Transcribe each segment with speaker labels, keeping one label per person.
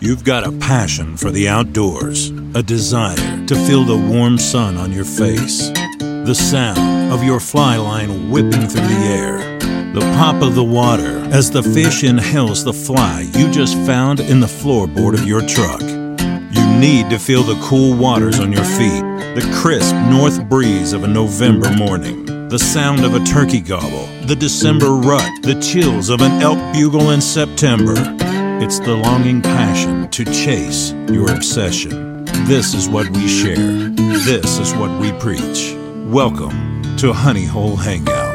Speaker 1: You've got a passion for the outdoors, a desire to feel the warm sun on your face, the sound of your fly line whipping through the air, the pop of the water as the fish inhales the fly you just found in the floorboard of your truck. You need to feel the cool waters on your feet, the crisp north breeze of a November morning, the sound of a turkey gobble, the December rut, the chills of an elk bugle in September. It's the longing passion to chase your obsession. This is what we share. This is what we preach. Welcome to Honey Hole Hangout.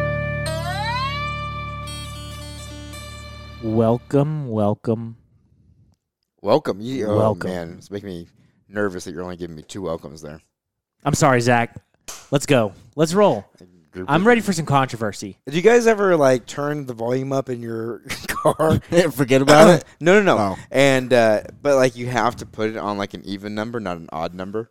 Speaker 2: Welcome, welcome.
Speaker 3: Welcome. You, oh,
Speaker 2: Welcome.
Speaker 3: man. It's making me nervous that you're only giving me two welcomes there.
Speaker 2: I'm sorry, Zach. Let's go. Let's roll. I'm ready for some controversy.
Speaker 3: Do you guys ever like turn the volume up in your car?
Speaker 4: Forget about it.
Speaker 3: no, no, no.
Speaker 4: Oh.
Speaker 3: And uh, but like you have to put it on like an even number, not an odd number.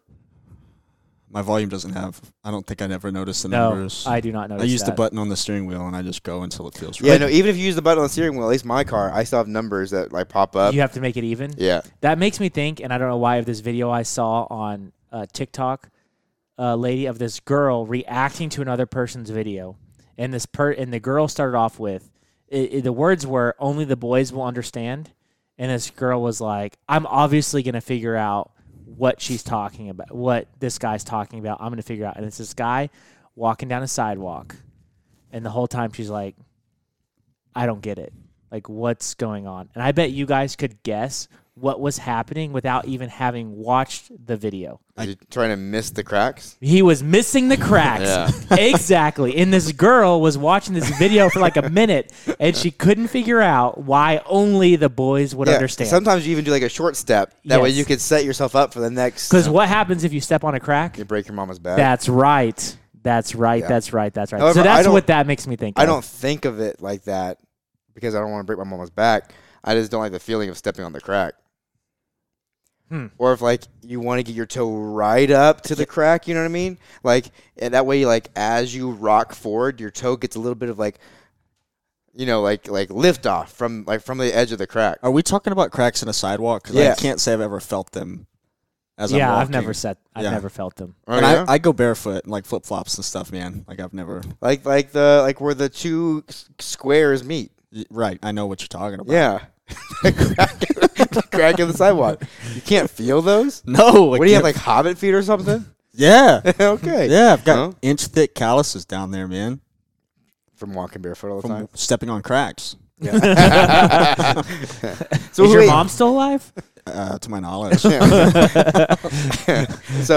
Speaker 4: My volume doesn't have. I don't think I never noticed the
Speaker 2: No,
Speaker 4: numbers.
Speaker 2: I do not
Speaker 4: I
Speaker 2: notice.
Speaker 4: use the
Speaker 2: that.
Speaker 4: button on the steering wheel and I just go until it feels
Speaker 3: Yeah,
Speaker 4: right.
Speaker 3: no. Even if you use the button on the steering wheel, at least my car, I still have numbers that like pop up.
Speaker 2: You have to make it even.
Speaker 3: yeah.
Speaker 2: That makes me think, and I don't know why, of this video I saw on uh, TikTok, uh, lady of this girl reacting to another person's video, and this per and the girl started off with i i the words were only the boys will understand, and this girl was like, I'm obviously gonna figure out what she's talking about, what this guy's talking about. I'm gonna figure out, and it's this guy walking down a sidewalk, and the whole time she's like, I don't get it. Like, what's going on? And I bet you guys could guess what was happening without even having watched the video.
Speaker 3: Are you trying to miss the cracks?
Speaker 2: He was missing the cracks. exactly. And this girl was watching this video for like a minute and she couldn't figure out why only the boys would
Speaker 3: Yeah,
Speaker 2: understand.
Speaker 3: Sometimes you even do like a short step. That way
Speaker 2: Yes.
Speaker 3: you could set yourself up for the next.
Speaker 2: Because what happens if you step on a crack?
Speaker 3: You break your mama's back.
Speaker 2: That's right. That's right.
Speaker 3: Yeah.
Speaker 2: That's right. That's right.
Speaker 3: However,
Speaker 2: so
Speaker 3: I
Speaker 2: that's
Speaker 3: don't-
Speaker 2: what that makes me think.
Speaker 3: I
Speaker 2: of.
Speaker 3: don't think of it like that because I don't want to break my mama's back. I just don't like the feeling of stepping on the crack.
Speaker 2: Hmm.
Speaker 3: Or if like you want to get your toe right up to the crack, you know what I mean? Like and that way, like as you rock forward, your toe gets a little bit of like, you know, like like lift off from like from the edge of the crack.
Speaker 4: Are we talking about cracks in a sidewalk? 'Cause I
Speaker 3: Yeah.
Speaker 4: can't say I've ever felt them. As I'm
Speaker 2: Yeah, I've
Speaker 4: walking.
Speaker 2: never said. I've
Speaker 4: Yeah.
Speaker 2: never felt them.
Speaker 3: Oh,
Speaker 4: And
Speaker 3: yeah?
Speaker 4: I, I go barefoot, and like flip flops and stuff, man. Like I've never.
Speaker 3: like like the like where the two s- squares meet.
Speaker 4: y- Right, I know what you're talking about.
Speaker 3: Yeah, the crack, the crack in the sidewalk. You can't feel those.
Speaker 4: No.
Speaker 3: What do you have, like hobbit feet or something?
Speaker 4: Yeah.
Speaker 3: okay.
Speaker 4: Yeah, I've got
Speaker 3: Huh?
Speaker 4: inch thick calluses down there, man.
Speaker 3: From walking barefoot all the
Speaker 4: From
Speaker 3: time.
Speaker 4: stepping on cracks,
Speaker 3: So
Speaker 2: Is your
Speaker 3: wait,
Speaker 2: mom still alive?
Speaker 4: uh, to my knowledge.
Speaker 3: So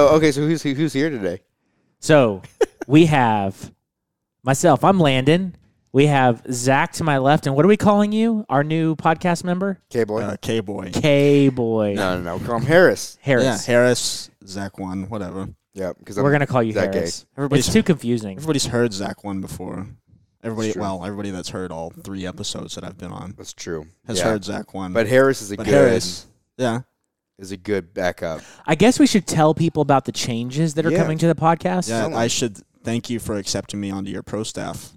Speaker 3: okay, so who's who's here today?
Speaker 2: So we have myself. I'm Landon. We have Zach to my left, and what are we calling you? Our new podcast member,
Speaker 3: K boy.
Speaker 4: Uh, K boy.
Speaker 2: K Boy
Speaker 3: no, no, no. Call him Harris.
Speaker 4: Yeah,
Speaker 2: Harris.
Speaker 4: Harris, Zach one, whatever.
Speaker 3: Yeah, because
Speaker 2: We're gonna call you
Speaker 3: Zach
Speaker 2: Harris.
Speaker 4: Everybody's-
Speaker 2: it's too confusing.
Speaker 4: Everybody's heard Zach one before. Everybody,
Speaker 3: It's true.
Speaker 4: well, everybody that's heard all three episodes that I've been on
Speaker 3: That's true.
Speaker 4: has
Speaker 3: yeah.
Speaker 4: heard Zach one.
Speaker 3: But Harris is a
Speaker 4: But
Speaker 3: good
Speaker 4: Harris, yeah,
Speaker 3: is a good backup.
Speaker 2: I guess we should tell people about the changes that are
Speaker 3: Yeah.
Speaker 2: coming to the podcast.
Speaker 4: yeah,
Speaker 3: Someone-
Speaker 4: I should thank you for accepting me onto your pro staff.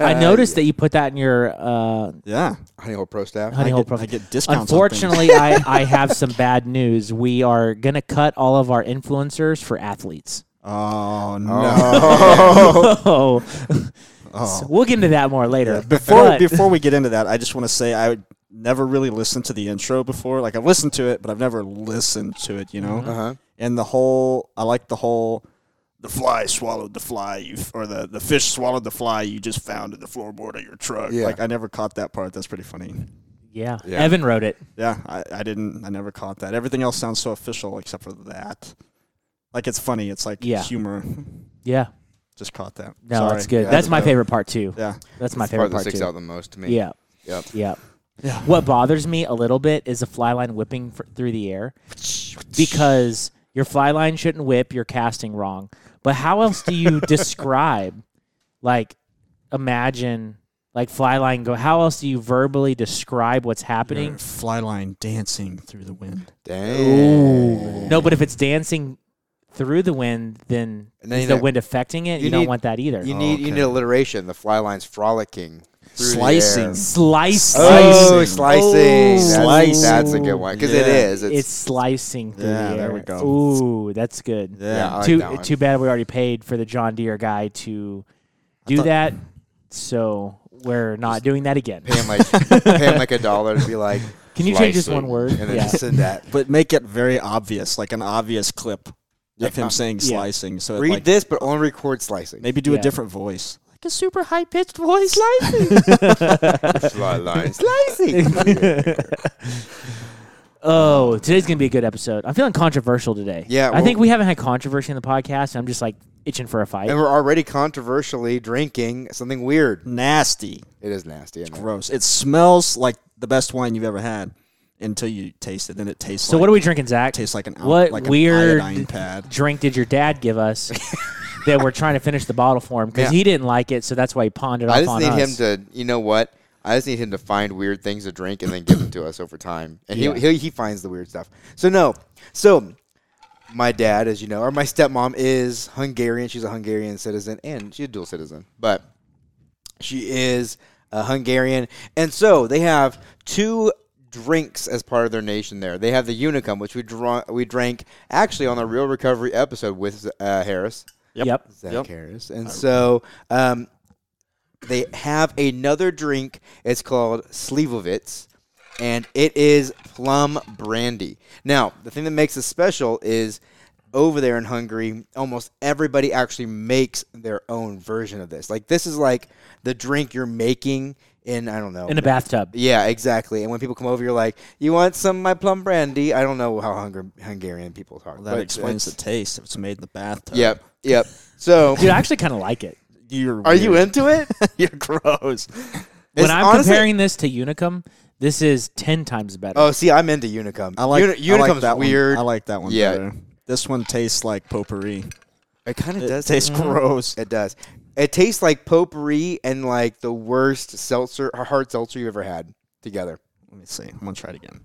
Speaker 2: I noticed that you put that in your uh,
Speaker 4: Yeah,
Speaker 3: Honeyhole Pro staff.
Speaker 2: Honey Hole
Speaker 4: I, get,
Speaker 2: profile.
Speaker 4: I get discounts. on things.
Speaker 2: Unfortunately, I, I have some bad news. We are gonna cut all of our influencers for athletes.
Speaker 4: oh no.
Speaker 2: Oh, So we'll get into that more later.
Speaker 4: Before
Speaker 2: But-
Speaker 4: before we get into that, I just want to say I would never really listened to the intro before. Like I've listened to it, but I've never listened to it. You know,
Speaker 2: Mm-hmm.
Speaker 3: Uh-huh.
Speaker 4: and the whole I like the whole the fly swallowed the fly you f- or the the fish swallowed the fly you just found in the floorboard of your truck.
Speaker 3: Yeah.
Speaker 4: Like I never caught that part. That's pretty funny.
Speaker 2: yeah.
Speaker 3: Yeah.
Speaker 2: Evan wrote it.
Speaker 4: Yeah, I, I didn't. I never caught that. Everything else sounds so official except for that. Like it's funny. It's like
Speaker 2: Yeah.
Speaker 4: humor.
Speaker 2: Yeah.
Speaker 4: Just caught that.
Speaker 2: No,
Speaker 4: Sorry.
Speaker 2: that's good.
Speaker 3: Yeah,
Speaker 2: that's
Speaker 3: I
Speaker 2: my
Speaker 3: don't know.
Speaker 2: favorite part too.
Speaker 4: Yeah.
Speaker 2: That's my
Speaker 3: Part
Speaker 2: favorite
Speaker 3: that
Speaker 2: part
Speaker 3: sticks
Speaker 2: too.
Speaker 3: out the most to me.
Speaker 2: Yeah.
Speaker 3: Yep.
Speaker 2: Yeah. What bothers me a little bit is the fly line whipping fr through the air because your fly line shouldn't whip, you're casting wrong. But how else do you describe like imagine like fly line go how else do you verbally describe what's happening?
Speaker 4: Your Fly line dancing through the wind.
Speaker 3: Dang.
Speaker 2: No, but if it's dancing through the wind, then
Speaker 3: And then
Speaker 2: is
Speaker 3: you
Speaker 2: the
Speaker 3: don't-
Speaker 2: wind affecting it? You,
Speaker 3: you
Speaker 2: don't
Speaker 3: need-
Speaker 2: want that either. Oh.
Speaker 3: You need you need alliteration. The fly line's frolicking Through the air.
Speaker 4: Slicing.
Speaker 2: Slicing.
Speaker 3: Oh,
Speaker 4: Slicing.
Speaker 3: slicing. That's,
Speaker 4: Slicing.
Speaker 3: that's a good one because it
Speaker 4: Yeah.
Speaker 3: is. It's,
Speaker 2: It's, slicing through
Speaker 4: Yeah,
Speaker 2: the
Speaker 4: there we
Speaker 2: air.
Speaker 4: go.
Speaker 2: Ooh, that's good.
Speaker 4: Yeah.
Speaker 3: I like
Speaker 2: too
Speaker 3: that one.
Speaker 2: too bad we already paid for the John Deere guy to do
Speaker 4: thought-
Speaker 2: that, so we're not doing that again.
Speaker 3: pay him like pay him like a dollar to be like.
Speaker 2: Can you change this
Speaker 3: slicing,
Speaker 2: one word?
Speaker 3: And then
Speaker 2: Yeah.
Speaker 3: just send that.
Speaker 4: But make it very obvious, like an obvious clip of him saying
Speaker 2: Yeah.
Speaker 4: slicing. So it,
Speaker 3: uh, Read
Speaker 4: like,
Speaker 3: this, but only record slicing.
Speaker 4: maybe do
Speaker 2: Yeah.
Speaker 4: a different voice.
Speaker 2: Like a super high pitched voice, slicing.
Speaker 3: Slice line. Slicing.
Speaker 2: Oh, today's gonna be a good episode. I'm feeling controversial today.
Speaker 3: Yeah,
Speaker 2: I
Speaker 3: well-
Speaker 2: think we haven't had controversy in the podcast, and I'm just like itching for a fight.
Speaker 3: and we're already controversially drinking something weird.
Speaker 4: Nasty,
Speaker 3: It is nasty. Isn't it?
Speaker 4: gross. It smells like the best wine you've ever had until you taste it. Then it tastes.
Speaker 2: so
Speaker 4: like,
Speaker 2: what are we drinking, Zach?
Speaker 4: Tastes like an al-
Speaker 2: what
Speaker 4: like an
Speaker 2: weird
Speaker 4: iodine pad.
Speaker 2: drink did your dad give us that we're trying to finish the bottle for him because
Speaker 3: Yeah.
Speaker 2: he didn't like it, so that's why he pawned it off
Speaker 3: I just
Speaker 2: on
Speaker 3: need
Speaker 2: us.
Speaker 3: him to. You know what? I just need him to find weird things to drink and then give them to us over time, and he he he finds the weird stuff. So no, so. My dad, as you know, or my stepmom is Hungarian. She's a Hungarian citizen and she's a dual citizen. But She is a Hungarian. And so they have two drinks as part of their nation there. They have the Unicum, which we drunk, we drank actually on the Real Recovery episode with uh, Harris.
Speaker 2: Yep.
Speaker 3: Zach Harris. And so um, they have another drink. It's called Slivovitz, and it is plum brandy. Now, the thing that makes it special is over there in Hungary, almost everybody actually makes their own version of this. Like, this is like the drink you're making in, I don't know.
Speaker 2: in a bathtub.
Speaker 3: yeah, exactly. And when people come over, you're like, "You want some of my plum brandy?" I don't know how Hungar- Hungarian people talk.
Speaker 4: That
Speaker 3: but
Speaker 4: explains the
Speaker 3: it's-
Speaker 4: taste. If it's made in the bathtub.
Speaker 3: Yep, yep. So,
Speaker 2: Dude, I actually kind of like it.
Speaker 4: You're
Speaker 3: are you
Speaker 4: weird.
Speaker 3: into it?
Speaker 4: You're gross.
Speaker 2: When
Speaker 3: It's
Speaker 2: I'm
Speaker 3: honestly-
Speaker 2: comparing this to Unicum, this is ten times better.
Speaker 3: Oh, see, I'm into Unicum.
Speaker 4: I like.
Speaker 3: Uni-
Speaker 4: I like
Speaker 3: Unicum's
Speaker 4: that
Speaker 3: weird.
Speaker 4: One. I like that one.
Speaker 3: Yeah.
Speaker 4: better. This one tastes like potpourri.
Speaker 3: It kind of
Speaker 4: It
Speaker 3: does
Speaker 4: tastes gross.
Speaker 3: It does. It tastes like potpourri and like the worst seltzer, hard seltzer you ever had together.
Speaker 4: Let me see. I'm gonna try it again.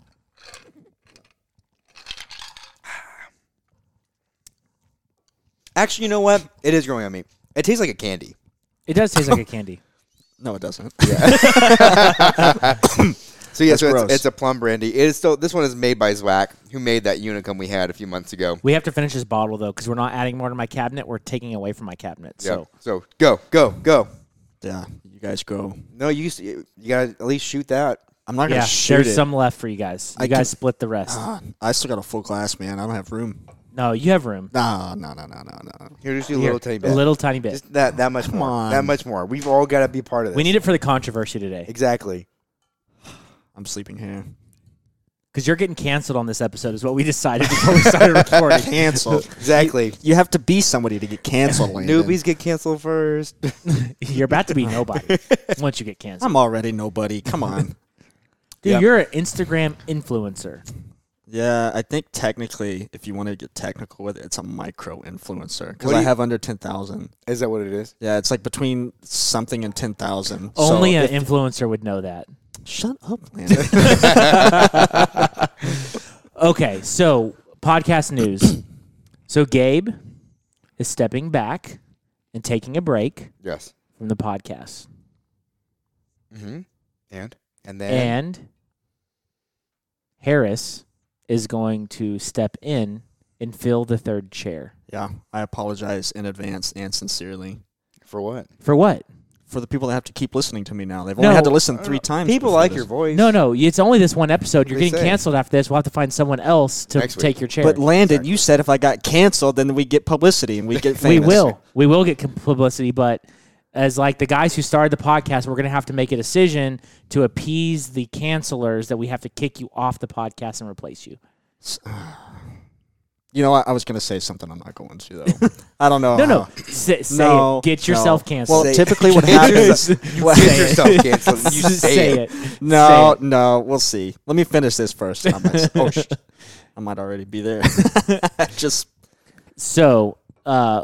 Speaker 3: Actually, you know what? It is growing on me. It tastes like a candy.
Speaker 2: It does taste like a candy.
Speaker 4: No, it doesn't.
Speaker 3: So yeah,
Speaker 4: That's
Speaker 3: so it's,
Speaker 4: gross.
Speaker 3: it's a plum brandy. It is still. This one is made by Zwack, who made that Unicum we had a few months ago.
Speaker 2: We have to finish this bottle though, because we're not adding more to my cabinet. We're taking away from my cabinet.
Speaker 3: Yeah.
Speaker 2: So
Speaker 3: so go, go, go.
Speaker 4: Yeah, you guys go.
Speaker 3: No, you s- you gotta at least shoot that.
Speaker 4: I'm not gonna
Speaker 2: yeah,
Speaker 4: shoot
Speaker 2: there's
Speaker 4: it.
Speaker 2: some left for you guys. You
Speaker 4: I
Speaker 2: guys
Speaker 4: can-
Speaker 2: split the rest.
Speaker 4: Ah, I still got a full glass, man. I don't have room.
Speaker 2: no, you have room.
Speaker 4: No, no, no, no, no, no.
Speaker 3: Here, just do a
Speaker 2: Here,
Speaker 3: little tiny bit.
Speaker 2: A little tiny bit.
Speaker 3: Just that that much more.
Speaker 4: on.
Speaker 3: That much more. We've all got to be part of this.
Speaker 2: we need it for the controversy today,
Speaker 3: exactly.
Speaker 4: I'm sleeping here.
Speaker 2: because you're getting canceled on this episode, is what we decided before we started recording.
Speaker 4: Cancel.
Speaker 3: Exactly.
Speaker 4: you have to be somebody to get canceled. Landon.
Speaker 3: Newbies get canceled first.
Speaker 2: you're about to be nobody once you get canceled.
Speaker 4: I'm already nobody. Come on.
Speaker 2: Dude,
Speaker 3: yeah.
Speaker 2: you're an Instagram influencer.
Speaker 4: yeah, I think technically, if you want to get technical with it, it's a micro influencer because
Speaker 3: What do
Speaker 4: I
Speaker 3: you-
Speaker 4: have under ten thousand.
Speaker 3: Is that what it is?
Speaker 4: Yeah, it's like between something and ten thousand.
Speaker 2: Only
Speaker 4: so
Speaker 2: an
Speaker 4: if-
Speaker 2: influencer would know that.
Speaker 4: shut up, Landon.
Speaker 2: Okay, so podcast news. so Gabe is stepping back and taking a break
Speaker 3: Yes.
Speaker 2: from the podcast,
Speaker 3: Mm-hmm. And and then
Speaker 2: and Harris is going to step in and fill the third chair.
Speaker 4: yeah, I apologize in advance and sincerely
Speaker 3: for what?
Speaker 2: For what?
Speaker 4: for the people that have to keep listening to me now. They've only had to
Speaker 2: No, uh,
Speaker 4: listen three times.
Speaker 3: People
Speaker 4: before
Speaker 3: like
Speaker 4: this.
Speaker 3: your voice.
Speaker 2: No, no, it's only this one episode. You're
Speaker 3: They
Speaker 2: getting
Speaker 3: say.
Speaker 2: canceled after this. We'll have to find someone else to
Speaker 3: Next week.
Speaker 2: take your chair.
Speaker 4: But Landon, you said if I got canceled, then we get publicity and we get
Speaker 2: we
Speaker 4: famous.
Speaker 2: will, we will get com- publicity. But as like the guys who started the podcast, we're going to have to make a decision to appease the cancelers that we have to kick you off the podcast and replace you.
Speaker 4: You know, what? I was going to say something. I'm not going to though. I don't know.
Speaker 2: No,
Speaker 4: how-
Speaker 2: no, say, say
Speaker 4: Uh-huh. No,
Speaker 2: it. Get
Speaker 4: no.
Speaker 2: yourself canceled.
Speaker 4: Well, typically what
Speaker 3: Get
Speaker 4: happens.
Speaker 3: yourself,
Speaker 4: what-
Speaker 3: get yourself canceled. You say,
Speaker 2: say
Speaker 3: it.
Speaker 2: it.
Speaker 4: no, no, we'll see. Let me finish this first. and I might, oh, sh- I might already be there. Just
Speaker 2: So, uh,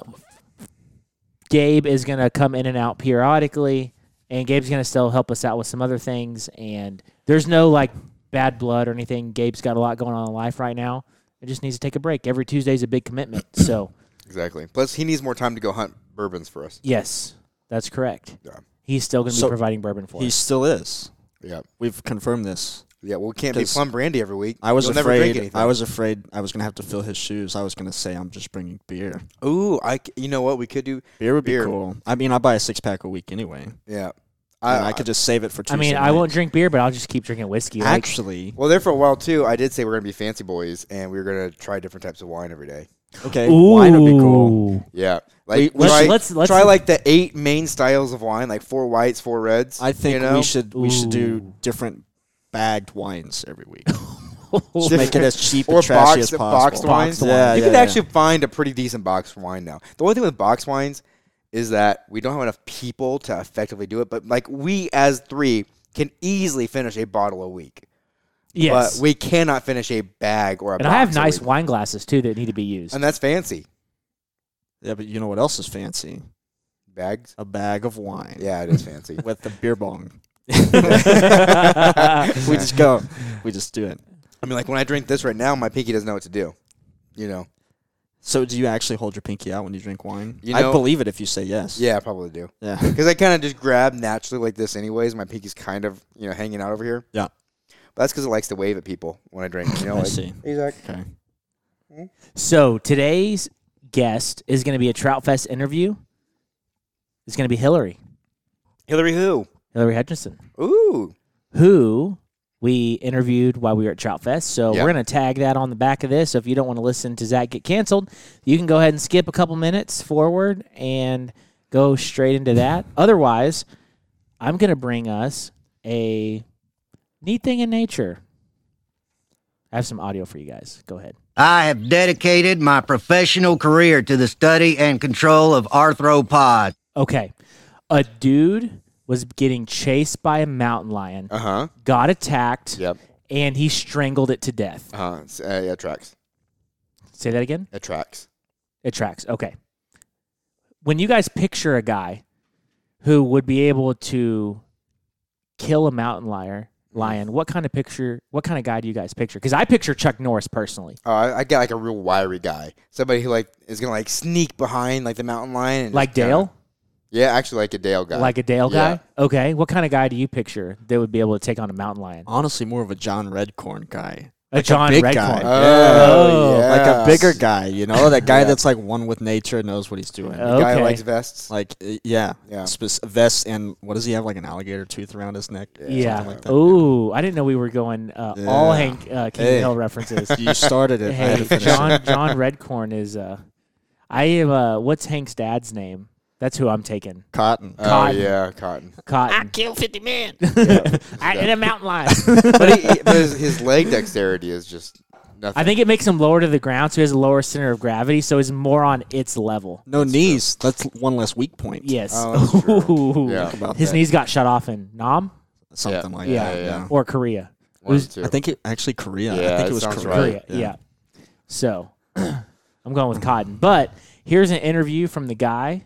Speaker 2: Gabe is going to come in and out periodically, and Gabe's going to still help us out with some other things. And there's no like bad blood or anything. Gabe's got a lot going on in life right now. It just needs to take a break. Every Tuesday's a big commitment. So,
Speaker 3: Exactly. Plus, he needs more time to go hunt bourbons for us.
Speaker 2: yes, that's correct.
Speaker 3: Yeah.
Speaker 2: he's still going to
Speaker 4: So-
Speaker 2: be providing bourbon for
Speaker 4: He
Speaker 2: us.
Speaker 4: still is.
Speaker 3: Yeah.
Speaker 4: We've confirmed this.
Speaker 3: Yeah. Well, we can't be
Speaker 4: 'Cause
Speaker 3: plum brandy every week.
Speaker 4: I was
Speaker 3: You'll never drink
Speaker 4: afraid.
Speaker 3: anything.
Speaker 4: I was afraid I was gonna have to fill his shoes. I was gonna say I'm just bringing beer.
Speaker 3: Ooh, I. c- You know what? We could do.
Speaker 4: Beer would be
Speaker 3: Beer.
Speaker 4: cool. I mean, I buy a six pack a week anyway.
Speaker 3: Yeah.
Speaker 4: and I could just save it for. Tuesday
Speaker 2: I mean, I
Speaker 4: night.
Speaker 2: won't drink beer, but I'll just keep drinking whiskey. Like,
Speaker 4: Actually,
Speaker 3: Well, there for a while too, I did say we're gonna be fancy boys and we were gonna try different types of wine every day.
Speaker 4: okay,
Speaker 2: ooh,
Speaker 4: wine would be cool.
Speaker 3: Yeah, like
Speaker 4: We- let's-
Speaker 3: try,
Speaker 2: let's- let's-
Speaker 3: try like the eight main styles of wine, like four whites, four reds.
Speaker 4: I think
Speaker 3: you know?
Speaker 4: we should we should do
Speaker 2: Ooh.
Speaker 4: different bagged wines every week.
Speaker 2: Ooh.
Speaker 4: just make it as cheap
Speaker 3: or
Speaker 4: and trashy
Speaker 3: boxed,
Speaker 4: as
Speaker 3: boxed
Speaker 4: possible.
Speaker 3: wines.
Speaker 2: Boxed wine.
Speaker 4: Yeah,
Speaker 3: you
Speaker 4: yeah,
Speaker 3: can
Speaker 4: yeah.
Speaker 3: actually find a pretty decent boxed wine now. The only thing with boxed wines is that we don't have enough people to effectively do it. But like we as three can easily finish a bottle a week,
Speaker 2: yes.
Speaker 3: but we cannot finish a bag or a.
Speaker 2: and I have
Speaker 3: box a
Speaker 2: nice
Speaker 3: week.
Speaker 2: wine glasses too that need to be used.
Speaker 3: and that's fancy
Speaker 4: Yeah, but you know what else is fancy?
Speaker 3: bags.
Speaker 4: A bag of wine.
Speaker 3: Yeah, it is fancy.
Speaker 4: With the beer bong.
Speaker 2: I
Speaker 4: we just go. We just do it.
Speaker 3: I mean, like when I drink this right now, my pinky doesn't know what to do. You know?
Speaker 4: So do you actually hold your pinky out when you drink wine?
Speaker 3: You
Speaker 4: I
Speaker 3: know-
Speaker 4: believe it if you say yes.
Speaker 3: Yeah, I probably do.
Speaker 4: Yeah.
Speaker 3: Because I kind of just grab naturally like this, anyways. My pinky's kind of you know hanging out over here.
Speaker 4: Yeah.
Speaker 3: But that's because it likes to wave at people when I drink. You know,
Speaker 4: I
Speaker 3: like,
Speaker 4: see.
Speaker 3: He's like,
Speaker 4: Okay.
Speaker 2: So today's guest is going to be a Trout Fest interview. It's going to be Hillary,
Speaker 3: Hillary who?
Speaker 2: Hillary Hutchinson,
Speaker 3: Ooh,
Speaker 2: who we interviewed while we were at Trout Fest. So
Speaker 3: Yeah.
Speaker 2: we're going to tag that on the back of this. So if you don't want to listen to Zach get canceled, you can go ahead and skip a couple minutes forward and go straight into that. Otherwise, I'm going to bring us a neat thing in nature. I have some audio for you guys. Go ahead.
Speaker 5: I have dedicated my professional career to the study and control of arthropods.
Speaker 2: Okay. A dude was getting chased by a mountain lion,
Speaker 3: uh huh,
Speaker 2: got attacked,
Speaker 3: yep,
Speaker 2: and he strangled it to death.
Speaker 3: uh huh. Uh, yeah, it tracks,
Speaker 2: Say that again.
Speaker 3: it tracks.
Speaker 2: It tracks. Okay. When you guys picture a guy who would be able to kill a mountain lion,
Speaker 3: Mm-hmm.
Speaker 2: lion, what kind of picture, what kind of guy do you guys picture? Because I picture Chuck Norris personally.
Speaker 3: Oh, I, I got like a real wiry guy, somebody who like is gonna like sneak behind like the mountain lion, and
Speaker 2: Like
Speaker 3: just kinda-
Speaker 2: Dale?
Speaker 3: Yeah, actually, like a Dale guy.
Speaker 2: Like a Dale guy?
Speaker 3: Yeah.
Speaker 2: Okay. What kind of guy do you picture that would be able to take on a mountain lion?
Speaker 4: Honestly, more of a John Redcorn guy.
Speaker 2: a John
Speaker 4: big
Speaker 2: Redcorn.
Speaker 4: guy.
Speaker 3: Oh,
Speaker 2: Oh,
Speaker 3: yeah.
Speaker 4: Like a bigger guy, you know, that guy
Speaker 3: Yeah.
Speaker 4: that's like one with nature, knows what he's doing.
Speaker 2: Oh.
Speaker 3: Uh, guy
Speaker 2: Okay.
Speaker 3: who likes vests.
Speaker 4: Like, uh, yeah,
Speaker 3: Yeah.
Speaker 4: Spec- vest and what does he have? Like an alligator tooth around his neck. or
Speaker 2: Yeah.
Speaker 4: something like that.
Speaker 2: Ooh, I didn't know we were going uh, all
Speaker 4: Yeah.
Speaker 2: Hank uh, King
Speaker 4: Hey.
Speaker 2: Hill references.
Speaker 4: You started it. I had
Speaker 2: hey,
Speaker 4: to finish it.
Speaker 2: John John Redcorn is. Uh, I am. Uh, what's Hank's dad's name? That's who I'm taking.
Speaker 4: Cotton.
Speaker 2: Cotton.
Speaker 3: Oh yeah, cotton.
Speaker 2: Cotton.
Speaker 6: kill 50 men.
Speaker 2: I, in a mountain lion.
Speaker 3: but, he, but his, his leg dexterity is just nothing.
Speaker 2: I think it makes him lower to the ground, so he has a lower center of gravity, so he's more on its level.
Speaker 4: No knees. That's one less weak point.
Speaker 2: Yes.
Speaker 3: Oh, that's
Speaker 2: Ooh.
Speaker 3: Yeah.
Speaker 4: About
Speaker 2: His
Speaker 4: that.
Speaker 2: knees got shot off in Nam
Speaker 4: Something like
Speaker 2: Yeah.
Speaker 4: that.
Speaker 3: Yeah, yeah.
Speaker 2: or Korea.
Speaker 3: One
Speaker 2: who's-
Speaker 3: and two.
Speaker 4: I think it actually Korea.
Speaker 3: Yeah,
Speaker 4: I think
Speaker 3: it
Speaker 4: it was
Speaker 3: sounds
Speaker 4: Korea.
Speaker 2: Korea.
Speaker 3: right.
Speaker 2: Oh, Yeah. So I'm going with Cotton. But here's an interview from the guy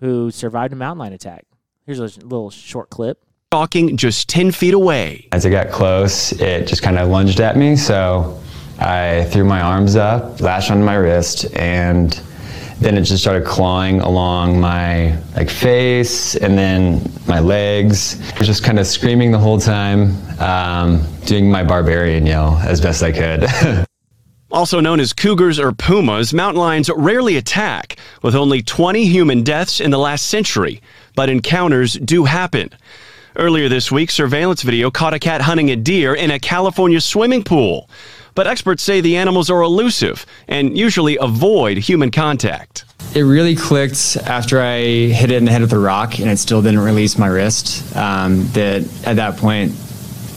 Speaker 2: who survived a mountain lion attack. Here's a little short clip.
Speaker 7: talking just 10 feet away.
Speaker 8: As it got close, it just kind of lunged at me, so I threw my arms up, lashed onto my wrist, and then it just started clawing along my like face and then my legs. I was just kind of screaming the whole time, um, doing my barbarian yell as best I could.
Speaker 7: Also known as cougars or pumas, mountain lions rarely attack, with only 20 human deaths in the last century. But encounters do happen. Earlier this week, surveillance video caught a cat hunting a deer in a California swimming pool. But experts say the animals are elusive and usually avoid human contact.
Speaker 9: It really clicked after I hit it in the head with a rock, and it still didn't release my wrist. Um, that at that point,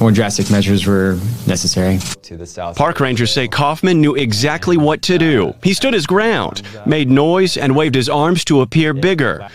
Speaker 9: more drastic measures were necessary.
Speaker 8: to the south.
Speaker 7: Park rangers say Kaufman knew exactly what to do. He stood his ground, made noise, and waved his arms to appear bigger.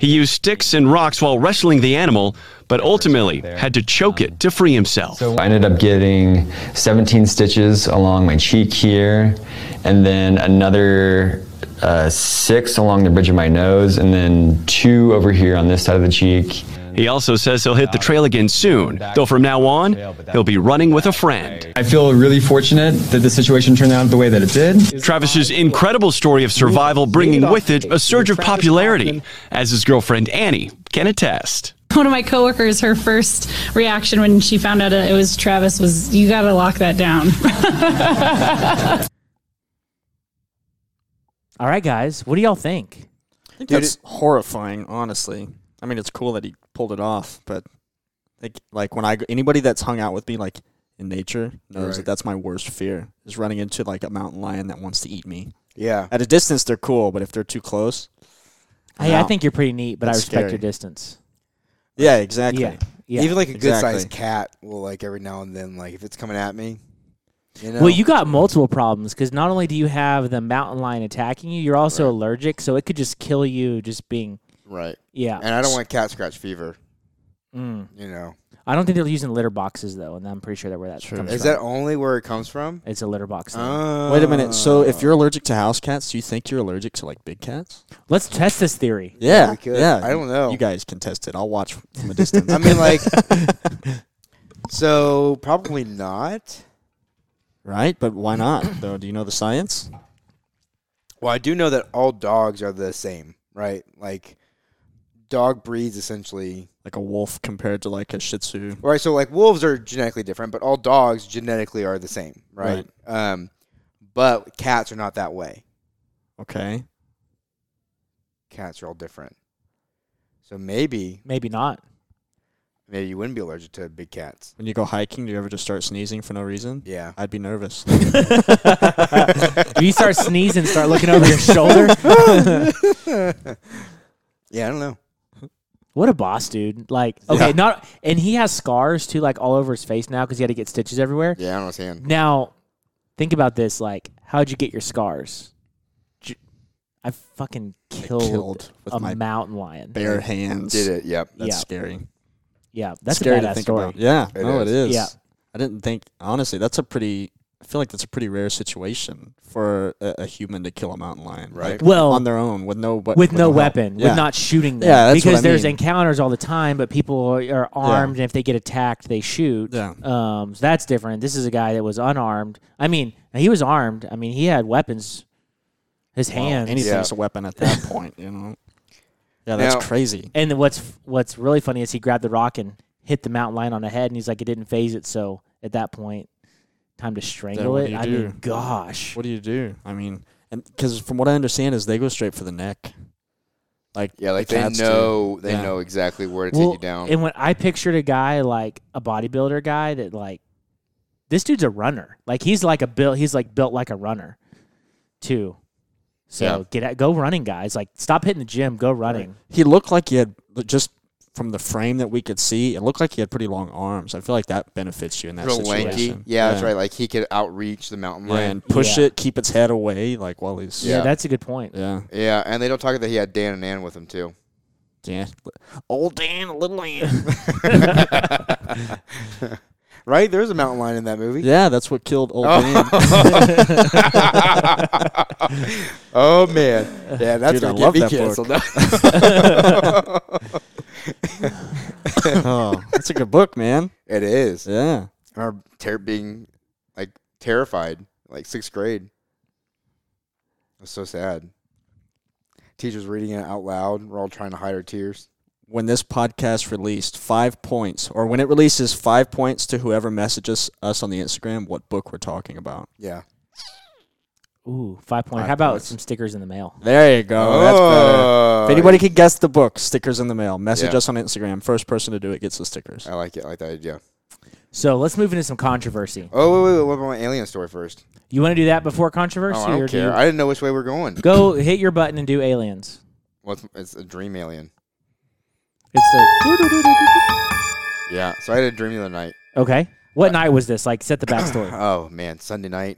Speaker 7: He used sticks and rocks while wrestling the animal, but ultimately had to choke it to free himself.
Speaker 8: I ended up getting 17 stitches along my cheek here, and then another uh, six along the bridge of my nose, and then two over here on this side of the cheek.
Speaker 7: He also says he'll hit the trail again soon, though from now on, he'll be running with a friend.
Speaker 9: I feel really fortunate that the situation turned out the way that it did.
Speaker 7: Travis's incredible story of survival bringing with it a surge of popularity, as his girlfriend Annie can attest.
Speaker 6: One of my coworkers, her first reaction when she found out it was Travis was, "You got to lock that down."
Speaker 2: All right, guys, what do y'all think?
Speaker 4: I think
Speaker 3: Dude,
Speaker 4: that's horrifying, honestly. I mean, it's cool that he pulled it off, but like, like when I go- anybody that's hung out with me, like in nature, knows that that's my worst fear is running into like a mountain lion that wants to eat me.
Speaker 3: Yeah.
Speaker 4: At a distance, they're cool, but if they're too close, I'm
Speaker 2: Hey, I
Speaker 4: out.
Speaker 2: think you're pretty neat, but I
Speaker 4: That's
Speaker 2: respect your
Speaker 4: scary.
Speaker 2: distance.
Speaker 4: yeah, exactly.
Speaker 2: Yeah, yeah.
Speaker 3: Even like a good sized
Speaker 4: Exactly.
Speaker 3: cat will like every now and then like if it's coming at me. You know?
Speaker 2: Well, you got multiple problems because not only do you have the mountain lion attacking you, you're also allergic, so it could just kill you just being.
Speaker 3: right.
Speaker 2: Yeah,
Speaker 3: And I don't want cat scratch fever.
Speaker 2: Mm.
Speaker 3: You know.
Speaker 2: I don't think they're using litter boxes though, and I'm pretty sure that where that comes
Speaker 3: Is
Speaker 2: from.
Speaker 3: that only where it comes from?
Speaker 2: it's a litter box. thing.
Speaker 4: Wait a minute. So if
Speaker 3: Oh.
Speaker 4: you're allergic to house cats, do you think you're allergic to like big cats?
Speaker 2: Let's test this theory.
Speaker 4: Yeah,
Speaker 3: we could.
Speaker 4: yeah.
Speaker 3: I don't know.
Speaker 4: You guys can test it. I'll watch from a distance.
Speaker 3: I mean, like, so probably not.
Speaker 4: right? But why not? Though, do you know the science?
Speaker 3: Well, I do know that all dogs are the same, right? Like, dog breeds essentially.
Speaker 4: Like a wolf compared to like a Shih Tzu.
Speaker 3: Right. So, like, wolves are genetically different, but all dogs genetically are the same, right? Um, but cats are not that way.
Speaker 4: Okay.
Speaker 3: Cats are all different. So maybe,
Speaker 2: Maybe not.
Speaker 3: maybe you wouldn't be allergic to big cats.
Speaker 4: When you go hiking, do you ever just start sneezing for no reason?
Speaker 3: Yeah.
Speaker 4: I'd be nervous.
Speaker 2: If you start sneezing, start looking over your shoulder.
Speaker 3: Yeah, I don't know.
Speaker 2: What a boss, dude! Like, okay, not and he has scars too, like all over his face now because he had to get stitches everywhere.
Speaker 3: Yeah, I don't understand.
Speaker 2: Now, think about this: like, how'd you get your scars? J- I fucking killed,
Speaker 4: killed with
Speaker 2: a
Speaker 4: my
Speaker 2: mountain lion.
Speaker 4: Bare hands.
Speaker 3: Did it? Yep.
Speaker 4: That's
Speaker 2: Yeah.
Speaker 4: scary.
Speaker 2: Yeah, that's
Speaker 4: scary
Speaker 2: a badass
Speaker 4: to think
Speaker 2: story.
Speaker 4: about. Yeah.
Speaker 3: It
Speaker 4: no, it is.
Speaker 2: Yeah.
Speaker 4: I didn't think honestly. That's a pretty. I feel like that's a pretty rare situation for a, a human to kill a mountain lion,
Speaker 3: Right.
Speaker 4: Like,
Speaker 2: Well,
Speaker 4: on their own with no
Speaker 2: With no
Speaker 4: help.
Speaker 2: weapon,
Speaker 4: Yeah.
Speaker 2: with not shooting them,
Speaker 4: Yeah, that's what
Speaker 2: because
Speaker 4: I
Speaker 2: there's
Speaker 4: mean.
Speaker 2: encounters all the time, but people are, are armed, and if they get attacked, they shoot.
Speaker 4: Yeah.
Speaker 2: Um, so that's different. This is a guy that was unarmed. I mean, he was armed. I mean, he had weapons. His
Speaker 4: Well,
Speaker 2: hands.
Speaker 4: Anything's a weapon at that point, you know. Yeah, that's
Speaker 3: Now-
Speaker 4: crazy.
Speaker 2: And what's what's really funny is he grabbed the rock and hit the mountain lion on the head, and he's like, it didn't phase it. So at that point, time to strangle
Speaker 4: what
Speaker 2: it.
Speaker 4: do you
Speaker 2: I
Speaker 4: do?
Speaker 2: mean, gosh.
Speaker 4: What do you do? I mean, and because from what I understand is they go straight for the neck, like
Speaker 3: Yeah, like
Speaker 4: the
Speaker 3: they
Speaker 4: cats do.
Speaker 3: know they
Speaker 4: Yeah.
Speaker 3: know exactly where to
Speaker 2: Well,
Speaker 3: take you down.
Speaker 2: and when I pictured a guy like a bodybuilder guy that like this dude's a runner. Like he's like a built. He's like built like a runner, too. So
Speaker 3: Yeah.
Speaker 2: get out, go running, guys. Like stop hitting the gym. Go running.
Speaker 4: He looked like he had just from the frame that we could see. It looked like he had pretty long arms. I feel like that benefits you in that
Speaker 3: Real
Speaker 4: situation.
Speaker 3: lanky. Yeah, that's right. Like he could outreach the mountain
Speaker 4: Yeah,
Speaker 3: lion.
Speaker 4: and push
Speaker 2: Yeah.
Speaker 4: it, keep its head away, like while he's
Speaker 2: Yeah,
Speaker 3: Yeah.
Speaker 2: that's a good point.
Speaker 4: yeah,
Speaker 3: Yeah, and they don't talk that he had Dan and Ann with him too.
Speaker 4: yeah. Old Dan, little Ann.
Speaker 3: Right? There's a mountain lion in that movie.
Speaker 4: yeah, that's what killed old Dan.
Speaker 3: Oh man. Yeah, that's
Speaker 4: Dude,
Speaker 3: gonna
Speaker 4: I
Speaker 3: get
Speaker 4: love
Speaker 3: me
Speaker 4: that book.
Speaker 3: canceled.
Speaker 4: oh, that's a good book, man.
Speaker 3: it is.
Speaker 4: Yeah.
Speaker 3: I remember ter- being like terrified, like sixth grade. It's so sad. Teachers reading it out loud. We're all trying to hide our tears.
Speaker 4: when this podcast released five points or when it releases five points to whoever messages us on the instagram what book we're talking about
Speaker 3: Yeah.
Speaker 2: Ooh, five point.
Speaker 4: Five
Speaker 2: How about
Speaker 4: points.
Speaker 2: some stickers in the mail?
Speaker 4: there you go that's better
Speaker 3: Oh,
Speaker 4: if anybody could guess the book stickers in the mail message
Speaker 3: Yeah.
Speaker 4: us on instagram first person to do it gets the stickers
Speaker 3: I like it. I like that idea.
Speaker 2: So let's move into some controversy.
Speaker 3: Oh wait, wait, wait. What about my alien story first?
Speaker 2: You want to do that before controversy,
Speaker 3: Oh, I
Speaker 2: or
Speaker 3: don't care.
Speaker 2: do you
Speaker 3: I didn't know which way we're going.
Speaker 2: go hit your button and do aliens?
Speaker 3: Well, it's, it's a dream alien.
Speaker 2: It's the
Speaker 3: Yeah. So I had a dream the other night.
Speaker 2: okay. What night was this? Like, set the backstory.
Speaker 3: Oh man, Sunday night.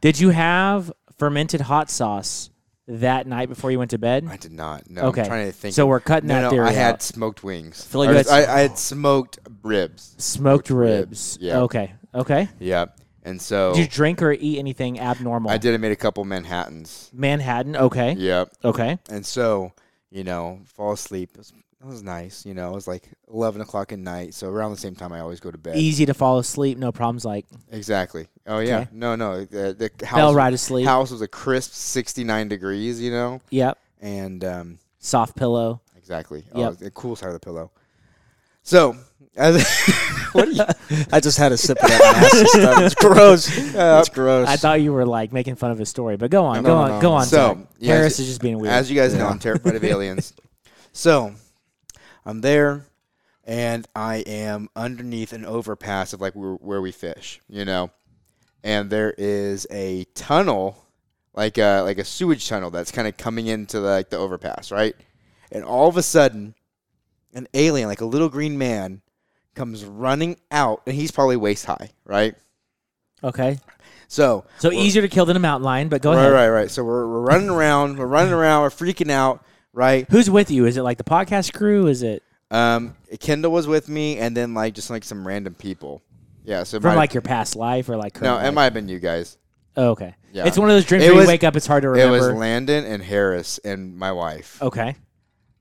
Speaker 2: Did you have fermented hot sauce that night before you went to bed?
Speaker 3: I did not. No,
Speaker 2: Okay.
Speaker 3: I'm trying to think.
Speaker 2: So we're cutting
Speaker 3: no,
Speaker 2: that
Speaker 3: no,
Speaker 2: theory
Speaker 3: I had
Speaker 2: out.
Speaker 3: smoked wings.
Speaker 2: feel like
Speaker 3: Or
Speaker 2: that's-
Speaker 3: I, I had smoked ribs.
Speaker 2: Smoked ribs.
Speaker 3: ribs, yeah.
Speaker 2: Okay. Okay.
Speaker 3: Yeah. And so
Speaker 2: Did you drink or eat anything abnormal?
Speaker 3: I did. I made a couple Manhattan's.
Speaker 2: Manhattan. Okay.
Speaker 3: Yeah.
Speaker 2: Okay.
Speaker 3: And so you know, fall asleep. It was, it was nice. You know, it was like eleven o'clock at night. So around the same time, I always go to bed.
Speaker 2: Easy to fall asleep. No problems. Like
Speaker 3: Exactly. Oh yeah.
Speaker 2: Okay.
Speaker 3: No, no. The, the house
Speaker 2: fell right asleep.
Speaker 3: house was a crisp sixty nine degrees. You know,
Speaker 2: yep.
Speaker 3: and um,
Speaker 2: Soft pillow.
Speaker 3: Exactly.
Speaker 2: Yep.
Speaker 3: Oh, the cool side of the pillow. So, as,
Speaker 4: What are you? I just had a sip of that nasty stuff. It's gross.
Speaker 3: uh,
Speaker 4: It's gross.
Speaker 2: I thought you were like making fun of his story, but go on,
Speaker 4: No,
Speaker 2: go
Speaker 4: no,
Speaker 2: on,
Speaker 4: no.
Speaker 2: go on.
Speaker 3: So,
Speaker 2: Zach.
Speaker 3: yeah,
Speaker 2: Harris
Speaker 3: as-
Speaker 2: is just being weird.
Speaker 3: as you guys know, I'm terrified of aliens. So, I'm there, and I am underneath an overpass of like where, where we fish, you know, and there is a tunnel, like a like a sewage tunnel that's kind of coming into the, like the overpass, right? And all of a sudden, an alien, like a little green man, comes running out, and he's probably waist high, right?
Speaker 2: okay,
Speaker 3: So
Speaker 2: so
Speaker 3: we're-
Speaker 2: easier to kill than a mountain lion, but go
Speaker 3: right,
Speaker 2: ahead.
Speaker 3: right, right. So we're, we're running around, we're running around, we're freaking out, right?
Speaker 2: Who's with you? Is it like the podcast crew? Is it
Speaker 3: Um, Kendall was with me, and then like just like some random people. Yeah, so it
Speaker 2: from
Speaker 3: might-
Speaker 2: like your past life or like current
Speaker 3: no,
Speaker 2: life?
Speaker 3: it might have been you guys.
Speaker 2: Oh, okay,
Speaker 3: Yeah.
Speaker 2: it's one of those dreams
Speaker 3: It
Speaker 2: where
Speaker 3: was-
Speaker 2: you wake up, it's hard to
Speaker 3: It was
Speaker 2: remember.
Speaker 3: Landon and Harris and my wife.
Speaker 2: okay,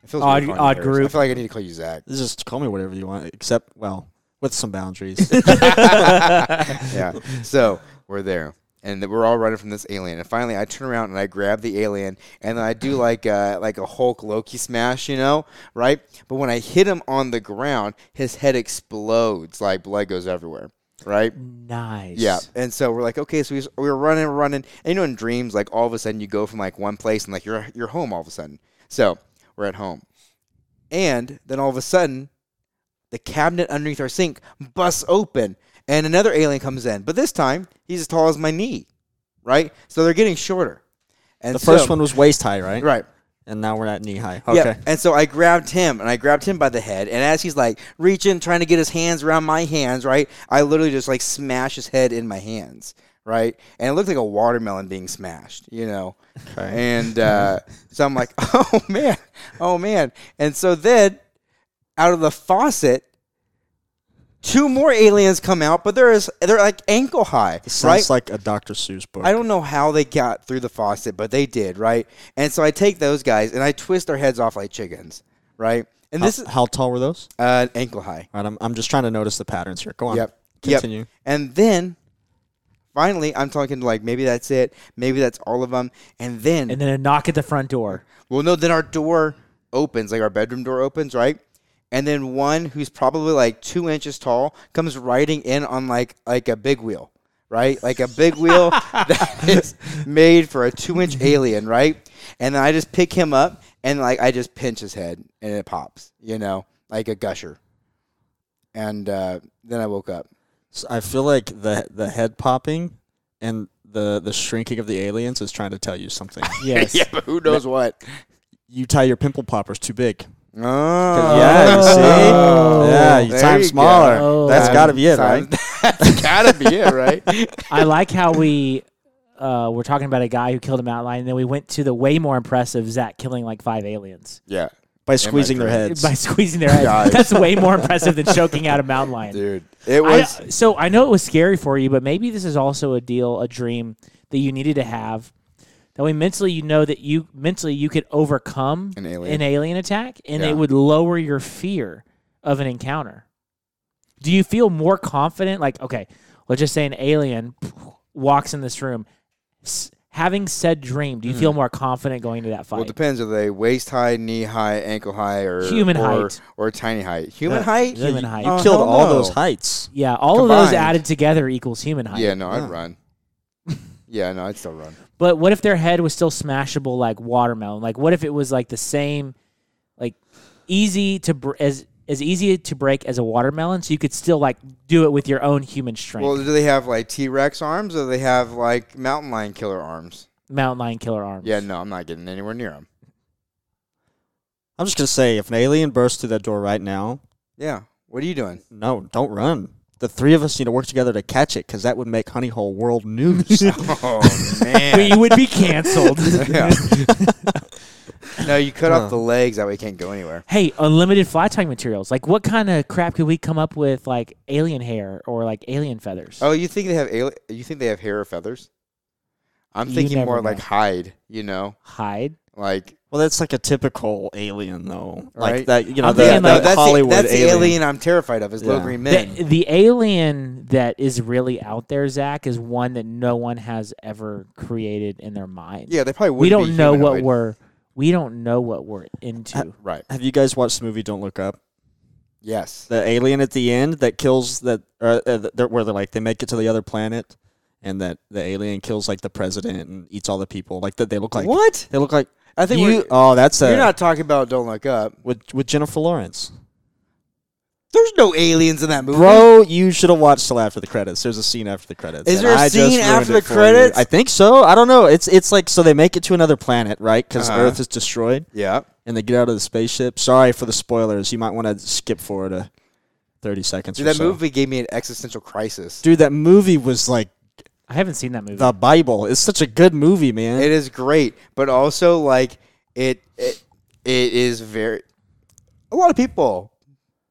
Speaker 3: It feels
Speaker 2: odd-
Speaker 3: weird calling you
Speaker 2: odd
Speaker 3: Harris. I
Speaker 2: group.
Speaker 3: feel like I need to call you Zach.
Speaker 4: just call me whatever you want, except well, with some boundaries.
Speaker 3: yeah. So we're there, and we're all running from this alien. And finally, I turn around and I grab the alien, and then I do like a, like a Hulk Loki smash, you know, right? But when I hit him on the ground, his head explodes, like blood goes everywhere, right?
Speaker 2: nice.
Speaker 3: Yeah. And so we're like, okay, so we, s- we were running, we're running. And you know, in dreams, like all of a sudden you go from like one place and like you're you're home all of a sudden. So we're at home, and then all of a sudden, the cabinet underneath our sink busts open, and another alien comes in. But this time, he's as tall as my knee, right? So they're getting shorter. And
Speaker 4: the first
Speaker 3: so-
Speaker 4: one was waist high, right?
Speaker 3: right?
Speaker 4: And now we're at knee high.
Speaker 3: Yeah,
Speaker 4: Okay.
Speaker 3: And so I grabbed him and I grabbed him by the head. And as he's like reaching, trying to get his hands around my hands, right? I literally just like smash his head in my hands, right? And it looked like a watermelon being smashed, you know? And uh, so I'm like, oh man, oh man. And so then out of the faucet, two more aliens come out, but there is they're like ankle high.
Speaker 4: It
Speaker 3: right?
Speaker 4: sounds like a Dr. Seuss book.
Speaker 3: I don't know how they got through the faucet, but they did, right? And so I take those guys and I twist their heads off like chickens, right? And
Speaker 4: How,
Speaker 3: this is
Speaker 4: how tall were those?
Speaker 3: uh, ankle high.
Speaker 4: All right, I'm, I'm just trying to notice the patterns here. Go on.
Speaker 3: Yep.
Speaker 4: Continue.
Speaker 3: Yep. And then finally, I'm talking like maybe that's it, maybe that's all of them. And then,
Speaker 2: And then a knock at the front door.
Speaker 3: well, no, then our door opens, like our bedroom door opens, right? And then one who's probably like two inches tall comes riding in on like like a big wheel, right? Like a big wheel that is made for a two inch alien, right? And then I just pick him up and like I just pinch his head and it pops, you know, like a gusher. And uh, then I woke up.
Speaker 4: So I feel like the the head popping and the the shrinking of the aliens is trying to tell you something.
Speaker 2: Yes.
Speaker 3: but who knows what?
Speaker 4: you tie your pimple poppers too big.
Speaker 3: Oh,
Speaker 4: Yeah, you see?
Speaker 2: Oh.
Speaker 4: yeah, you
Speaker 3: There
Speaker 4: tie them
Speaker 3: you Oh.
Speaker 4: smaller.
Speaker 2: go.
Speaker 4: That's got to be it,
Speaker 3: Time-
Speaker 4: right?
Speaker 3: Um, That's gotta be it, right?
Speaker 2: I like how we uh, were talking about a guy who killed a mountain lion, and then we went to the way more impressive Zach killing like five aliens
Speaker 3: yeah,
Speaker 4: By squeezing their heads.
Speaker 2: by squeezing their heads.
Speaker 3: Guys.
Speaker 2: That's way more impressive than choking out a mountain lion.
Speaker 3: dude, it
Speaker 2: I-
Speaker 3: was.
Speaker 2: so I know it was scary for you, but maybe this is also a deal, a dream that you needed to have. That way, mentally, you know that you mentally you could overcome
Speaker 3: An alien.
Speaker 2: attack, and
Speaker 3: Yeah.
Speaker 2: it would lower your fear of an encounter. Do you feel more confident? Like, okay, let's just say an alien walks in this room. S- having said dream, do you feel more confident going to that fight?
Speaker 3: Hmm. Well, it depends whether they waist high, knee high, ankle high, or
Speaker 2: Human
Speaker 3: or,
Speaker 2: height.
Speaker 3: or tiny height. Uh, Human height.
Speaker 2: human height.
Speaker 4: You
Speaker 3: Oh,
Speaker 4: killed
Speaker 3: hell
Speaker 4: all
Speaker 3: no.
Speaker 4: those heights.
Speaker 2: yeah, all of those
Speaker 3: combined.
Speaker 2: added together equals human height.
Speaker 3: Yeah, no, I'd run. yeah, no, I'd still run.
Speaker 2: But what if their head was still smashable like watermelon? Like what if it was like the same, like easy to br- as as easy to break as a watermelon, so you could still like do it with your own human strength.
Speaker 3: Well, do they have like T Rex arms, or do they have like mountain lion killer arms?
Speaker 2: Mountain lion killer arms.
Speaker 3: Yeah, no, I'm not getting anywhere near them.
Speaker 4: I'm just going to say if an alien bursts through that door right now,
Speaker 3: Yeah, what are you doing?
Speaker 4: no, don't run. The three of us need to work together to catch it because that would make Honey Hole world news.
Speaker 3: Oh man.
Speaker 2: we would be canceled.
Speaker 3: Yeah. no, you cut off the legs. That way you can't go anywhere.
Speaker 2: hey, unlimited fly tying materials. Like what kind of crap could we come up with? Like alien hair or like alien feathers.
Speaker 3: Oh, you think they have ali- you think they have hair or feathers? I'm
Speaker 2: You
Speaker 3: thinking
Speaker 2: never
Speaker 3: more
Speaker 2: know.
Speaker 3: like hide. You know,
Speaker 2: Hide.
Speaker 3: like
Speaker 4: well, that's like a typical alien, though.
Speaker 3: Right.
Speaker 4: Like that, you know,
Speaker 2: I'm
Speaker 4: the,
Speaker 2: thinking
Speaker 4: the
Speaker 2: like-
Speaker 3: that's
Speaker 4: Hollywood
Speaker 3: the, that's the
Speaker 4: alien.
Speaker 3: alien I'm terrified of is little
Speaker 4: Yeah.
Speaker 3: green men.
Speaker 2: The, the alien that is really out there, Zach, is one that no one has ever created in their mind.
Speaker 3: yeah, they probably wouldn't
Speaker 2: we
Speaker 3: be
Speaker 2: don't know what
Speaker 3: humanoid.
Speaker 2: we're we don't know what we're into.
Speaker 3: right.
Speaker 4: Have you guys watched the movie Don't Look Up?
Speaker 3: Yes.
Speaker 4: the alien at the end that kills that uh, uh, th- where they're like they make it to the other planet and that the alien kills like the president and eats all the people like that they look like
Speaker 3: What?
Speaker 4: they look like
Speaker 3: I think
Speaker 4: you,
Speaker 3: we're,
Speaker 4: oh that's a
Speaker 3: you're not talking about Don't Look Up.
Speaker 4: with with Jennifer Lawrence
Speaker 3: There's no aliens in that movie.
Speaker 4: bro you should have watched till after the credits there's a scene after the credits
Speaker 3: Is
Speaker 4: and
Speaker 3: there a
Speaker 4: I just
Speaker 3: scene
Speaker 4: ruined
Speaker 3: after the
Speaker 4: it for you.
Speaker 3: credits?
Speaker 4: I think so I don't know it's it's like so they make it to another planet right because
Speaker 3: Uh-huh.
Speaker 4: Earth is destroyed
Speaker 3: Yeah.
Speaker 4: and they get out of the spaceship sorry for the spoilers you might want to skip forward a thirty seconds
Speaker 3: Dude,
Speaker 4: or
Speaker 3: that
Speaker 4: so.
Speaker 3: movie gave me an existential crisis.
Speaker 4: dude that movie was like
Speaker 2: I haven't seen that movie.
Speaker 4: The Bible. It's such a good movie, man.
Speaker 3: It is great, but also like it it, it is very. A lot of people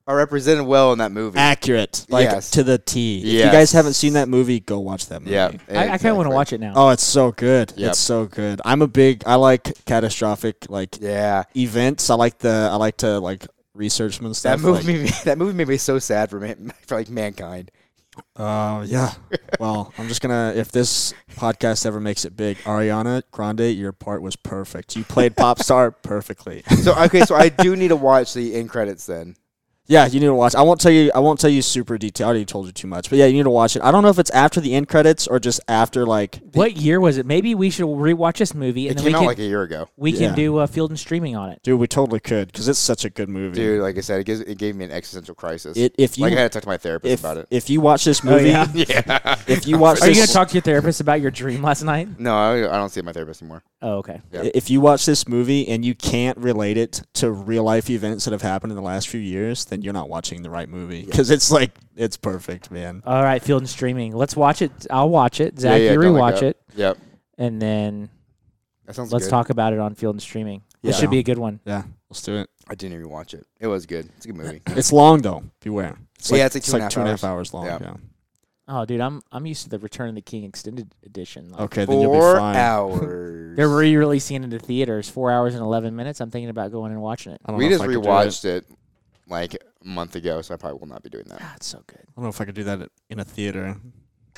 Speaker 3: are represented well in that movie.
Speaker 4: accurate, like
Speaker 3: Yes.
Speaker 4: to the T. If you
Speaker 3: Yes.
Speaker 4: guys haven't seen that movie, go watch that movie.
Speaker 3: yeah,
Speaker 2: I, I kind of want to
Speaker 3: exactly.
Speaker 2: watch it now.
Speaker 4: Oh, it's so good.
Speaker 3: Yep.
Speaker 4: It's so good. I'm a big. I like catastrophic like
Speaker 3: Yeah,
Speaker 4: events. I like the. I like to like research them and stuff.
Speaker 3: that movie
Speaker 4: Like,
Speaker 3: made me, that movie made me so sad for man, for like mankind.
Speaker 4: Oh yeah. well, I'm just gonna. If this podcast ever makes it big, Ariana Grande, your part was perfect. You played pop star perfectly.
Speaker 3: So okay, so I do need to watch the end credits then.
Speaker 4: Yeah, you need to watch. I won't tell you. I won't tell you super detail. I already told you too much. But yeah, you need to watch it. I don't know if it's after the end credits or just after like.
Speaker 2: what year was it? Maybe we should rewatch this movie and
Speaker 3: it
Speaker 2: then we
Speaker 3: came out
Speaker 2: can
Speaker 3: like a year ago,
Speaker 2: we
Speaker 4: Yeah.
Speaker 2: can do uh, field and streaming on it.
Speaker 4: Dude, we totally could because it's such a good movie.
Speaker 3: dude. Like I said, it gives it gave me an existential crisis.
Speaker 4: It- if you-
Speaker 3: like I had to talk to my therapist
Speaker 4: if
Speaker 3: about it.
Speaker 4: if you watch this movie,
Speaker 2: yeah?
Speaker 4: if you watch
Speaker 2: Are you
Speaker 4: this,
Speaker 2: going to talk to your therapist about your dream last night?
Speaker 3: no, I, I don't see my therapist anymore.
Speaker 2: Oh, okay.
Speaker 3: yeah.
Speaker 4: if you watch this movie and you can't relate it to real life events that have happened in the last few years, then you're not watching the right movie because it's like it's perfect, man.
Speaker 2: All right, field and streaming. Let's watch it. I'll watch it. Zach,
Speaker 3: yeah,
Speaker 2: you
Speaker 3: don't look
Speaker 2: rewatch
Speaker 3: up.
Speaker 2: it,
Speaker 3: Yep,
Speaker 2: and then
Speaker 3: that sounds
Speaker 2: let's
Speaker 3: good.
Speaker 2: talk about it on field and streaming. This
Speaker 4: Yeah.
Speaker 2: should be a good one.
Speaker 4: Yeah, let's do it.
Speaker 3: I didn't even watch it. It was good. It's a good movie.
Speaker 4: It's long though. Beware.
Speaker 3: Yeah, it's like two and a half
Speaker 4: hours, long.
Speaker 3: Yeah.
Speaker 4: Yeah.
Speaker 2: Oh, dude, I'm I'm used to the Return of the King extended edition. Like,
Speaker 4: Okay, then you'll be
Speaker 3: Four
Speaker 4: fine.
Speaker 3: hours.
Speaker 2: They're re-releasing it into theaters, four hours and eleven minutes. I'm thinking about going and watching it.
Speaker 4: I don't
Speaker 3: we
Speaker 4: know if
Speaker 3: just
Speaker 4: I could do
Speaker 3: rewatched
Speaker 4: it.
Speaker 3: it. like a month ago, so I probably will not be doing that.
Speaker 2: That's so good.
Speaker 4: I don't know if I could do that in a theater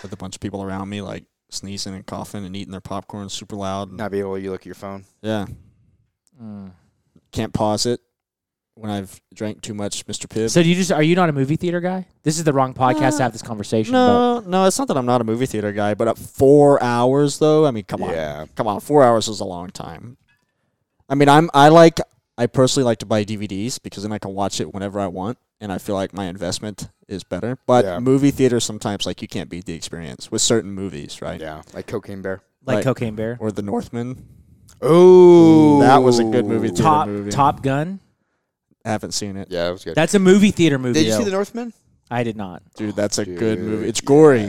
Speaker 4: with a bunch of people around me, like sneezing and coughing and eating their popcorn super loud.
Speaker 3: Not be able to look at your phone.
Speaker 4: Yeah.
Speaker 2: Mm.
Speaker 4: Can't pause it when I've drank too much Mr. Pibb.
Speaker 2: So do you just are you not a movie theater guy? This is the wrong podcast to have this conversation. about.
Speaker 4: no, no, it's not that I'm not a movie theater guy, but at four hours though, I mean, come on,
Speaker 3: Yeah.
Speaker 4: come on, four hours is a long time. I mean, I'm I like I personally like to buy DVDs because then I can watch it whenever I want, and I feel like my investment is better. But
Speaker 3: Yeah.
Speaker 4: movie theater sometimes like you can't beat the experience with certain movies, right?
Speaker 3: Yeah, like Cocaine Bear.
Speaker 2: like,
Speaker 4: like-
Speaker 2: Cocaine Bear,
Speaker 4: Or The Northman.
Speaker 3: Oh,
Speaker 4: that was a good movie, too.
Speaker 2: Top
Speaker 4: movie.
Speaker 2: Top Gun.
Speaker 4: I haven't seen it.
Speaker 3: Yeah, it was good.
Speaker 2: That's a movie theater movie.
Speaker 3: Did you see
Speaker 2: though.
Speaker 3: The Northman?
Speaker 2: I did not.
Speaker 4: Dude, that's a good
Speaker 3: Dude,
Speaker 4: movie. It's
Speaker 3: yeah.
Speaker 4: gory,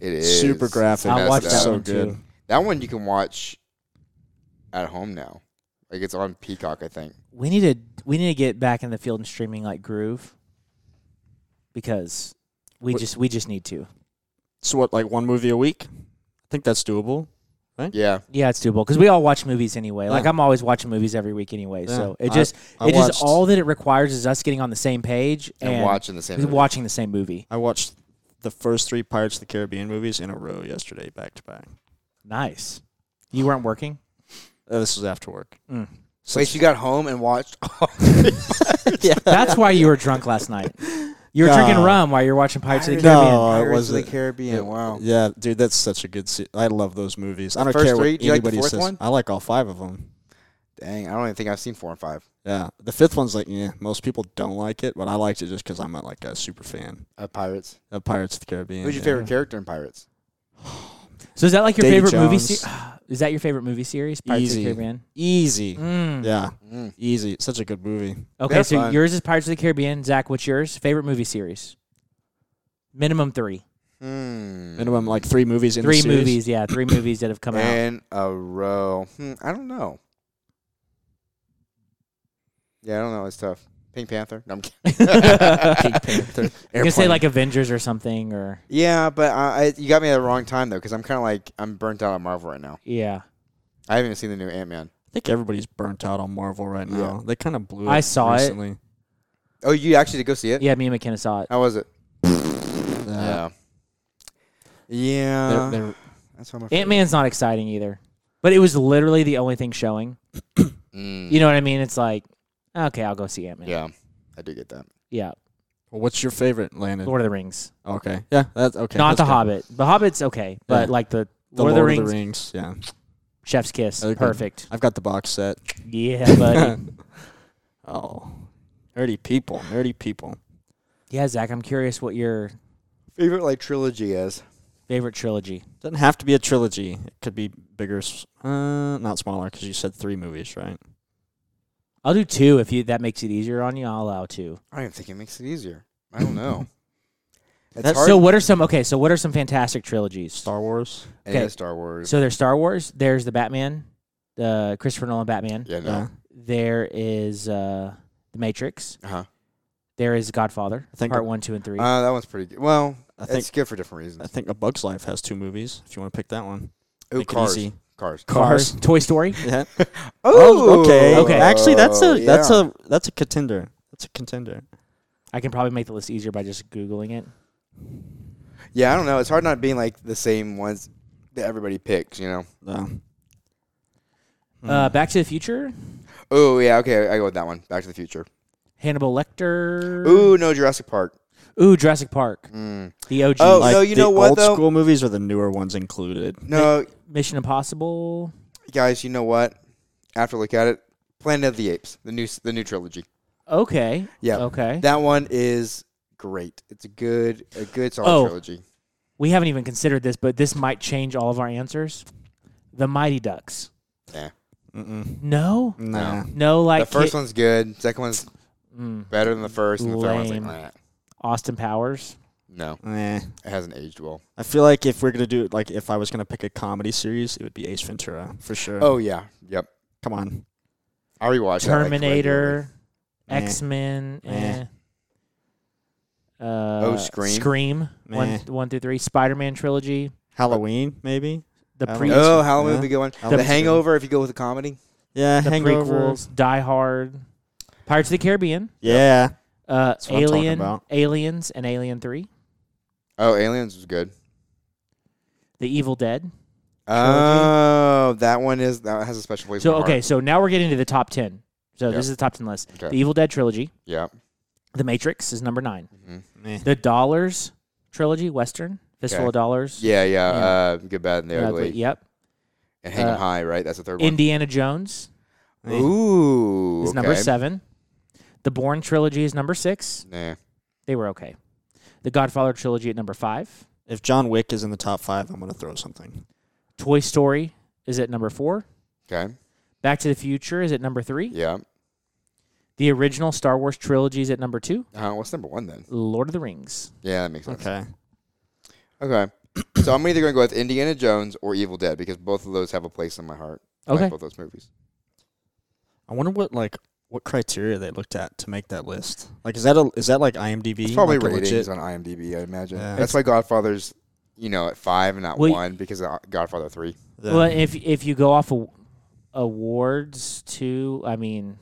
Speaker 3: It is
Speaker 4: super graphic.
Speaker 2: I'll
Speaker 3: messed
Speaker 2: watch
Speaker 3: up.
Speaker 2: that
Speaker 4: so
Speaker 2: one
Speaker 4: good.
Speaker 2: too.
Speaker 3: That one you can watch at home now. Like it's on Peacock, I think.
Speaker 2: We need to we need to get back in the field and streaming like groove because we
Speaker 4: What-
Speaker 2: just we just need to.
Speaker 4: So what, like one movie a week? I think that's doable.
Speaker 3: Yeah,
Speaker 2: Yeah, it's doable because we all watch movies anyway. Like
Speaker 4: Yeah.
Speaker 2: I'm always watching movies every week anyway. So
Speaker 4: Yeah.
Speaker 2: it just
Speaker 4: I
Speaker 2: it just
Speaker 4: watched-
Speaker 2: all that it requires is us getting on the same page
Speaker 3: and,
Speaker 2: and,
Speaker 3: watching the same. Movie.
Speaker 2: watching the same movie.
Speaker 4: I watched the first three Pirates of the Caribbean movies in a row yesterday, back to back.
Speaker 2: Nice. You weren't working.
Speaker 4: Uh, this was after work.
Speaker 2: Mm.
Speaker 4: So
Speaker 3: Wait, you got home and watched.
Speaker 2: That's why you were drunk last night. You were drinking
Speaker 4: No.
Speaker 2: rum while you were watching Pirates of the
Speaker 4: No,
Speaker 2: Caribbean.
Speaker 4: I
Speaker 3: Pirates of
Speaker 4: wasn't.
Speaker 3: the Caribbean. wow.
Speaker 4: Yeah, dude, that's such a good. Se- I love those movies. I don't
Speaker 3: first
Speaker 4: care what
Speaker 3: three? Do you like the
Speaker 4: anybody
Speaker 3: fourth
Speaker 4: says.
Speaker 3: one?
Speaker 4: I like all five of them.
Speaker 3: Dang, I don't even think I've seen four and five.
Speaker 4: Yeah, the fifth one's like, yeah, most people don't like it, but I liked it just because I'm a, like a super fan
Speaker 3: Uh, Pirates.
Speaker 4: of Pirates of the Caribbean.
Speaker 3: Who's your
Speaker 4: yeah.
Speaker 3: favorite character in Pirates?
Speaker 2: So is that like your
Speaker 4: Davy
Speaker 2: favorite movie?
Speaker 4: Jones.
Speaker 2: Se- is that your favorite movie series? Pirates
Speaker 4: Easy.
Speaker 2: of the Caribbean.
Speaker 4: Easy.
Speaker 2: Mm.
Speaker 4: Yeah,
Speaker 3: Mm.
Speaker 4: easy. Such a good movie.
Speaker 2: Okay,
Speaker 3: They're
Speaker 2: so
Speaker 3: fun.
Speaker 2: yours is Pirates of the Caribbean. Zach, what's yours? Favorite movie series? Minimum three.
Speaker 3: Hmm.
Speaker 4: Minimum like three movies in the
Speaker 2: three
Speaker 4: series.
Speaker 2: movies, yeah, three movies that have come out.
Speaker 3: in a row. Hmm, I don't know. Yeah, I don't know. It's tough. Pink Panther. No, I'm kidding.
Speaker 2: You can say like Avengers or something, or
Speaker 3: Yeah, but uh, I, I, you got me at the wrong time though, because I'm kind of like I'm burnt out on Marvel right now.
Speaker 2: yeah.
Speaker 3: I haven't even seen the new Ant Man.
Speaker 4: I think everybody's burnt out on Marvel right
Speaker 3: Yeah.
Speaker 4: now. They kind of blew.
Speaker 2: I
Speaker 4: it
Speaker 2: saw it.
Speaker 4: recently.
Speaker 3: Oh, you actually did go see it?
Speaker 2: Yeah, me and McKenna saw it.
Speaker 3: How was it?
Speaker 4: Yeah.
Speaker 3: Yeah. Yeah.
Speaker 4: They're- they're-
Speaker 3: that's what I'm
Speaker 2: Ant Man's not exciting either, but it was literally the only thing showing.
Speaker 3: Mm,
Speaker 2: You know what I mean? It's like, okay, I'll go see Ant Man.
Speaker 3: yeah, I do get that.
Speaker 2: Yeah.
Speaker 4: Well, what's your favorite, Landon?
Speaker 2: Lord of the Rings.
Speaker 4: Okay. Yeah, that's okay.
Speaker 2: Not
Speaker 4: that's
Speaker 2: The
Speaker 4: good.
Speaker 2: Hobbit. The Hobbit's okay, but
Speaker 4: Yeah.
Speaker 2: like the,
Speaker 4: The
Speaker 2: Lord, of the Rings,
Speaker 4: Rings, Yeah,
Speaker 2: Chef's Kiss,
Speaker 4: Okay.
Speaker 2: perfect.
Speaker 4: I've got the box set.
Speaker 2: Yeah, buddy.
Speaker 4: oh, nerdy people, nerdy people.
Speaker 2: yeah, Zach. I'm curious what your
Speaker 3: Favorite like trilogy is.
Speaker 2: favorite trilogy.
Speaker 4: Doesn't have to be a trilogy. It could be bigger, s- uh, not smaller, because you said three movies, right?
Speaker 2: I'll do two if you that makes it easier on you. I'll allow two.
Speaker 3: I don't even think it makes it easier. I don't know. It's
Speaker 4: That's
Speaker 3: hard.
Speaker 2: So what are some okay? So what are some fantastic trilogies?
Speaker 4: Star Wars.
Speaker 3: And
Speaker 2: okay.
Speaker 3: Star Wars.
Speaker 2: So there's Star Wars. There's the Batman, the Christopher Nolan Batman.
Speaker 3: yeah, no.
Speaker 4: Yeah.
Speaker 2: There is uh, the Matrix.
Speaker 3: Uh-huh.
Speaker 2: There is Godfather.
Speaker 4: I think-
Speaker 2: part one, two, and three.
Speaker 3: Uh, that one's pretty good. Well,
Speaker 4: I
Speaker 3: it's
Speaker 4: think
Speaker 3: good for different reasons.
Speaker 4: I think A Bug's Life has two movies. If you want to pick that one.
Speaker 3: Ooh,
Speaker 4: Make it
Speaker 3: cars.
Speaker 4: easy.
Speaker 3: Cars.
Speaker 2: Cars. Toy Story.
Speaker 4: Yeah.
Speaker 3: Oh,
Speaker 4: okay.
Speaker 2: Okay.
Speaker 4: Actually, that's a that's
Speaker 3: yeah.
Speaker 4: a that's a contender. That's a contender.
Speaker 2: I can probably make the list easier by just googling it.
Speaker 3: Yeah, I don't know. It's hard not being like the same ones that everybody picks, you know.
Speaker 4: No.
Speaker 2: Uh, Back to the Future.
Speaker 3: Oh, yeah, okay. I go with that one. Back to the Future.
Speaker 2: Hannibal Lecter.
Speaker 3: Ooh, no, Jurassic Park.
Speaker 2: Ooh, Jurassic Park. The OG.
Speaker 3: Oh, no, you
Speaker 4: the
Speaker 3: know what,
Speaker 4: Old
Speaker 3: though?
Speaker 4: school movies or the newer ones included.
Speaker 3: No,
Speaker 2: Mission Impossible.
Speaker 3: guys, you know what? After I look at it, Planet of the Apes, the new s- the new trilogy.
Speaker 2: Okay.
Speaker 3: Yeah.
Speaker 2: Okay.
Speaker 3: That one is great. It's a good a good solid
Speaker 2: Oh.
Speaker 3: trilogy.
Speaker 2: we haven't even considered this, but this might change all of our answers. The Mighty Ducks.
Speaker 3: Yeah.
Speaker 4: Mm-mm.
Speaker 2: No.
Speaker 4: Nah.
Speaker 2: No, like
Speaker 3: Mm. the first
Speaker 2: Ki-
Speaker 3: one's good. Second one's
Speaker 2: Mm.
Speaker 3: better than the first, and the third one's like,
Speaker 2: Lame.
Speaker 3: "Meh."
Speaker 2: Austin Powers.
Speaker 3: no,
Speaker 4: Eh.
Speaker 3: it hasn't aged well.
Speaker 4: I feel like if we're gonna do like if I was gonna pick a comedy series, it would be Ace Ventura for sure.
Speaker 3: Oh yeah, yep.
Speaker 4: come on.
Speaker 3: I rewatched that, like, regularly.
Speaker 2: Terminator,
Speaker 4: Meh.
Speaker 2: X Men,
Speaker 4: Meh.
Speaker 2: Uh, oh,
Speaker 3: Scream?
Speaker 2: Scream, one,
Speaker 4: Meh.
Speaker 2: one through three, Spider Man trilogy,
Speaker 4: Halloween, maybe.
Speaker 2: the
Speaker 4: I
Speaker 2: pre,
Speaker 4: like-
Speaker 2: the
Speaker 3: oh, Halloween
Speaker 4: Yeah.
Speaker 3: would be a good one.
Speaker 4: Halloween's
Speaker 3: the
Speaker 4: good.
Speaker 3: Hangover, if you go with a comedy.
Speaker 4: Yeah,
Speaker 3: Oh,
Speaker 4: Hangover.
Speaker 2: prequels, Die Hard, Pirates of the Caribbean,
Speaker 4: Yeah.
Speaker 2: uh,
Speaker 4: what I'm talking
Speaker 2: Alien,
Speaker 4: about.
Speaker 2: Aliens, and Alien Three,
Speaker 3: Oh, Aliens was good.
Speaker 2: The Evil Dead.
Speaker 3: Oh, that one is that has a special place. in
Speaker 2: So
Speaker 3: my
Speaker 2: okay,
Speaker 3: heart.
Speaker 2: so now we're getting to the top ten. So
Speaker 3: Yep.
Speaker 2: this is the top ten list:
Speaker 3: Okay.
Speaker 2: The Evil Dead trilogy,
Speaker 3: yeah,
Speaker 2: The Matrix is number nine,
Speaker 4: Meh.
Speaker 2: The Dollars trilogy, Western, Fistful
Speaker 3: Okay.
Speaker 2: of Dollars,
Speaker 3: yeah, yeah.
Speaker 2: Yeah.
Speaker 3: Uh, good, bad, and the
Speaker 2: Uh,
Speaker 3: ugly.
Speaker 2: yep,
Speaker 3: And Hang 'em
Speaker 2: Uh,
Speaker 3: High, right? That's the third
Speaker 2: Indiana Jones.
Speaker 3: one. Ooh,
Speaker 2: is
Speaker 3: okay.
Speaker 2: number seven. The Bourne trilogy is number six.
Speaker 3: Nah.
Speaker 2: They were okay. The Godfather trilogy at number five.
Speaker 4: If John Wick is in the top five, I'm gonna throw something.
Speaker 2: Toy Story is at number four.
Speaker 3: Okay.
Speaker 2: Back to the Future is at number three.
Speaker 3: Yeah.
Speaker 2: The original Star Wars trilogy is at number two.
Speaker 3: Uh, what's number one then?
Speaker 2: Lord of the Rings.
Speaker 3: Yeah, that makes sense.
Speaker 4: Okay.
Speaker 3: Okay. so I'm either going to go with Indiana Jones or Evil Dead because both of those have a place in my heart. I
Speaker 2: Okay.
Speaker 3: like both those movies.
Speaker 4: I wonder what like what criteria they looked at to make that list. Like is that a is that like IMDb?
Speaker 3: It's probably
Speaker 4: like a
Speaker 3: ratings
Speaker 4: legit-
Speaker 3: on IMDb, I imagine.
Speaker 4: Yeah.
Speaker 3: That's why Godfather's, you know, at five and not
Speaker 2: Well, y-
Speaker 3: one because of uh, Godfather three.
Speaker 4: Yeah.
Speaker 2: Well, if if you go off aw- awards too, I mean,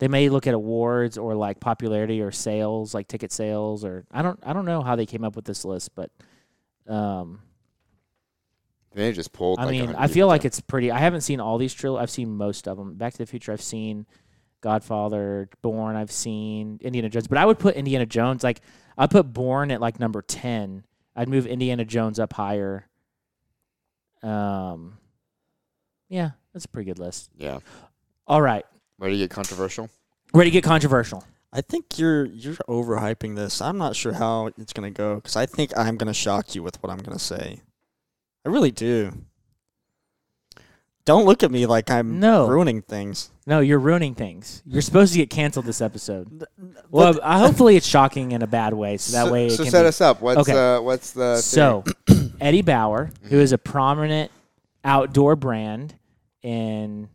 Speaker 2: they may look at awards or like popularity or sales, like ticket sales, or I don't I don't know how they came up with this list, but um,
Speaker 3: They just pulled.
Speaker 2: I
Speaker 3: like,
Speaker 2: mean,
Speaker 3: 100
Speaker 2: I feel
Speaker 3: people.
Speaker 2: like it's pretty. I haven't seen all these trilogies. I've seen most of them. Back to the Future, I've seen Godfather, Born, I've seen Indiana Jones. But I would put Indiana Jones like I put Born at like number ten. I'd move Indiana Jones up higher. Um, yeah, that's a pretty good list.
Speaker 3: yeah.
Speaker 2: All right,
Speaker 3: Ready to get controversial?
Speaker 2: ready to get controversial.
Speaker 4: I think you're you're overhyping this. I'm not sure how it's gonna go because I think I'm gonna shock you with what I'm gonna say. I really do. Don't look at me like I'm
Speaker 2: No.
Speaker 4: ruining things.
Speaker 2: No, you're ruining things. You're supposed to get canceled this episode. Well, I, hopefully it's shocking in a bad way, so that
Speaker 3: so,
Speaker 2: way it
Speaker 3: so
Speaker 2: can
Speaker 3: set
Speaker 2: be
Speaker 3: us up. What's
Speaker 2: Okay.
Speaker 3: uh, what's the
Speaker 2: So, Eddie Bauer, who is a prominent outdoor brand in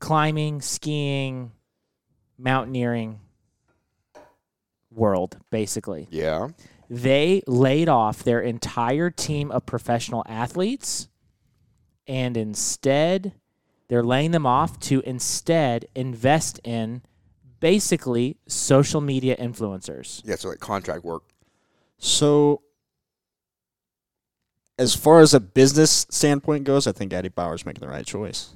Speaker 2: climbing, skiing, mountaineering world, basically,
Speaker 3: theory? yeah.
Speaker 2: they laid off their entire team of professional athletes and instead they're laying them off to instead invest in basically social media influencers.
Speaker 3: Yeah, so like contract work.
Speaker 4: So, as far as a business standpoint goes, I think Eddie Bauer's making the right choice.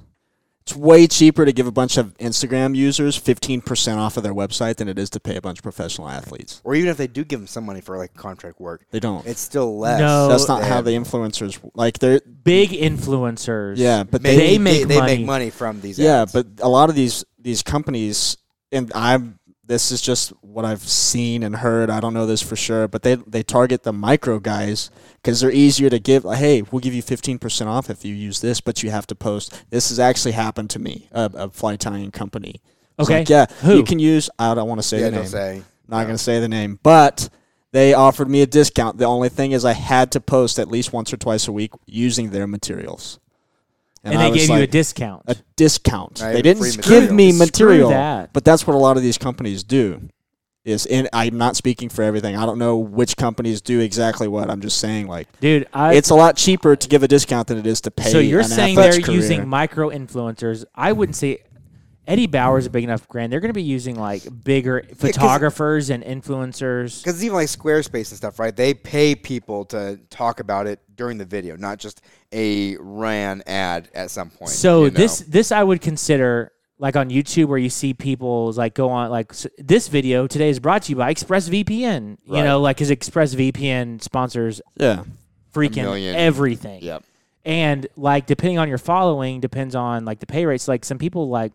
Speaker 4: It's way cheaper to give a bunch of Instagram users 15% off of their website than it is to pay a bunch of professional athletes.
Speaker 3: Or even if they do give them some money for like contract work,
Speaker 4: They don't.
Speaker 3: it's still less.
Speaker 2: No.
Speaker 4: That's not
Speaker 3: than-
Speaker 4: how the influencers like they're
Speaker 2: Big influencers.
Speaker 4: yeah, but
Speaker 2: Maybe
Speaker 4: they
Speaker 2: They make
Speaker 3: they
Speaker 2: money.
Speaker 3: make money from these.
Speaker 4: Yeah,
Speaker 3: ads.
Speaker 4: but a lot of these these companies, and I'm this is just what I've seen and heard. I don't know this for sure, but they they target the micro guys because they're easier to give. Like, hey, we'll give you fifteen percent off if you use this, but you have to post. This has actually happened to me, a, a fly tying company. It's
Speaker 2: Okay.
Speaker 4: like, yeah,
Speaker 2: Who?
Speaker 4: you can use. I don't want to say
Speaker 3: yeah,
Speaker 4: the
Speaker 3: don't
Speaker 4: name.
Speaker 3: say.
Speaker 4: Not gonna say the name, but. They offered me a discount. The only thing is, I had to post at least once or twice a week using their materials.
Speaker 2: And,
Speaker 4: I
Speaker 2: they
Speaker 4: was
Speaker 2: gave you a
Speaker 4: like,
Speaker 2: discount.
Speaker 4: a discount.
Speaker 3: Right,
Speaker 4: They
Speaker 3: free
Speaker 4: didn't give me
Speaker 2: materials. Screw
Speaker 4: material,
Speaker 2: that.
Speaker 4: but that's what a lot of these companies do. Is and I'm not speaking for everything. I don't know which companies do exactly what. I'm just saying, like
Speaker 2: Dude, I
Speaker 4: it's a lot cheaper to give a discount than it is to pay.
Speaker 2: So you're
Speaker 4: an
Speaker 2: saying
Speaker 4: athlete's
Speaker 2: they're
Speaker 4: career.
Speaker 2: using micro influencers. I wouldn't say Eddie Bauer's a big enough brand. They're going to be using like bigger photographers and influencers.
Speaker 3: Because even like Squarespace and stuff, right? They pay people to talk about it during the video, not just a ran ad at some point.
Speaker 2: So
Speaker 3: you know?
Speaker 2: this this I would consider like on YouTube where you see people's like go on like s this video today is brought to you by ExpressVPN. You know, like because ExpressVPN sponsors
Speaker 4: yeah.
Speaker 2: freaking
Speaker 3: million.
Speaker 2: everything.
Speaker 3: Yep.
Speaker 2: And like depending on your following depends on like the pay rates. Like some people like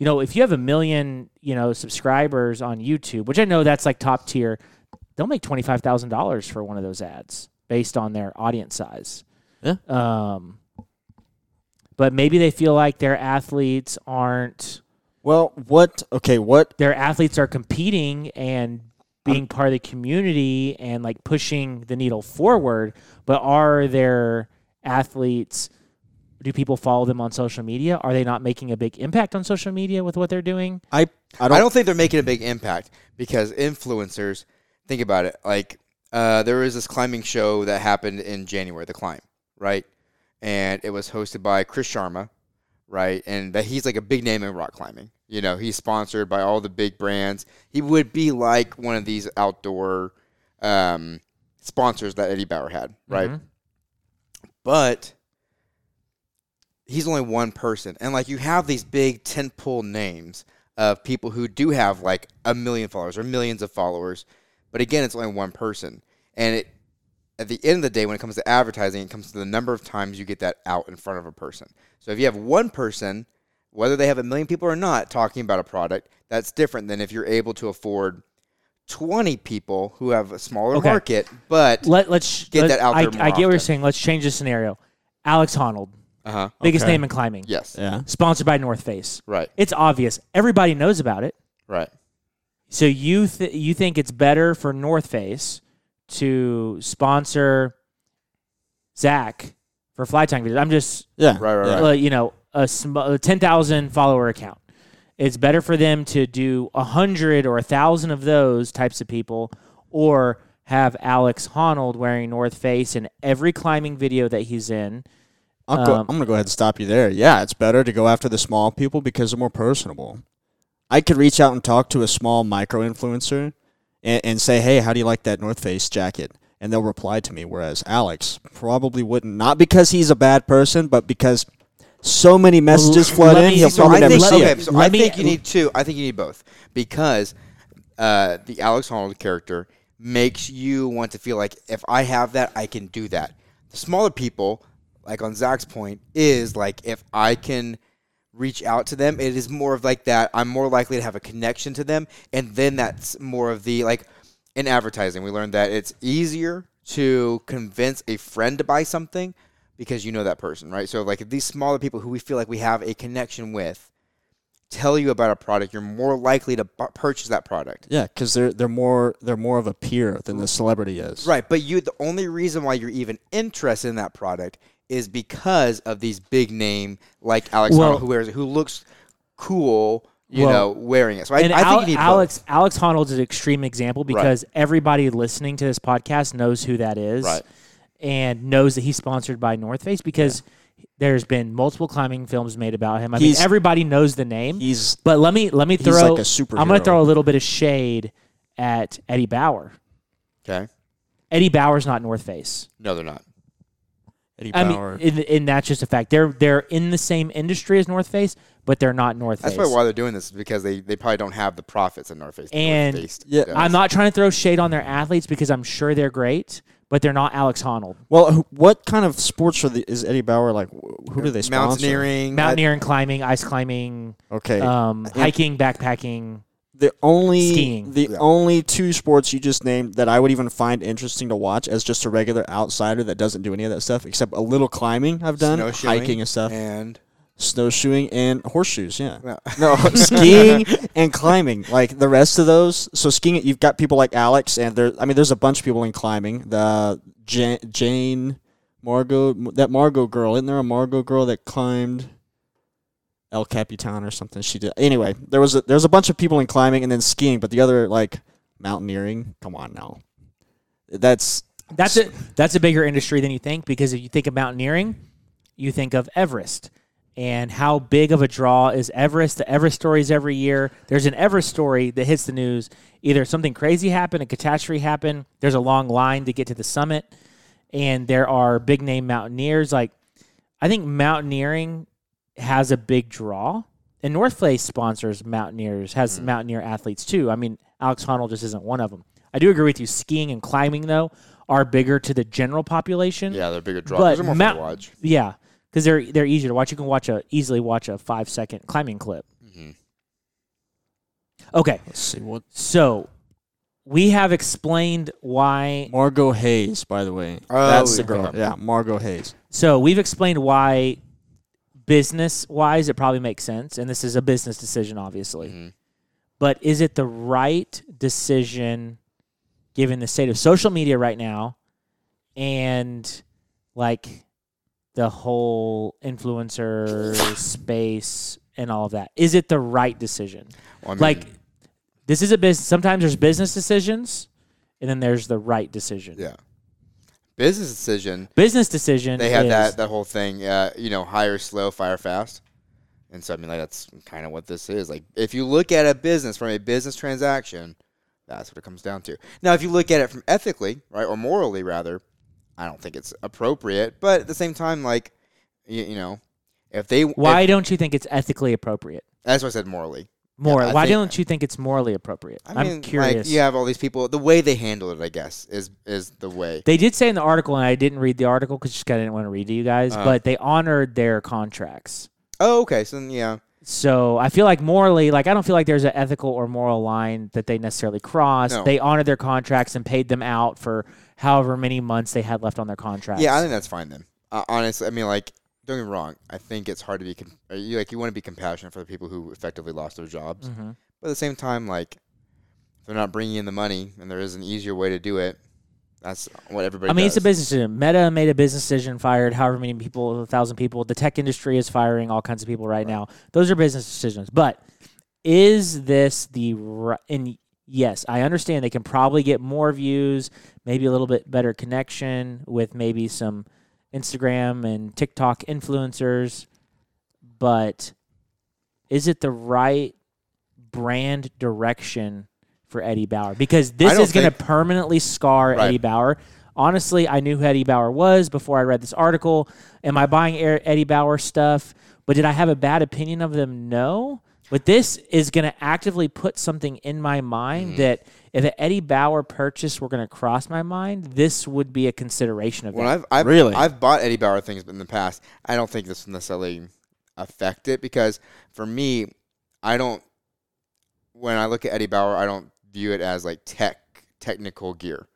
Speaker 2: you know, if you have a million, you know, subscribers on YouTube, which I know that's like top tier, they'll make twenty five thousand dollars for one of those ads based on their audience size.
Speaker 4: Yeah.
Speaker 2: Um but maybe they feel like their athletes aren't
Speaker 4: Well, what? Okay, what?
Speaker 2: their athletes are competing and being part of the community and like pushing the needle forward, but are their athletes do people follow them on social media? Are they not making a big impact on social media with what they're doing?
Speaker 4: I I don't.
Speaker 3: I don't think they're making a big impact because influencers. Think about it. Like uh, there was this climbing show that happened in January, the climb, right? And it was hosted by Chris Sharma, right? And that he's like a big name in rock climbing. You know, he's sponsored by all the big brands. He would be like one of these outdoor um, sponsors that Eddie Bauer had,
Speaker 4: Mm-hmm.
Speaker 3: right? But he's only one person. And like you have these big tentpole names of people who do have like a million followers or millions of followers, but again, it's only one person. And it at the end of the day, when it comes to advertising, it comes to the number of times you get that out in front of a person. So if you have one person, whether they have a million people or not, talking about a product, that's different than if you're able to afford 20 people who have a smaller
Speaker 2: Okay.
Speaker 3: market, but
Speaker 2: Let let's
Speaker 3: Get
Speaker 2: let-
Speaker 3: that out
Speaker 2: I,
Speaker 3: there more
Speaker 2: I get what you're
Speaker 3: often.
Speaker 2: saying. Let's change the scenario. Alex Honnold,
Speaker 3: uh-huh.
Speaker 2: biggest
Speaker 4: Okay.
Speaker 2: name in climbing,
Speaker 3: yes,
Speaker 4: yeah.
Speaker 2: sponsored by North Face.
Speaker 3: right,
Speaker 2: It's obvious. Everybody knows about it.
Speaker 3: right.
Speaker 2: So you th- you think it's better for North Face to sponsor Zach for fly tying videos? I'm just
Speaker 4: Yeah.
Speaker 3: Right, right,
Speaker 4: yeah.
Speaker 3: right.
Speaker 2: uh, you know a, sm- a ten thousand follower account. It's better for them to do a hundred or a thousand of those types of people, or have Alex Honnold wearing North Face in every climbing video that he's in.
Speaker 4: I'll go,
Speaker 2: Um,
Speaker 4: I'm going to go ahead and stop you there. Yeah, it's better to go after the small people because they're more personable. I could reach out and talk to a small micro influencer and, and say, hey, how do you like that North Face jacket? And they'll reply to me. Whereas Alex probably wouldn't. Not because he's a bad person, but because so many messages
Speaker 2: l-
Speaker 4: flood
Speaker 2: let
Speaker 4: in,
Speaker 2: me-
Speaker 4: he'll
Speaker 2: so
Speaker 3: No,
Speaker 4: probably
Speaker 3: I
Speaker 4: never
Speaker 3: think,
Speaker 2: let-
Speaker 4: see
Speaker 3: okay,
Speaker 4: it.
Speaker 3: so
Speaker 2: Let
Speaker 3: I
Speaker 2: me-
Speaker 3: think you need two. I think you need both because uh, the Alex Honnold character makes you want to feel like if I have that, I can do that. The smaller people, like on Zach's point, is like if I can reach out to them, it is more of like that. I'm more likely to have a connection to them, and then that's more of the like in advertising. We learned that it's easier to convince a friend to buy something because you know that person, right? So like if these smaller people who we feel like we have a connection with tell you about a product, you're more likely to bu- purchase that product.
Speaker 4: Yeah, because they're, they're, more, they're more of a peer than the celebrity is.
Speaker 3: Right, but you the only reason why you're even interested in that product is because of these big name like Alex
Speaker 2: Well-
Speaker 3: Honnold who wears it, who looks cool, you
Speaker 2: Well,
Speaker 3: know, wearing it. So I, I
Speaker 2: and
Speaker 3: think
Speaker 2: Al-
Speaker 3: you need both.
Speaker 2: Alex Alex Honnold's an extreme example because everybody listening to this podcast knows who that is,
Speaker 3: Right.
Speaker 2: and knows that he's sponsored by North Face because there's been multiple climbing films made about him. I
Speaker 4: He's-
Speaker 2: mean, everybody knows the name.
Speaker 4: He's
Speaker 2: but let me let me
Speaker 4: he's
Speaker 2: throw.
Speaker 4: like a
Speaker 2: I'm going to
Speaker 4: superhero.
Speaker 2: throw a little bit of shade at Eddie Bauer.
Speaker 3: Okay,
Speaker 2: Eddie Bauer's not North Face.
Speaker 3: no, they're not.
Speaker 4: Eddie
Speaker 2: I
Speaker 4: Bauer.
Speaker 2: mean, and, and that's just a fact. They're they're in the same industry as North Face, but they're not North
Speaker 3: That's
Speaker 2: Face.
Speaker 3: probably why they're doing this is because they, they probably don't have the profits in North Face.
Speaker 2: And
Speaker 3: North Face
Speaker 4: Yeah.
Speaker 3: does.
Speaker 2: I'm not trying to throw shade on their athletes because I'm sure they're great, but they're not Alex Honnold.
Speaker 4: well, who- what kind of sports are the, is Eddie Bauer like? wh- Who do they sponsor?
Speaker 3: mountaineering.
Speaker 2: Mountaineering, climbing, ice climbing,
Speaker 4: Okay,
Speaker 2: um, hiking, backpacking.
Speaker 4: the only
Speaker 2: skiing.
Speaker 4: the only two sports you just named that I would even find interesting to watch as just a regular outsider that doesn't do any of that stuff except a little climbing I've done,
Speaker 3: snowshoeing
Speaker 4: hiking and stuff,
Speaker 3: And
Speaker 4: snowshoeing and horseshoes. Yeah,
Speaker 3: Well.
Speaker 4: no skiing and climbing. Like the rest of those. So skiing, you've got people like Alex, and there. I mean, there's a bunch of people in climbing. The Jane, Jane Margot, that Margot girl, isn't there a Margot girl that climbed? El Capitan or something. She did. Anyway, there was a, there was a bunch of people in climbing and then skiing, but the other like mountaineering. Come on now, that's
Speaker 2: That's a that's a bigger industry than you think because if you think of mountaineering, you think of Everest. And how big of a draw is Everest? The Everest stories every year. There's an Everest story that hits the news. Either something crazy happened, a catastrophe happened. There's a long line to get to the summit, and there are big name mountaineers. Like I think mountaineering has a big draw, and North Face sponsors mountaineers
Speaker 3: Hmm.
Speaker 2: has mountaineer athletes too. I mean, Alex Honnold just isn't one of them. I do agree with you. Skiing and climbing though are bigger to the general population.
Speaker 3: yeah, they're bigger draws.
Speaker 2: but
Speaker 3: Those are more fun
Speaker 2: mount-
Speaker 3: to watch.
Speaker 2: Yeah, because they're they're easier to watch. You can watch a easily watch a five second climbing clip.
Speaker 3: Mm-hmm.
Speaker 2: Okay,
Speaker 4: let's see what
Speaker 2: so we have explained why.
Speaker 4: Margot Hayes, by the way,
Speaker 3: Oh,
Speaker 4: that's the
Speaker 3: yeah.
Speaker 4: girl. Yeah, Margot Hayes.
Speaker 2: So we've explained why business wise it probably makes sense, and this is a business decision, obviously.
Speaker 3: Mm-hmm.
Speaker 2: But is it the right decision given the state of social media right now and like the whole influencer space and all of that? Is it the right decision?
Speaker 3: Well, I mean,
Speaker 2: like this is a business sometimes there's business decisions and then there's the right decision.
Speaker 3: yeah, business decision.
Speaker 2: Business decision
Speaker 3: They had
Speaker 2: is-
Speaker 3: that that whole thing. Uh, you know, hire slow, fire fast. And so I mean, like that's kind of what this is. Like if you look at a business from a business transaction, that's what it comes down to. Now, if you look at it from ethically, right, or morally rather, I don't think it's appropriate. But at the same time, like you, you know, if they
Speaker 2: Why
Speaker 3: if-
Speaker 2: don't you think it's ethically appropriate?
Speaker 3: that's what I said morally.
Speaker 2: More.
Speaker 3: I
Speaker 2: why
Speaker 3: think-
Speaker 2: don't you think it's morally appropriate?
Speaker 3: I mean,
Speaker 2: I'm curious.
Speaker 3: Like, you have all these people. The way they handle it, I guess, is is the way.
Speaker 2: They did say in the article, and I didn't read the article because just 'cause I didn't want to read to you guys,
Speaker 3: Uh.
Speaker 2: but they honored their contracts.
Speaker 3: Oh, okay. So then, yeah,
Speaker 2: So I feel like morally, like I don't feel like there's an ethical or moral line that they necessarily crossed.
Speaker 3: No.
Speaker 2: They honored their contracts and paid them out for however many months they had left on their contracts.
Speaker 3: yeah. I think that's fine then. Uh, honestly, I mean, like, don't get me wrong. I think it's hard to be com- uh, you like you want to be compassionate for the people who effectively lost their jobs,
Speaker 2: Mm-hmm.
Speaker 3: but at the same time, like, if they're not bringing in the money and there is an easier way to do it. That's what everybody.
Speaker 2: I mean, it's a
Speaker 3: does.
Speaker 2: business decision. Meta made a business decision, fired however many people, a thousand people. The tech industry is firing all kinds of people right, now. Those are business decisions. But is this the right? And yes, I understand they can probably get more views, maybe a little bit better connection with maybe some Instagram and TikTok influencers. But is it the right brand direction for Eddie Bauer? Because
Speaker 3: I
Speaker 2: this
Speaker 3: don't
Speaker 2: is going to
Speaker 3: think-
Speaker 2: permanently scar
Speaker 3: Right.
Speaker 2: Eddie Bauer. Honestly, I knew who Eddie Bauer was before I read this article. Am I buying Er- Eddie Bauer stuff? But did I have a bad opinion of them? No. But this is going to actively put something in my
Speaker 3: Mm-hmm.
Speaker 2: mind that if an Eddie Bauer purchase were going to cross my mind, this would be a consideration of
Speaker 3: When
Speaker 2: that.
Speaker 3: I've, I've
Speaker 4: Really?
Speaker 3: I've bought Eddie Bauer things in the past. I don't think this will necessarily affect it because for me, I don't. When I look at Eddie Bauer, I don't view it as like tech technical gear,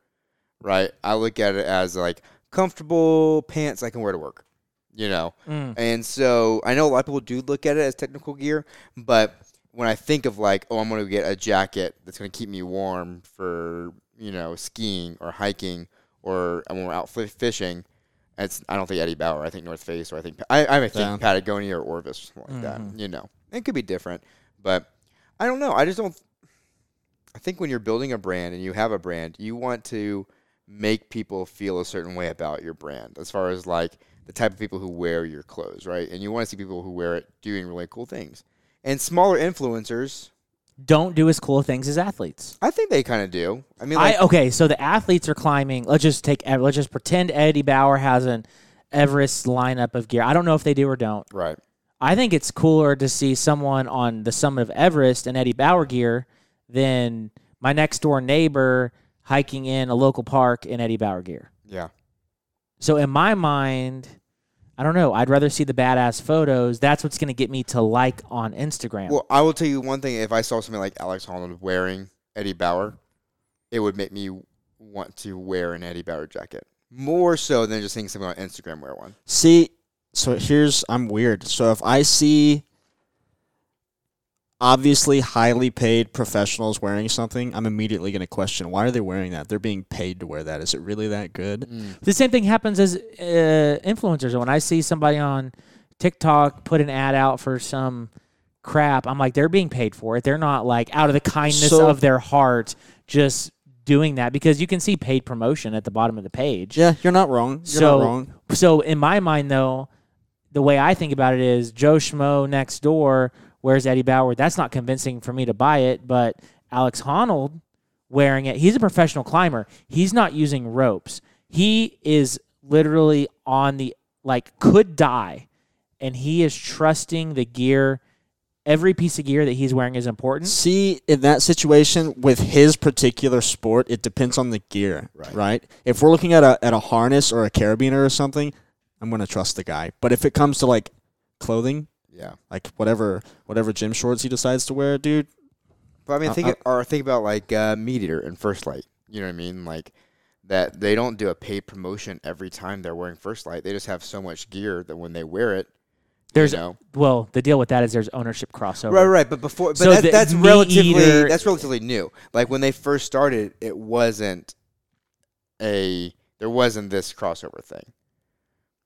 Speaker 3: right? I look at it as like comfortable pants I can wear to work, you know. And so I know a lot of people do look at it as technical gear, but when I think of like, oh, I'm going to get a jacket that's going to keep me warm for you know skiing or hiking or when we're out fi- fishing, it's I don't think Eddie Bauer. I think North Face or I think I I think
Speaker 4: Yeah.
Speaker 3: Patagonia or Orvis something like that. You know, it could be different, but I don't know. I just don't. I think when you're building a brand and you have a brand, you want to make people feel a certain way about your brand as far as like the type of people who wear your clothes, right? And you want to see people who wear it doing really cool things. And smaller influencers,
Speaker 2: Don't do as cool things as athletes.
Speaker 3: I think they kind of do. I mean, like,
Speaker 2: I okay, so the athletes are climbing. Let's just take. ev- Let's just pretend Eddie Bauer has an Everest lineup of gear. I don't know if they do or don't.
Speaker 3: Right.
Speaker 2: I think it's cooler to see someone on the summit of Everest in Eddie Bauer gear than my next door neighbor hiking in a local park in Eddie Bauer gear.
Speaker 3: Yeah.
Speaker 2: So in my mind, I don't know. I'd rather see the badass photos. That's what's going to get me to like on Instagram.
Speaker 3: Well, I will tell you one thing. If I saw something like Alex Holland wearing Eddie Bauer, it would make me want to wear an Eddie Bauer jacket more so than just seeing someone on Instagram wear one.
Speaker 4: See, so here's I'm weird. So if I see obviously highly paid professionals wearing something, I'm immediately going to question why are they wearing that? They're being paid to wear that. Is it really that good?
Speaker 2: the same thing happens as uh, influencers. When I see somebody on TikTok put an ad out for some crap, I'm like, they're being paid for it. They're not like out of the kindness
Speaker 4: So-
Speaker 2: of their heart just doing that because you can see paid promotion at the bottom of the page.
Speaker 4: Yeah, you're not wrong. You're
Speaker 2: so,
Speaker 4: not wrong.
Speaker 2: so in my mind though, the way I think about it is Joe Schmo next door wears Eddie Bauer. That's not convincing for me to buy it, but Alex Honnold wearing it, he's a professional climber. He's not using ropes. He is literally on the like could die, and he is trusting the gear. Every piece of gear that he's wearing is important.
Speaker 4: See, in that situation with his particular sport, it depends on the gear, right? If we're looking at a at a harness or a carabiner or something, I'm going to trust the guy. But if it comes to like clothing,
Speaker 3: Yeah.
Speaker 4: like whatever whatever gym shorts he decides to wear, dude,
Speaker 3: But I mean,
Speaker 4: Uh,
Speaker 3: think
Speaker 4: uh,
Speaker 3: it- or think about like uh, Meteor and First Light. You know what I mean? Like that they don't do a paid promotion every time they're wearing First Light. They just have so much gear that when they wear it,
Speaker 2: There's
Speaker 3: you know.
Speaker 2: well, the deal with that is there's ownership crossover.
Speaker 3: Right, right. But before, but
Speaker 2: So
Speaker 3: that's
Speaker 2: the
Speaker 3: that's
Speaker 2: meat
Speaker 3: relatively
Speaker 2: eater-
Speaker 3: that's relatively new. Like when they first started, it wasn't a there wasn't this crossover thing.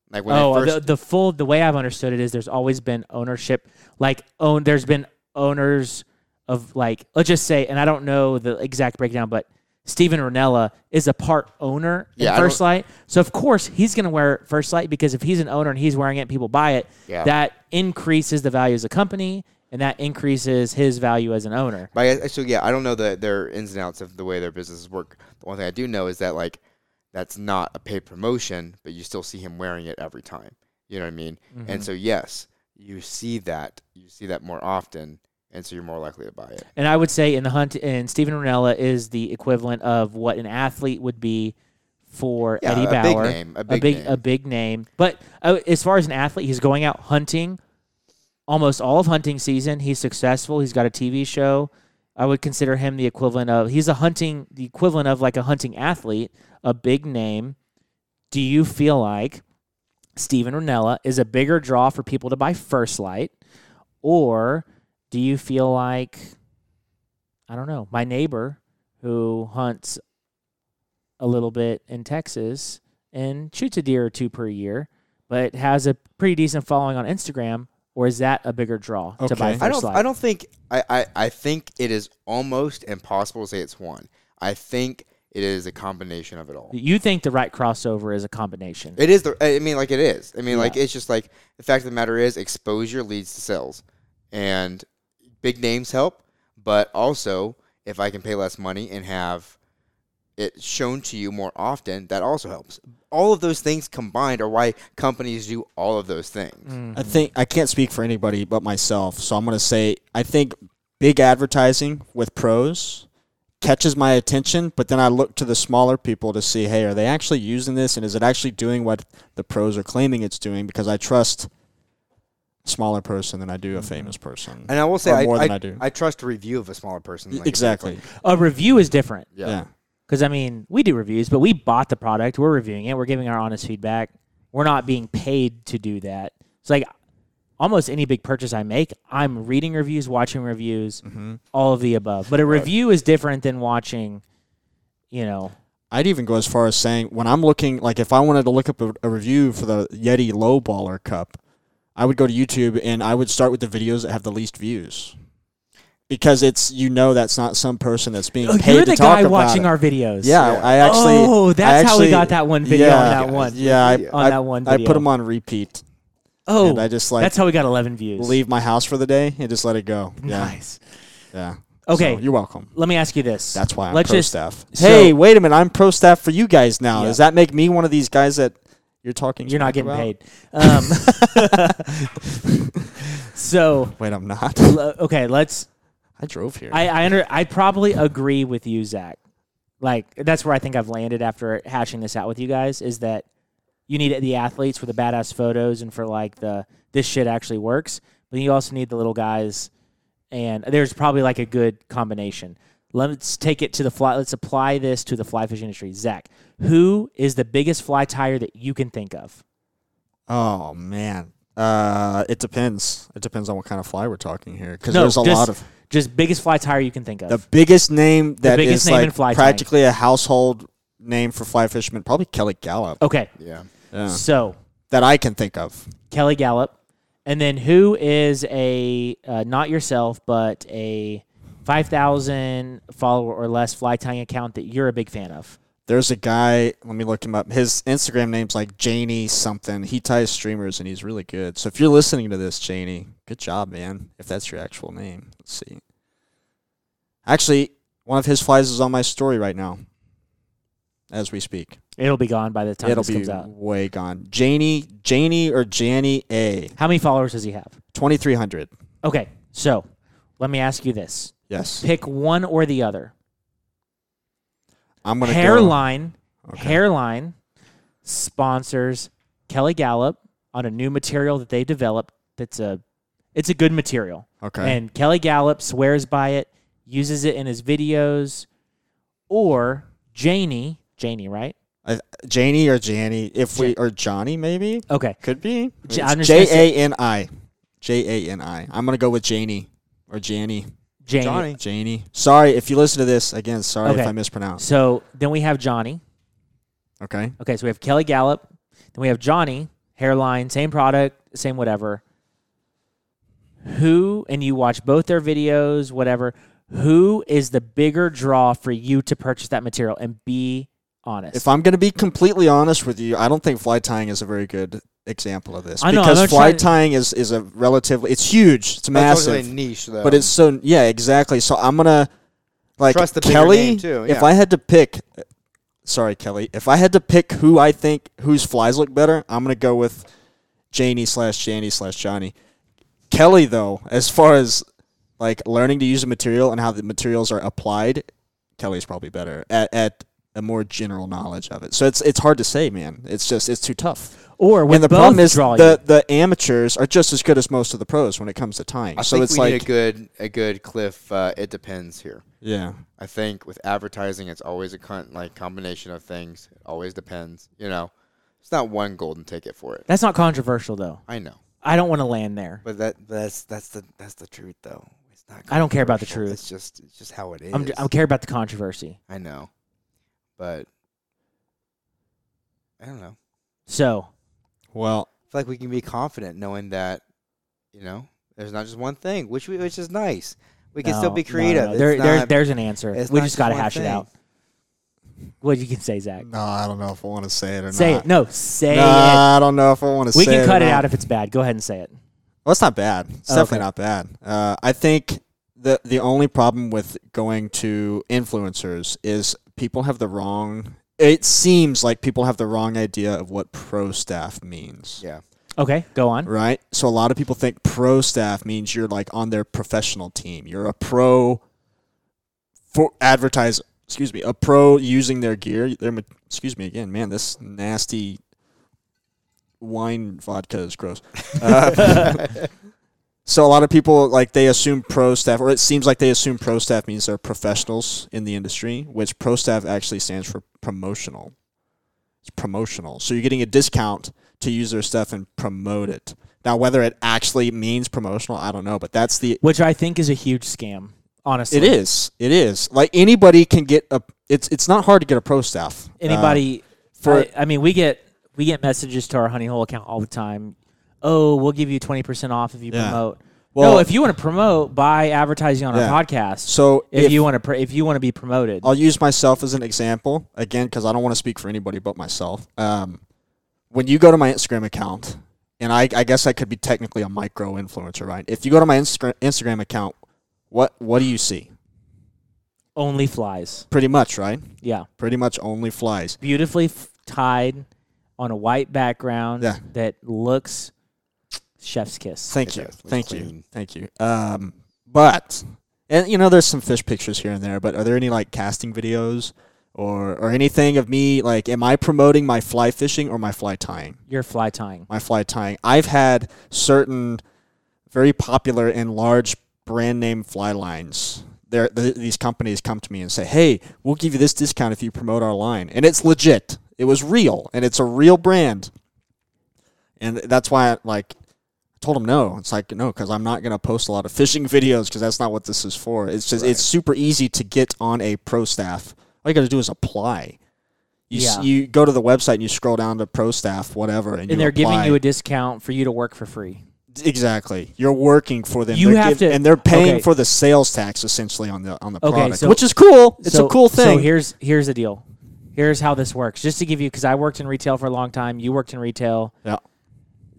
Speaker 3: Like when
Speaker 2: oh,
Speaker 3: they first,
Speaker 2: the, the full the way I've understood it is there's always been ownership, like own. There's been owners of like let's just say, and I don't know the exact breakdown, but Steven Ranella is a part owner
Speaker 3: Yeah, I
Speaker 2: in First Light, so of course he's gonna wear First Light because if he's an owner and he's wearing it, people buy it.
Speaker 3: Yeah.
Speaker 2: That increases the value as a company, and that increases his value as an owner.
Speaker 3: But I, so yeah, I don't know the their ins and outs of the way their businesses work. The one thing I do know is that like that's not a paid promotion, but you still see him wearing it every time. You know what I mean?
Speaker 2: Mm-hmm.
Speaker 3: And so yes, you see that you see that more often, and so you're more likely to buy it.
Speaker 2: And I would say in the hunt, and Steven Ranella is the equivalent of what an athlete would be for
Speaker 3: Yeah,
Speaker 2: Eddie
Speaker 3: a
Speaker 2: Bauer,
Speaker 3: big name, a big name.
Speaker 2: a big name. But uh, as far as an athlete, he's going out hunting almost all of hunting season. He's successful. He's got a TV show. I would consider him the equivalent of he's a hunting the equivalent of like a hunting athlete, a big name. Do you feel like Steven Ranella is a bigger draw for people to buy First Light, or do you feel like I don't know my neighbor who hunts a little bit in Texas and shoots a deer or two per year, but has a pretty decent following on Instagram, or is that a bigger draw to buy
Speaker 4: Okay.
Speaker 2: First
Speaker 3: I don't.
Speaker 2: Light?
Speaker 3: I don't think. I, I. I think it is almost impossible to say it's one. I think it is a combination of it all.
Speaker 2: You think the right crossover is a combination?
Speaker 3: It is the. I mean, like it is. I mean, like it's just like the fact of the matter is exposure leads to sales, and big names help. But also, if I can pay less money and have it shown to you more often, that also helps. All of those things combined are why companies do all of those things.
Speaker 4: I think I can't speak for anybody but myself, so I'm going to say I think big advertising with pros catches my attention, but then I look to the smaller people to see, hey, are they actually using this and is it actually doing what the pros are claiming it's doing because I trust a smaller person than I do a famous person.
Speaker 3: Mm-hmm. And I will say,
Speaker 4: Or
Speaker 3: I,
Speaker 4: more
Speaker 3: I,
Speaker 4: than I do.
Speaker 3: I trust a review of a smaller person. like-
Speaker 4: exactly.
Speaker 2: a review is different
Speaker 4: Yeah.
Speaker 2: because I mean we do reviews, but we bought the product, we're reviewing it, we're giving our honest feedback. We're not being paid to do that. It's like almost any big purchase I make, I'm reading reviews, watching reviews,
Speaker 4: Mm-hmm.
Speaker 2: all of the above. But a review is different than watching. You know,
Speaker 4: I'd even go as far as saying when I'm looking, like if I wanted to look up a, a review for the Yeti Low Baller Cup, I would go to YouTube and I would start with the videos that have the least views. Because it's you know that's not some person that's being paid
Speaker 2: Oh, you're
Speaker 4: to
Speaker 2: the
Speaker 4: talk
Speaker 2: guy
Speaker 4: about
Speaker 2: watching
Speaker 4: it.
Speaker 2: our videos.
Speaker 4: yeah, I actually.
Speaker 2: Oh,
Speaker 4: I
Speaker 2: that's how we
Speaker 4: actually-
Speaker 2: got that one video on
Speaker 4: yeah,
Speaker 2: that one.
Speaker 4: Yeah, I,
Speaker 2: On
Speaker 4: I-
Speaker 2: that one
Speaker 4: I
Speaker 2: video.
Speaker 4: put them on repeat.
Speaker 2: Oh,
Speaker 4: and I just, like,
Speaker 2: that's how we got 11 views.
Speaker 4: Leave my house for the day and just let it go. Yeah,
Speaker 2: Nice.
Speaker 4: yeah.
Speaker 2: Okay.
Speaker 4: So, you're welcome.
Speaker 2: Let me ask you this.
Speaker 4: That's why I'm
Speaker 2: Let's
Speaker 4: pro
Speaker 2: just,
Speaker 4: staff.
Speaker 2: so-
Speaker 4: hey, wait a minute. I'm pro staff for you guys now.
Speaker 2: Yeah.
Speaker 4: Does that make me one of these guys that You're talking.
Speaker 2: You're not
Speaker 4: smack
Speaker 2: getting
Speaker 4: about?
Speaker 2: paid. Um, so
Speaker 4: Wait, I'm not.
Speaker 2: l- okay, let's.
Speaker 4: I drove here.
Speaker 2: I I, under, I probably agree with you, Zach. Like that's where I think I've landed after hashing this out with you guys is that you need the athletes for the badass photos and for like the this shit actually works, but you also need the little guys, and there's probably like a good combination. Let's take it to the fly. Let's apply this to the fly fishing industry. Zach, who is the biggest fly tire that you can think of?
Speaker 4: oh man. Uh, it depends. It depends on what kind of fly we're talking here, because
Speaker 2: No,
Speaker 4: there's a
Speaker 2: just-
Speaker 4: lot of
Speaker 2: Just biggest fly tire you can think of.
Speaker 4: the biggest name that is
Speaker 2: biggest name in
Speaker 4: like
Speaker 2: fly tying.
Speaker 4: practically a household name for fly fishermen. Probably Kelly Gallup
Speaker 2: okay,
Speaker 3: Yeah.
Speaker 4: Yeah.
Speaker 2: so
Speaker 4: that I can think of.
Speaker 2: Kelly Gallup, and then who is a uh, not yourself but a five thousand follower or less fly tying account that you're a big fan of?
Speaker 4: There's a guy. Let me look him up. His Instagram name's like Janie something. He ties streamers and he's really good. So if you're listening to this, Janie, good job, man. If that's your actual name, let's see. Actually, one of his flies is on my story right now, as we speak.
Speaker 2: It'll be gone by the time
Speaker 4: It'll
Speaker 2: this
Speaker 4: be
Speaker 2: comes out.
Speaker 4: way gone. Janie, Janie or Janie A,
Speaker 2: How many followers does he have?
Speaker 4: twenty three hundred.
Speaker 2: Okay, so let me ask you this:
Speaker 4: Yes,
Speaker 2: pick one or the other.
Speaker 4: I'm gonna go-
Speaker 2: Hairline,
Speaker 4: Okay.
Speaker 2: hairline sponsors Kelly Gallup on a new material that they developed. That's a, it's a good material.
Speaker 4: Okay,
Speaker 2: And Kelly Gallup swears by it, uses it in his videos, or Janie, Janie, right?
Speaker 4: I, Janie or Janie, if we or Johnny maybe
Speaker 2: Okay.
Speaker 4: could be
Speaker 2: J- I'm just gonna
Speaker 4: J A N I, J A N I. I'm gonna go with Janie or Janie.
Speaker 2: Janie.
Speaker 4: Janie. Sorry if you listen to this again. Sorry
Speaker 2: Okay.
Speaker 4: if I mispronounced.
Speaker 2: So then we have Johnny.
Speaker 4: Okay.
Speaker 2: Okay, so we have Kelly Gallup. Then we have Johnny, hairline, same product, same whatever. Who, and you watch both their videos, whatever, who is the bigger draw for you to purchase that material? And be honest.
Speaker 4: If I'm gonna be completely honest with you, I don't think fly tying is a very good example of this
Speaker 2: I know, I'm
Speaker 4: because
Speaker 2: not
Speaker 4: fly
Speaker 2: trying to-
Speaker 4: tying is is a relatively it's huge. It's
Speaker 3: That's
Speaker 4: massive.
Speaker 3: really niche though.
Speaker 4: But it's so yeah, exactly. So I'm gonna like
Speaker 3: Trust the bigger
Speaker 4: Kelly.
Speaker 3: name, too,
Speaker 4: If
Speaker 3: yeah.
Speaker 4: I had to pick, sorry Kelly, if I had to pick who I think whose flies look better, I'm gonna go with Janie slash Janie slash Johnny. Kelly though, as far as like learning to use a material and how the materials are applied, Kelly's probably better at, at a more general knowledge of it. So it's it's hard to say, man. It's just it's too tough.
Speaker 2: or when
Speaker 4: and the problem is
Speaker 2: draw
Speaker 4: the, the amateurs are just as good as most of the pros when it comes to tying.
Speaker 3: I
Speaker 4: so
Speaker 3: think
Speaker 4: it's
Speaker 3: we
Speaker 4: like
Speaker 3: need a good a good cliff. Uh, it depends here.
Speaker 4: yeah.
Speaker 3: I think with advertising, it's always a con- like combination of things. It always depends. You know, it's not one golden ticket for it.
Speaker 2: That's not controversial though.
Speaker 3: I know,
Speaker 2: I don't want to land there.
Speaker 3: but that that's that's the that's the truth though. It's not.
Speaker 2: I don't care about the
Speaker 3: controversial.
Speaker 2: truth.
Speaker 3: It's just it's just how it is.
Speaker 2: I'm, j- I care about the controversy.
Speaker 3: I know, but I don't know.
Speaker 2: So
Speaker 4: Well,
Speaker 3: I feel like we can be confident knowing that you know there's not just one thing, which we, which is nice. We can still
Speaker 2: no,
Speaker 3: be
Speaker 2: no, no,
Speaker 3: creative.
Speaker 2: no.
Speaker 3: It's
Speaker 2: There, there-
Speaker 3: not-
Speaker 2: there's an answer.
Speaker 3: it's
Speaker 2: We
Speaker 3: not
Speaker 2: just got to
Speaker 3: one
Speaker 2: hash it
Speaker 3: thing.
Speaker 2: out. What you can say, Zach?
Speaker 4: No, I don't know if I want to say it or
Speaker 2: say
Speaker 4: not.
Speaker 2: it. No, say
Speaker 4: Nah, I don't know if I want
Speaker 2: it.
Speaker 4: to
Speaker 2: We
Speaker 4: say
Speaker 2: can
Speaker 4: it.
Speaker 2: cut
Speaker 4: or
Speaker 2: it
Speaker 4: not.
Speaker 2: out if it's bad. Go ahead and say it.
Speaker 4: Well, it's not bad. It's
Speaker 2: Oh, okay.
Speaker 4: definitely not bad. Uh, I think the the only problem with going to influencers is people have the wrong. It seems like people have the wrong idea of what pro staff means.
Speaker 3: yeah.
Speaker 2: Okay, go on.
Speaker 4: Right? So a lot of people think pro staff means you're like on their professional team. You're a pro for advertise, excuse me, a pro using their gear, their ma- excuse me again, man, this nasty wine vodka is gross. Uh, so a lot of people like they assume pro staff or it seems like they assume pro staff means they're professionals in the industry, which pro staff actually stands for promotional. It's promotional. So you're getting a discount to use their stuff and promote it. Now, whether it actually means promotional, I don't know, but that's the.
Speaker 2: Which I think is a huge scam. Honestly,
Speaker 4: It is. It is. Like anybody can get a. It's it's not hard to get a pro staff. Uh,
Speaker 2: Anybody?
Speaker 4: for-
Speaker 2: I, I mean, we get we get messages to our Honey Hole account all the time. Oh, we'll give you twenty percent off if you
Speaker 4: Yeah.
Speaker 2: promote.
Speaker 4: Well-
Speaker 2: no, if you want to promote, buy advertising on
Speaker 4: Yeah.
Speaker 2: our podcast.
Speaker 4: so
Speaker 2: if, you want to, pr- if you want to be promoted,
Speaker 4: I'll use myself as an example again because I don't want to speak for anybody but myself. Um, when you go to my Instagram account, and I, I guess I could be technically a micro influencer, right? If you go to my Instagram Instagram account, what what do you see?
Speaker 2: only flies.
Speaker 4: Pretty much, right?
Speaker 2: Yeah,
Speaker 4: Pretty much only flies.
Speaker 2: beautifully f- tied, on a white background
Speaker 4: Yeah.
Speaker 2: that looks chef's kiss.
Speaker 4: Thank
Speaker 3: It
Speaker 4: you.
Speaker 3: does. Looks
Speaker 4: Thank you.
Speaker 3: clean.
Speaker 4: Thank you. Um, but and you know, there's some fish pictures here and there. But are there any like casting videos or or anything of me like? Am I promoting my fly fishing or my fly tying?
Speaker 2: You're fly tying.
Speaker 4: My fly tying. I've had certain very popular and large brand name fly lines. There, th- these companies come to me and say, "Hey, we'll give you this discount if you promote our line," and it's legit. It was real, and it's a real brand, and that's why I, like I told him no. It's like no, because I'm not gonna post a lot of fishing videos because that's not what this is for. It's just it's super easy to get on a pro staff. All you gotta do is apply. You s-
Speaker 2: Yeah.
Speaker 4: you go to the website and you scroll down to pro staff whatever, and, you
Speaker 2: And they're giving
Speaker 4: apply.
Speaker 2: you a discount for you to work for free.
Speaker 4: Exactly. You're working for them.
Speaker 2: You
Speaker 4: They're
Speaker 2: have to-
Speaker 4: and they're paying
Speaker 2: okay.
Speaker 4: for the sales tax essentially on the on the
Speaker 2: Okay,
Speaker 4: product,
Speaker 2: so-
Speaker 4: which is cool. It's
Speaker 2: So-
Speaker 4: a cool thing.
Speaker 2: So here's here's the deal. Here's how this works. Just to give you, because I worked in retail for a long time. You worked in retail.
Speaker 4: yeah.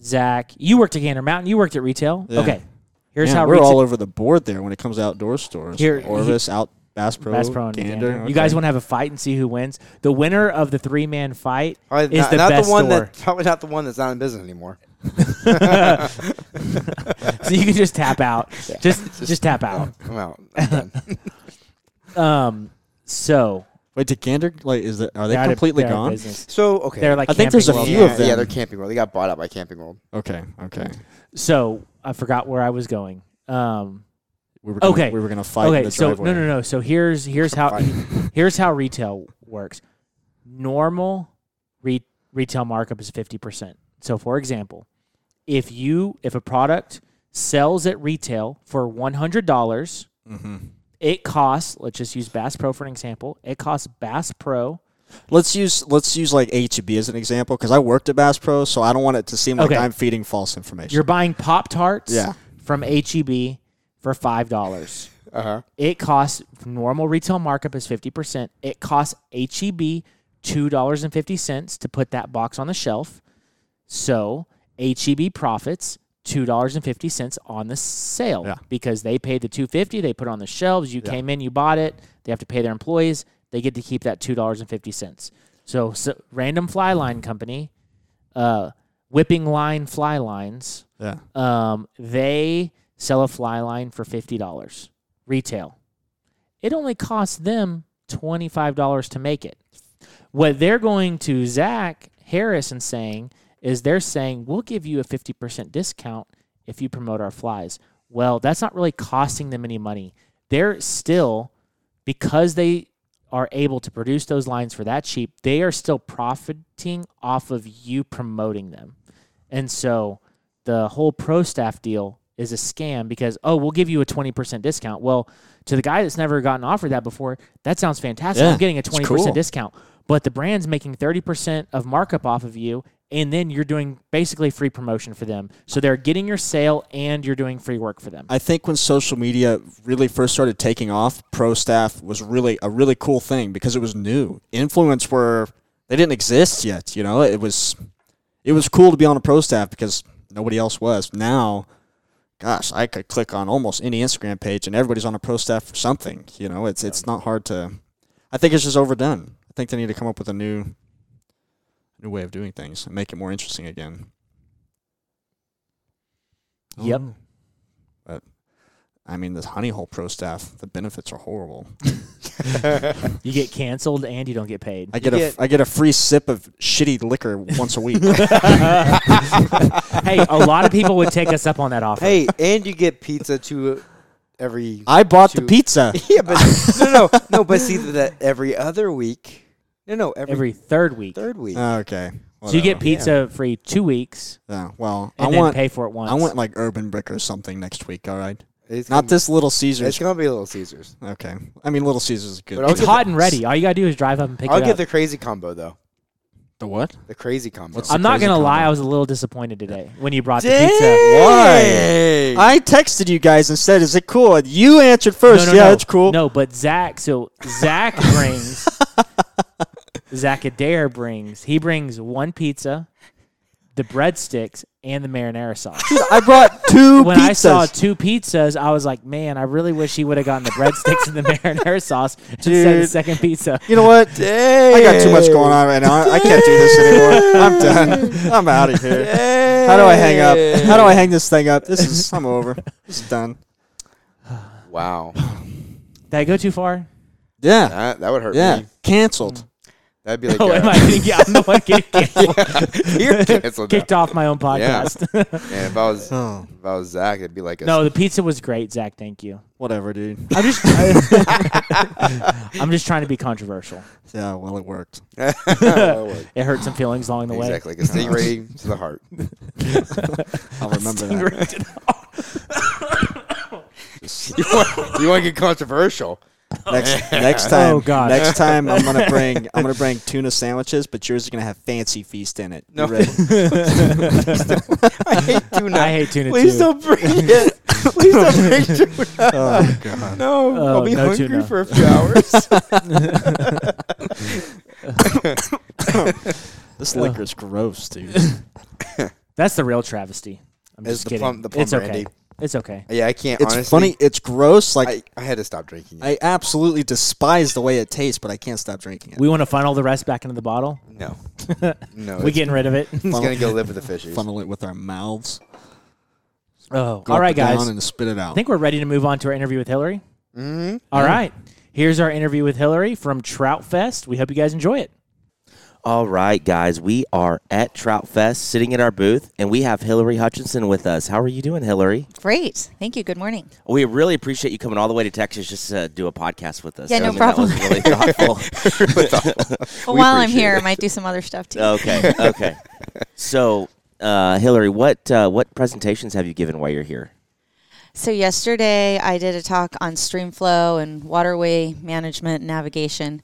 Speaker 2: Zach, you worked at Gander Mountain. You worked at retail.
Speaker 4: Yeah.
Speaker 2: Okay. Here's
Speaker 4: Man,
Speaker 2: how
Speaker 4: we're
Speaker 2: retail-
Speaker 4: all over the board there when it comes to outdoor stores.
Speaker 2: Here-
Speaker 4: Orvis, out Bass Pro,
Speaker 2: Bass Pro and
Speaker 4: Gander.
Speaker 2: You guys
Speaker 4: okay.
Speaker 2: want to have a fight and see who wins? The winner of the three man fight
Speaker 3: Probably
Speaker 2: is
Speaker 3: not,
Speaker 2: the
Speaker 3: not
Speaker 2: best
Speaker 3: the one
Speaker 2: store.
Speaker 3: that probably not the one that's not in business anymore.
Speaker 2: so you can just tap out. Just, just tap out.
Speaker 3: Come out. I'm done.
Speaker 2: Um. So
Speaker 4: wait? Did Gander like is that are they
Speaker 2: they're out of-
Speaker 4: completely
Speaker 2: they're out of
Speaker 4: gone?
Speaker 2: business.
Speaker 3: so okay,
Speaker 2: They're like
Speaker 4: I think there's a
Speaker 2: Camping
Speaker 4: few
Speaker 2: World.
Speaker 3: yeah,
Speaker 4: of them.
Speaker 3: yeah, they're Camping World. They got bought out by Camping World.
Speaker 4: Okay, okay.
Speaker 2: So I forgot where I was going. Um.
Speaker 4: We were gonna,
Speaker 2: Okay.
Speaker 4: We were gonna fight. in
Speaker 2: okay.
Speaker 4: the
Speaker 2: So
Speaker 4: driveway.
Speaker 2: no, no, no. So here's here's how here's how retail works. Normal re- retail markup is fifty percent. So for example, if you if a product sells at retail for one hundred dollars.
Speaker 4: Mm-hmm.
Speaker 2: It costs, let's just use Bass Pro for an example. It costs Bass Pro
Speaker 4: Let's use let's use like HEB as an example because I worked at Bass Pro, so I don't want it to seem like
Speaker 2: Okay.
Speaker 4: I'm feeding false information.
Speaker 2: You're buying Pop Tarts
Speaker 4: Yeah.
Speaker 2: from HEB for five dollars.
Speaker 3: Uh
Speaker 4: Uh-huh.
Speaker 3: huh.
Speaker 2: It costs normal retail markup is fifty percent. It costs HEB two dollars and fifty cents to put that box on the shelf. So HEB profits two dollars and fifty cents on the sale
Speaker 4: Yeah.
Speaker 2: because they paid the two fifty. They put it on the shelves. You came in, you bought it. They have to pay their employees. They get to keep that two dollars and fifty cents. So, so random fly line company, uh, whipping line fly lines
Speaker 4: yeah.
Speaker 2: um, they sell a fly line for fifty dollars retail. It only costs them twenty five dollars to make it. What they're going to Zach Harris and saying is they're saying we'll give you a fifty percent discount if you promote our flies. Well, that's not really costing them any money. They're still because they are able to produce those lines for that cheap, they are still profiting off of you promoting them. And so the whole pro staff deal is a scam because oh we'll give you a 20% discount well to the guy that's never gotten offered that before that sounds fantastic
Speaker 4: Yeah,
Speaker 2: i'm getting a
Speaker 4: it's
Speaker 2: 20%
Speaker 4: cool.
Speaker 2: discount but the brand's making 30% of markup off of you and then you're doing basically free promotion for them so they're getting your sale and you're doing free work for them
Speaker 4: I think when social media really first started taking off, pro staff was really a really cool thing because it was new. Influence were they didn't exist yet, you know. It was it was cool to be on a pro staff because nobody else was. Now, gosh, I could click on almost any Instagram page and everybody's on a pro staff for something, you know. It's it's not hard to I think it's just overdone. I think they need to come up with a new new way of doing things and make it more interesting again.
Speaker 2: yep
Speaker 4: I mean, this honey hole pro staff, the benefits are horrible.
Speaker 2: you get canceled and you don't get paid
Speaker 4: I get, a
Speaker 3: get-
Speaker 4: I get a free sip of shitty liquor once a week.
Speaker 2: hey a lot of people would take us up on that offer
Speaker 3: Hey, and you get pizza to every.
Speaker 4: I bought the
Speaker 3: Two.
Speaker 4: pizza.
Speaker 3: yeah, but no, no, no, no, but see that every other week. No, no, every, Uh,
Speaker 2: every third week
Speaker 3: third week.
Speaker 4: Ah, Okay.
Speaker 2: so you get
Speaker 4: whatever.
Speaker 2: pizza free two weeks
Speaker 4: Yeah, well,
Speaker 2: and
Speaker 4: I
Speaker 2: then
Speaker 4: want
Speaker 2: pay for it once
Speaker 4: I want like Urban Brick or something next week. All right.
Speaker 3: it's
Speaker 4: Not
Speaker 3: gonna-
Speaker 4: this Little
Speaker 3: It's
Speaker 4: Caesars.
Speaker 3: gonna be Little Caesars.
Speaker 4: Okay. I mean, Little Caesars is good.
Speaker 3: But I'll
Speaker 2: it's
Speaker 3: get
Speaker 2: hot
Speaker 3: the-
Speaker 2: and ready all you gotta do is drive up and pick
Speaker 3: I'll
Speaker 2: it
Speaker 3: get
Speaker 2: up
Speaker 3: the crazy combo though.
Speaker 4: the what?
Speaker 3: The crazy combo.
Speaker 4: What's
Speaker 2: I'm not
Speaker 4: crazy
Speaker 2: gonna lie,
Speaker 4: combo.
Speaker 2: I was a little disappointed today when you brought the pizza.
Speaker 4: Why? I texted you guys and said, "Is it cool?" And you answered first. yeah, it's cool.
Speaker 2: No, but Zach, so Zach brings Zach Adair brings he brings one pizza, the breadsticks and the marinara sauce.
Speaker 4: I brought two
Speaker 2: when
Speaker 4: pizzas.
Speaker 2: I saw two pizzas, I was like, man, I really wish he would have gotten the breadsticks and the marinara sauce instead of the
Speaker 4: Dude.
Speaker 2: second pizza.
Speaker 4: you know what? I got too much
Speaker 3: Hey.
Speaker 4: going on right now. I can't do this anymore. I'm done. I'm out of here. How do I hang up? How do I hang this thing up? This is. I'm over. This is done.
Speaker 3: Wow,
Speaker 2: Did I go too far?
Speaker 4: Yeah.
Speaker 3: that, that would hurt
Speaker 4: Yeah.
Speaker 3: me.
Speaker 4: Canceled.
Speaker 3: That'd be like,
Speaker 2: Oh,
Speaker 3: uh,
Speaker 2: am I getting, yeah, I'm the one getting canceled,
Speaker 3: you're canceled. now.
Speaker 2: kicked off my own podcast.
Speaker 3: Man, if I was if I was Zach, it'd be like a
Speaker 2: no, the pizza was great, Zach. Thank you.
Speaker 4: Whatever, dude.
Speaker 2: I'm just, I, am just trying to be controversial.
Speaker 4: Yeah. Well, it worked.
Speaker 2: It hurt some feelings along the
Speaker 3: exactly like a stingray to the heart.
Speaker 4: I'll remember
Speaker 2: way.
Speaker 4: that.
Speaker 3: You want, you want to get controversial?
Speaker 4: Next, next time.
Speaker 2: Oh, God.
Speaker 4: Next time, I'm gonna bring. I'm gonna bring tuna sandwiches, but yours is gonna have fancy feast in it. You
Speaker 3: No.
Speaker 4: ready?
Speaker 3: I hate tuna.
Speaker 2: I hate tuna
Speaker 3: Please
Speaker 2: too.
Speaker 3: don't bring it. Please don't bring tuna.
Speaker 4: oh God.
Speaker 3: No,
Speaker 2: Oh,
Speaker 3: I'll be
Speaker 2: no
Speaker 3: hungry
Speaker 2: tuna.
Speaker 3: for a few hours.
Speaker 4: This liquor's gross, dude.
Speaker 2: That's the real travesty. I'm
Speaker 3: It's
Speaker 2: just
Speaker 3: the
Speaker 2: kidding.
Speaker 3: plum- the plum
Speaker 2: it's okay.
Speaker 3: brandy.
Speaker 2: It's okay.
Speaker 3: yeah, I can't.
Speaker 4: It's
Speaker 3: honestly,
Speaker 4: funny. It's gross. Like
Speaker 3: I, I had to stop drinking. It.
Speaker 4: I absolutely despise the way it tastes, but I can't stop drinking it.
Speaker 2: We want to funnel the rest back into the bottle.
Speaker 3: no, no.
Speaker 2: We
Speaker 3: it's,
Speaker 2: getting rid of it.
Speaker 3: it's gonna go live with the fishes.
Speaker 4: funnel it with our mouths.
Speaker 2: oh, all
Speaker 4: Go up
Speaker 2: right,
Speaker 4: and down
Speaker 2: guys.
Speaker 4: and spit it out.
Speaker 2: I think we're ready to move on to our interview with Hillary. Mm-hmm. right. Here's our interview with Hillary from Trout Fest. We hope you guys enjoy it.
Speaker 10: All right, guys, we are at Trout Fest, sitting in our booth, and we have Hillary Hutchinson with us. How are you doing, Hillary?
Speaker 11: Great. Thank you. Good morning.
Speaker 10: We really appreciate you coming all the way to Texas just to do a podcast with us.
Speaker 11: Yeah,
Speaker 10: I
Speaker 11: no
Speaker 10: mean, that was
Speaker 11: problem.
Speaker 10: really thoughtful.
Speaker 11: Well, while I'm
Speaker 3: appreciate
Speaker 11: here,
Speaker 3: it.
Speaker 11: I might do some other stuff too.
Speaker 10: okay, okay. So, uh, Hillary, what uh, what presentations have you given while you're here?
Speaker 11: So yesterday, I did a talk on streamflow and waterway management and navigation.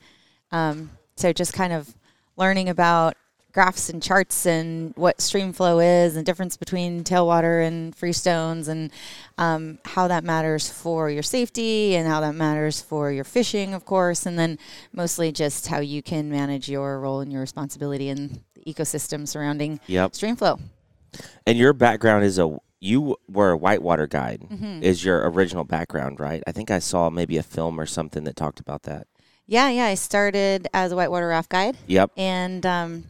Speaker 11: Um, so just kind of learning about graphs and charts and what streamflow is and difference between tailwater and freestones and um, how that matters for your safety and how that matters for your fishing, of course, and then mostly just how you can manage your role and your responsibility in the ecosystem surrounding
Speaker 10: Yep.
Speaker 11: streamflow.
Speaker 10: And your background is a you were a whitewater guide is your original background, right? I think I saw maybe a film or something that talked about that.
Speaker 11: Yeah, yeah. I started as a whitewater raft guide.
Speaker 10: Yep.
Speaker 11: and um,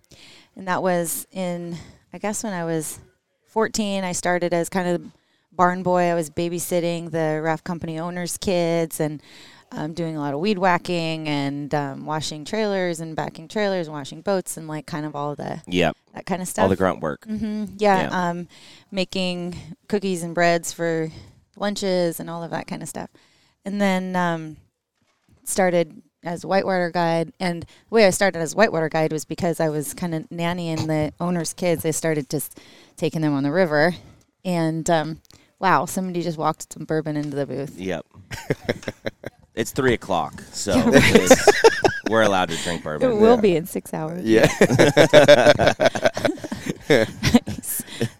Speaker 11: and that was in I guess when I was 14. I started as kind of barn boy. I was babysitting the raft company owners' kids and um, doing a lot of weed whacking and um, washing trailers and backing trailers, washing boats, and like kind of all the
Speaker 10: Yep.
Speaker 11: that kind of stuff.
Speaker 10: All the grunt work.
Speaker 11: yeah,
Speaker 10: yeah.
Speaker 11: Um, making cookies and breads for lunches and all of that kind of stuff, and then. Um, started as a whitewater guide and the way I started as a whitewater guide was because I was kind of nannying the owner's kids. I started just taking them on the river and um, wow, somebody just walked some bourbon into the booth.
Speaker 10: Yep. it's three o'clock, so it's- we're allowed to drink bourbon.
Speaker 11: It will be in six hours.
Speaker 3: yeah,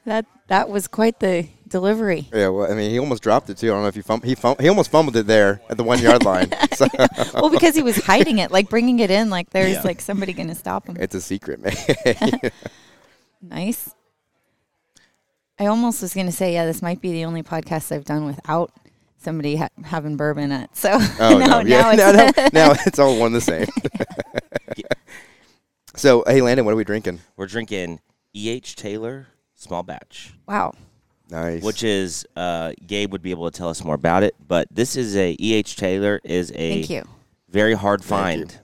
Speaker 11: That that was quite the delivery.
Speaker 3: yeah. Well, I mean, he almost dropped it too. I don't know if you fum- he fum- he almost fumbled it there at the one yard line. So
Speaker 11: Well, because he was hiding it, like bringing it in, like there's
Speaker 10: Yeah.
Speaker 11: like somebody gonna stop him.
Speaker 3: it's a secret, man.
Speaker 11: Nice. I almost was gonna say, yeah, this might be the only podcast I've done without somebody ha- having bourbon in it. So
Speaker 3: Oh
Speaker 11: now,
Speaker 3: no!
Speaker 11: now
Speaker 3: yeah,
Speaker 11: it's
Speaker 3: now, now, now it's all one the same. so, hey, Landon, what are we drinking?
Speaker 10: We're drinking E.H. Taylor small batch,
Speaker 11: wow.
Speaker 3: Nice.
Speaker 10: which is uh, Gabe would be able to tell us more about it. But this is a E.H. Taylor is a
Speaker 11: Thank you.
Speaker 10: very hard find.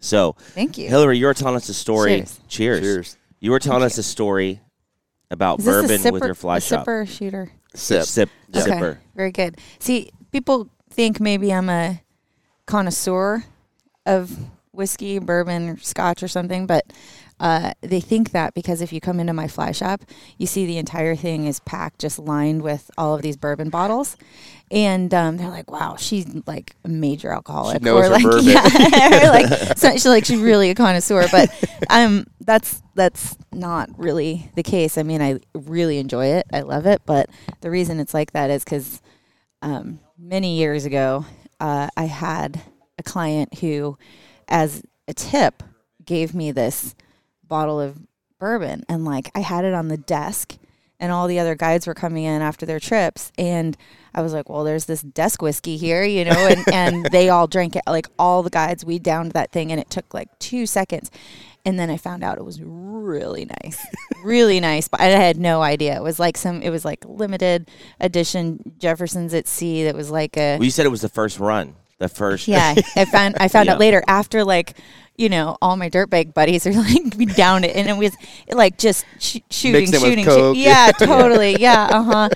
Speaker 10: So,
Speaker 11: Thank you.
Speaker 10: Hillary, you were telling us a story.
Speaker 11: Cheers.
Speaker 10: Cheers.
Speaker 3: Cheers.
Speaker 10: You were telling us a story about
Speaker 11: Is
Speaker 10: bourbon
Speaker 11: this a sipper,
Speaker 10: with your fly
Speaker 11: a
Speaker 10: shop.
Speaker 11: sipper shooter?
Speaker 3: sip?
Speaker 10: Sip, sipper.
Speaker 11: Very good. See, people think maybe I'm a connoisseur of whiskey, bourbon, scotch, or something, but uh, they think that because if you come into my fly shop, you see the entire thing is packed, just lined with all of these bourbon bottles, and um, they're like, "Wow, she's like a major alcoholic."
Speaker 3: She knows her
Speaker 11: like,
Speaker 3: bourbon.
Speaker 11: yeah, or, like so she's like she's really a connoisseur, but um, that's that's not really the case. I mean, I really enjoy it, I love it, but the reason it's like that is because um, many years ago, uh, I had a client who, as a tip, gave me this bottle of bourbon and like I had it on the desk and all the other guides were coming in after their trips and I was like, Well, there's this desk whiskey here, you know, and, and they all drank it like all the guides, we downed that thing and it took like two seconds. And then I found out it was really nice. really nice. But I had no idea. It was like some it was like limited edition Jefferson's at sea that was like a
Speaker 10: Well, you said it was the first run, the first.
Speaker 11: yeah, I found I found
Speaker 10: Yeah.
Speaker 11: out later after like you know all my dirt bike buddies are like we downed it and it was like just sh- shooting
Speaker 3: Mixed it with
Speaker 11: shooting shoo-
Speaker 3: Coke.
Speaker 11: yeah totally yeah uh huh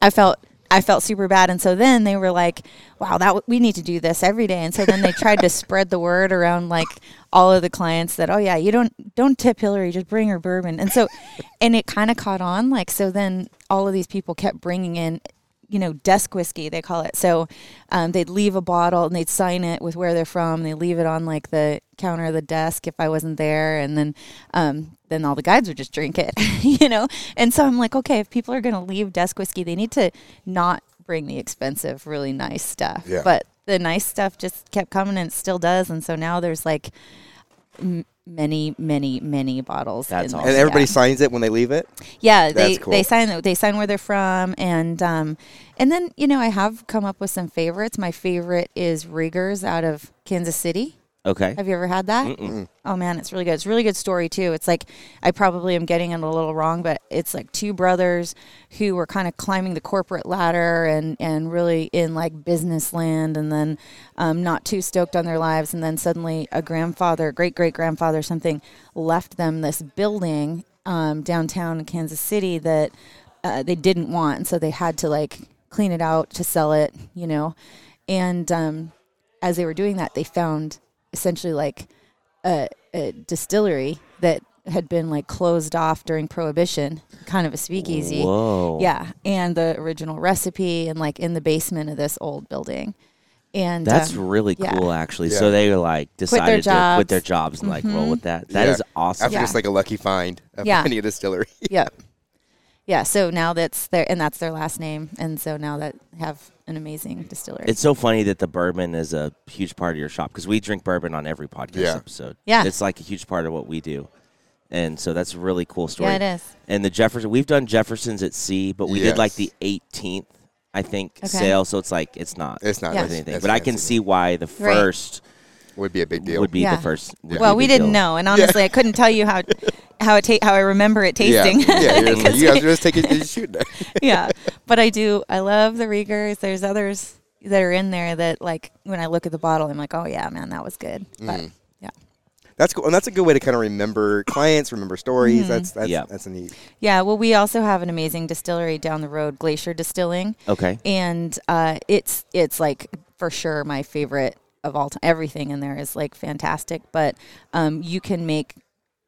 Speaker 11: I felt I felt super bad and so then they were like wow that w- we need to do this every day and so then they tried to spread the word around like all of the clients that oh yeah you don't don't tip Hillary just bring her bourbon and so and it kind of caught on like so then all of these people kept bringing in you know, desk whiskey, they call it. So um, they'd leave a bottle and they'd sign it with where they're from. They leave it on like the counter of the desk if I wasn't there. And then, um, then all the guides would just drink it, you know? And so I'm like, okay, if people are going to leave desk whiskey, they need to not bring the expensive, really nice stuff.
Speaker 12: Yeah.
Speaker 11: But the nice stuff just kept coming and it still does. And so now there's like m- many, many, many bottles. in
Speaker 3: And
Speaker 11: this,
Speaker 3: everybody
Speaker 11: yeah.
Speaker 3: signs it when they leave it.
Speaker 11: Yeah, they,
Speaker 3: That's cool.
Speaker 11: they sign they sign where they're from, and um, and then you know I have come up with some favorites. My favorite is Riggers out of Kansas City.
Speaker 10: Okay.
Speaker 11: have you ever had that?
Speaker 10: Mm-mm.
Speaker 11: Oh man, it's really good. It's a really good story too. It's like I probably am getting it a little wrong, but it's like two brothers who were kind of climbing the corporate ladder and and really in like business land, and then um, not too stoked on their lives, and then suddenly a grandfather, great great grandfather, something left them this building um, downtown Kansas City that uh, they didn't want, and so they had to like clean it out to sell it, you know, and um, as they were doing that, they found essentially like a, a distillery that had been like closed off during prohibition kind of a speakeasy
Speaker 10: Whoa.
Speaker 11: yeah and the original recipe and like in the basement of this old building and
Speaker 10: That's
Speaker 11: um,
Speaker 10: really
Speaker 11: yeah.
Speaker 10: cool, actually.
Speaker 3: Yeah.
Speaker 10: So they like
Speaker 11: Quit their
Speaker 10: decided to quit their
Speaker 11: jobs.
Speaker 10: jobs and like roll
Speaker 11: Mhm.
Speaker 10: with that. That
Speaker 3: Yeah.
Speaker 10: is awesome.
Speaker 3: After just like a lucky find of
Speaker 11: Yeah.
Speaker 3: any distillery.
Speaker 11: yep yeah so now that's their and that's their last name and so now that have an amazing distillery
Speaker 10: It's so funny that the bourbon is a huge part of your shop because we drink bourbon on every podcast
Speaker 11: Yeah.
Speaker 10: episode.
Speaker 11: Yeah.
Speaker 10: It's like a huge part of what we do. And so that's a really cool story.
Speaker 11: Yeah, it is.
Speaker 10: And the Jefferson, we've done Jefferson's at sea, but we did like
Speaker 3: Yes.
Speaker 10: the 18th, I think,
Speaker 11: Okay.
Speaker 10: sale. So it's like, it's not.
Speaker 3: It's not
Speaker 11: Yeah.
Speaker 10: worth anything.
Speaker 3: It's
Speaker 10: but I can
Speaker 3: fancy.
Speaker 10: see why the
Speaker 11: Right.
Speaker 10: first
Speaker 3: would be a big deal.
Speaker 10: Would be
Speaker 11: Yeah.
Speaker 10: the first. would
Speaker 11: well
Speaker 10: be
Speaker 11: we
Speaker 10: the
Speaker 11: didn't
Speaker 10: deal.
Speaker 11: know and honestly i couldn't tell you how how it ta- how i remember it tasting
Speaker 3: Yeah, yeah you're just like,
Speaker 11: 'Cause
Speaker 3: you guys
Speaker 11: we-
Speaker 3: are just taking you're just shooting it.
Speaker 11: yeah, but I do. I love the Riegers. There's others that are in there that, like, when I look at the bottle, I'm like, oh yeah, man, that was good. But
Speaker 3: Mhm.
Speaker 11: yeah,
Speaker 3: That's cool, and that's a good way to kind of remember clients, remember stories.
Speaker 11: Mhm.
Speaker 3: That's that's
Speaker 10: Yeah.
Speaker 3: that's a neat.
Speaker 11: yeah. Well, we also have an amazing distillery down the road, Glacier Distilling.
Speaker 10: Okay.
Speaker 11: and uh, it's it's like for sure my favorite of all time. Everything in there is like fantastic, but um, you can make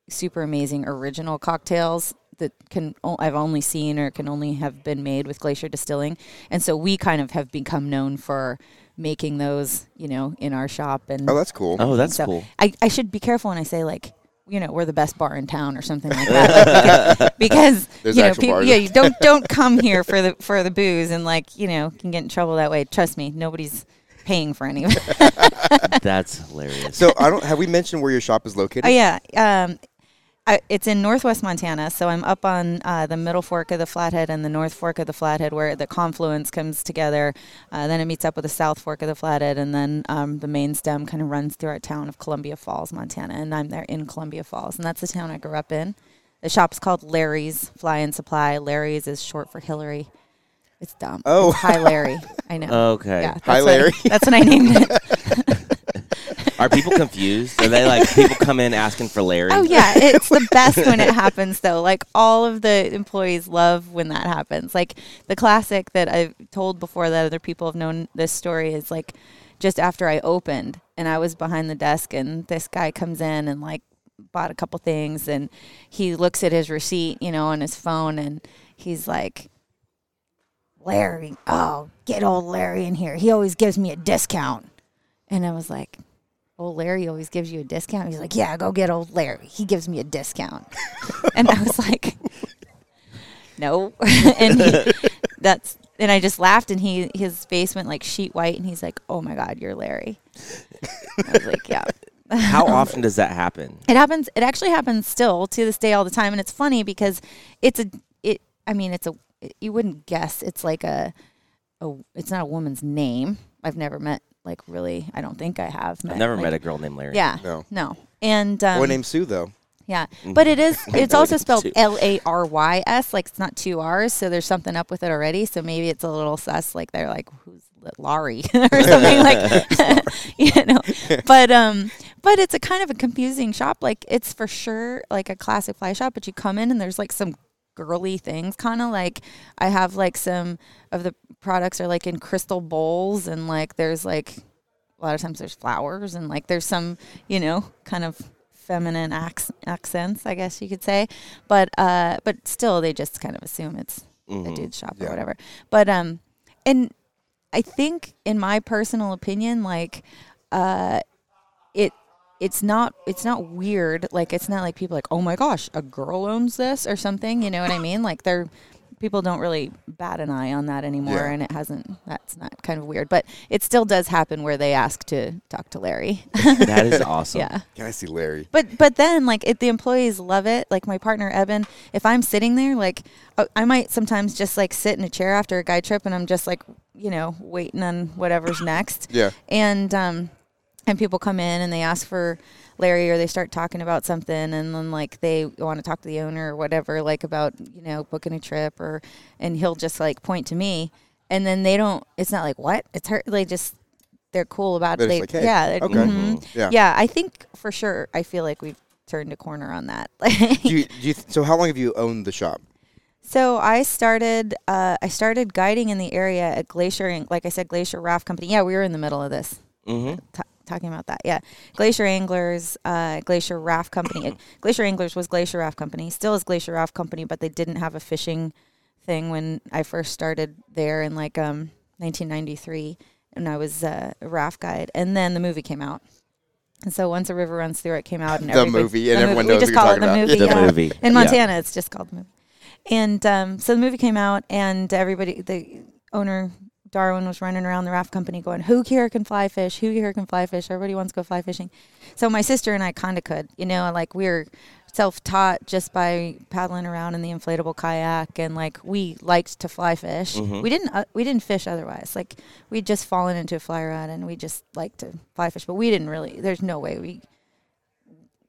Speaker 11: super amazing original cocktails that can o- I've only seen or can only have been made with Glacier Distilling, and so we kind of have become known for making those, you know, in our shop. And
Speaker 3: Oh, that's cool.
Speaker 10: Oh, that's
Speaker 11: so
Speaker 10: cool.
Speaker 11: I, I should be careful when I say like. You know, we're the best bar in town, or something like that, like, because, because
Speaker 3: There's
Speaker 11: you know,
Speaker 3: actual
Speaker 11: peop-
Speaker 3: bars.
Speaker 11: yeah, you don't don't come here for the for the booze and like you know can get in trouble that way. Trust me, nobody's paying for any of it.
Speaker 10: That's hilarious.
Speaker 3: So I don't have we mentioned where your shop is located?
Speaker 11: Oh yeah, um, I, it's in Northwest Montana, so I'm up on uh, the middle fork of the Flathead and the North Fork of the Flathead, where the confluence comes together. Uh, then it meets up with the South Fork of the Flathead, and then um, the main stem kind of runs through our town of Columbia Falls, Montana. And I'm there in Columbia Falls, and that's the town I grew up in. The shop's called Larry's Fly and Supply. Larry's is short for Hillary. It's dumb.
Speaker 3: Oh.
Speaker 11: it's Hi Larry. I know.
Speaker 10: Okay.
Speaker 11: Yeah,
Speaker 3: Hi,
Speaker 11: that's what I-
Speaker 3: Larry.
Speaker 11: that's what I named it.
Speaker 10: Are people confused? Are they like people come in asking for Larry?
Speaker 11: Oh yeah, it's the best when it happens though. Like all of the employees love when that happens. Like the classic that I've told before that other people have known this story is like just after I opened and I was behind the desk and this guy comes in and like bought a couple things and he looks at his receipt, you know, on his phone and he's like Larry, oh, get old Larry in here. He always gives me a discount. And I was like, Old Larry always gives you a discount. He's like, Yeah, go get old Larry. He gives me a discount. and I was like, No. and he, that's and I just laughed and he his face went like sheet white and he's like, Oh my God, you're Larry. I was like, Yeah.
Speaker 10: How often does that happen?
Speaker 11: It happens. It actually happens still to this day all the time, and it's funny because it's a. It. I mean, it's a. You wouldn't guess. It's like a. A. It's not a woman's name. I've never met like really. I don't think I have. Met,
Speaker 10: I've never
Speaker 11: like-
Speaker 10: met a girl named Larry.
Speaker 11: Yeah.
Speaker 3: No.
Speaker 11: No. And um,
Speaker 3: Boy named Sue though.
Speaker 11: Yeah, but Mm-hmm. it is. It's also spelled
Speaker 3: Two.
Speaker 11: L A R Y S. Like it's not two R's, so there's something up with it already. So maybe it's a little sus. Like they're like, who's L- Laurie or something like, you know. But um, but it's a kind of a confusing shop. Like it's for sure like a classic fly shop, but you come in and there's like some girly things kind of like i have like some of the products are like in crystal bowls and like there's like a lot of times there's flowers and like there's some you know kind of feminine acc- accents i guess you could say but uh but still they just kind of assume it's a
Speaker 10: Mhm.
Speaker 11: dude's shop
Speaker 10: Yeah.
Speaker 11: or whatever but um and i think in my personal opinion like uh it it's not it's not weird like it's not like people are like oh my gosh a girl owns this or something you know what i mean like they're people don't really bat an eye on that anymore
Speaker 12: Yeah.
Speaker 11: and it hasn't that's not kind of weird but it still does happen where they ask to talk to larry
Speaker 10: That is awesome.
Speaker 11: yeah
Speaker 3: Can I see Larry?
Speaker 11: but but then like it, the employees love it. Like my partner Evan, if I'm sitting there, like I- I might sometimes just like sit in a chair after a guy trip, and I'm just like you know waiting on whatever's next.
Speaker 12: Yeah.
Speaker 11: And um, and people come in and they ask for Larry, or they start talking about something, and then like they want to talk to the owner or whatever, like about you know booking a trip, or and he'll just like point to me, and then they don't. It's not like what it's her. They just they're cool about
Speaker 12: They're
Speaker 11: it.
Speaker 12: just
Speaker 11: They,
Speaker 12: like, "Hey,
Speaker 11: yeah, they're-
Speaker 12: okay." Mm-hmm.
Speaker 11: mhm.
Speaker 3: Yeah.
Speaker 11: yeah. I think for sure. I feel like we've turned a corner on that.
Speaker 3: do you, do you, so how long have you owned the shop?
Speaker 11: so I started. Uh, I started guiding in the area at Glacier Inc. Like I said, Glacier Raft Company. Yeah, we were in the middle of this
Speaker 10: Mm-hmm.
Speaker 11: ta- talking about that. Yeah, Glacier Anglers, uh, Glacier Raft Company. It- Glacier Anglers was Glacier Raft Company, still is Glacier Raft Company, but they didn't have a fishing thing when I first started there in like um, 1993, and I was uh, a raft guide. And then the movie came out. And so once a river runs through it came out and
Speaker 3: The
Speaker 11: everybody-
Speaker 3: movie, and everyone
Speaker 11: we
Speaker 3: knows
Speaker 11: just
Speaker 3: what you're
Speaker 11: call it
Speaker 3: talking
Speaker 11: the
Speaker 3: about.
Speaker 11: movie.
Speaker 10: The
Speaker 11: yeah.
Speaker 10: movie,
Speaker 11: in
Speaker 10: yeah.
Speaker 11: Montana, it's just called the movie. And um, so the movie came out, and everybody, the owner Darwin was running around the raft company going, Who here can fly fish? Who here can fly fish? Everybody wants to go fly fishing. So my sister and I kind of could, you know, like we were self taught just by paddling around in the inflatable kayak, and like we liked to fly fish.
Speaker 12: Mhm.
Speaker 11: We didn't, uh, we didn't fish otherwise. Like we'd just fallen into a fly rod and we just liked to fly fish, but we didn't really, there's no way we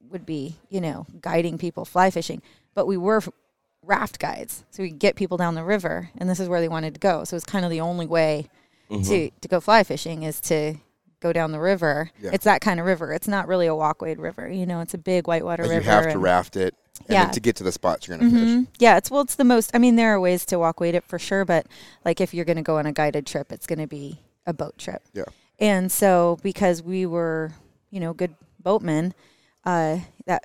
Speaker 11: would be, you know, guiding people fly fishing, but we were f- raft guides. So we could get people down the river, and this is where they wanted to go. So it's kind of the only way to,
Speaker 3: Mm-hmm.
Speaker 12: Mhm.
Speaker 11: to go fly fishing is to go down the river.
Speaker 3: Yeah.
Speaker 11: It's that kind of river. It's not really a walkway river. You know, it's a big whitewater
Speaker 3: Like
Speaker 11: river.
Speaker 3: you have to
Speaker 11: and-
Speaker 3: raft it, and
Speaker 11: Yeah.
Speaker 3: then to get to the spots you're gonna fish.
Speaker 11: Mhm. Yeah, it's well, it's the most. I mean, there are ways to walk weight it for sure, but like if you're going to go on a guided trip, it's going to be a boat trip.
Speaker 3: Yeah.
Speaker 11: And so because we were, you know, good boatmen, uh, that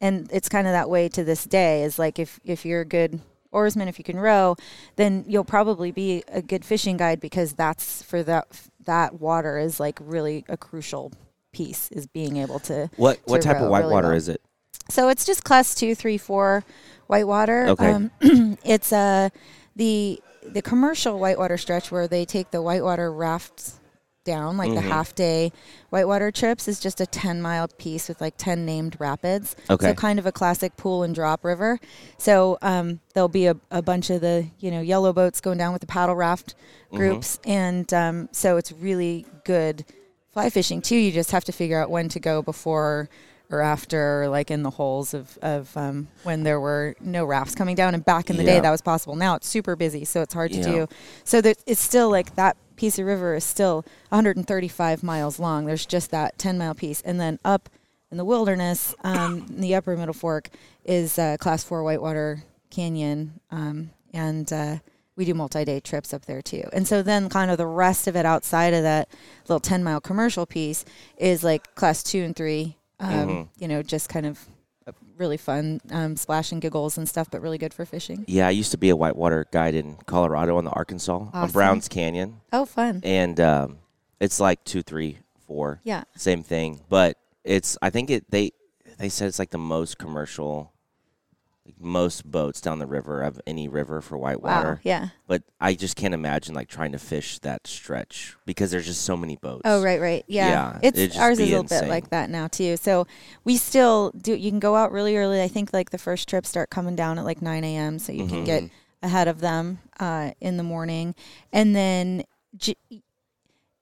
Speaker 11: and it's kind of that way to this day is like if if you're a good oarsman, if you can row, then you'll probably be a good fishing guide because that's for that that water is like really a crucial piece is being able to
Speaker 10: What what
Speaker 11: to
Speaker 10: type
Speaker 11: row
Speaker 10: of
Speaker 11: really
Speaker 10: whitewater
Speaker 11: well.
Speaker 10: is it?
Speaker 11: So it's just class two, three, four whitewater.
Speaker 10: Okay.
Speaker 11: it's uh, the the commercial whitewater stretch where they take the whitewater rafts down, like
Speaker 12: Mhm.
Speaker 11: the half day whitewater trips, is just a ten mile piece with like ten named rapids.
Speaker 12: Okay.
Speaker 11: So kind of a classic pool and drop river. So um, there'll be a, a bunch of the you know yellow boats going down with the paddle raft
Speaker 12: Mhm.
Speaker 11: groups, and um, so it's really good fly fishing too. You just have to figure out when to go before or after, or like in the holes of, of um, when there were no rafts coming down. And back in the day,
Speaker 12: Yeah.
Speaker 11: that was possible. Now it's super busy, so it's hard to
Speaker 12: Yeah.
Speaker 11: do. So there, it's still like that piece of river is still 135 miles long. There's just that 10 mile piece, and then up in the wilderness, um, in the upper middle fork is uh, class four whitewater canyon, um, and uh, we do multi-day trips up there too. And so then, kind of the rest of it outside of that little ten mile commercial piece is like class two and three. Um,
Speaker 10: Mhm.
Speaker 11: You know, just kind of really fun um, splash and giggles and stuff, but really good for fishing.
Speaker 10: Yeah, I used to be a whitewater guide in Colorado on the Arkansas on
Speaker 11: Awesome.
Speaker 10: Browns Canyon.
Speaker 11: Oh, fun.
Speaker 10: And um, it's like two, three, four.
Speaker 11: Yeah.
Speaker 10: Same thing, but it's I think it they they said it's like the most commercial like most boats down the river of any river for whitewater.
Speaker 11: yeah.
Speaker 10: But I just can't imagine like trying to fish that stretch because there's just so many boats.
Speaker 11: Oh right, right, yeah.
Speaker 10: it'd
Speaker 11: it's
Speaker 10: just
Speaker 11: ours is a
Speaker 10: be
Speaker 11: little bit
Speaker 10: insane.
Speaker 11: like that now too. So we still do. You can go out really early. I think like the first trips start coming down at like nine a.m. So you can get
Speaker 12: Mhm.
Speaker 10: Mm-hmm.
Speaker 11: ahead of them uh, in the morning, and then j-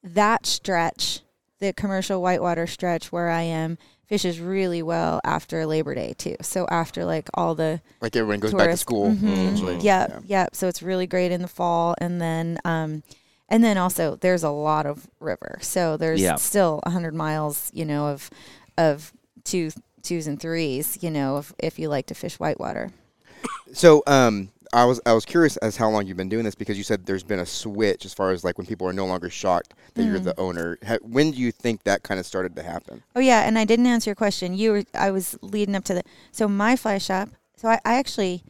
Speaker 11: that stretch, the commercial whitewater stretch where I am, fishes really well after Labor Day too. So after like all the
Speaker 3: Like everyone goes back to
Speaker 11: tourist-
Speaker 3: school,
Speaker 11: Mhm.
Speaker 3: essentially.
Speaker 11: Yep,
Speaker 3: Yeah.
Speaker 11: yep. So it's really great in the fall, and then um, and then also there's a lot of river. So there's
Speaker 12: Yeah.
Speaker 11: still a hundred miles, you know, of of two twos and threes, you know, if if you like to fish whitewater.
Speaker 3: So um, I was I was curious as how long you've been doing this because you said there's been a switch as far as like when people are no longer shocked that you're
Speaker 11: Mhm.
Speaker 3: the owner. Ha- when do you think that kind of started to happen?
Speaker 11: Oh yeah, and I didn't answer your question. You were I was leading up to the so my fly shop. So I, I actually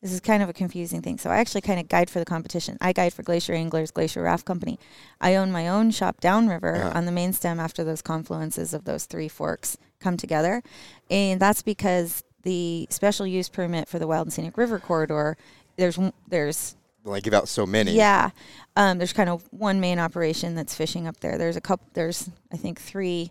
Speaker 11: this is kind of a confusing thing. So I actually kind of guide for the competition. I guide for Glacier Anglers, Glacier Raft Company. I own my own shop downriver
Speaker 12: Uh-huh.
Speaker 11: on the main stem after those confluences of those three forks come together, and that's because the special use permit for the Wild and Scenic River Corridor. There's one- there's
Speaker 3: Like give out so many.
Speaker 11: yeah, um, there's kind of one main operation that's fishing up there. There's a couple. There's I think three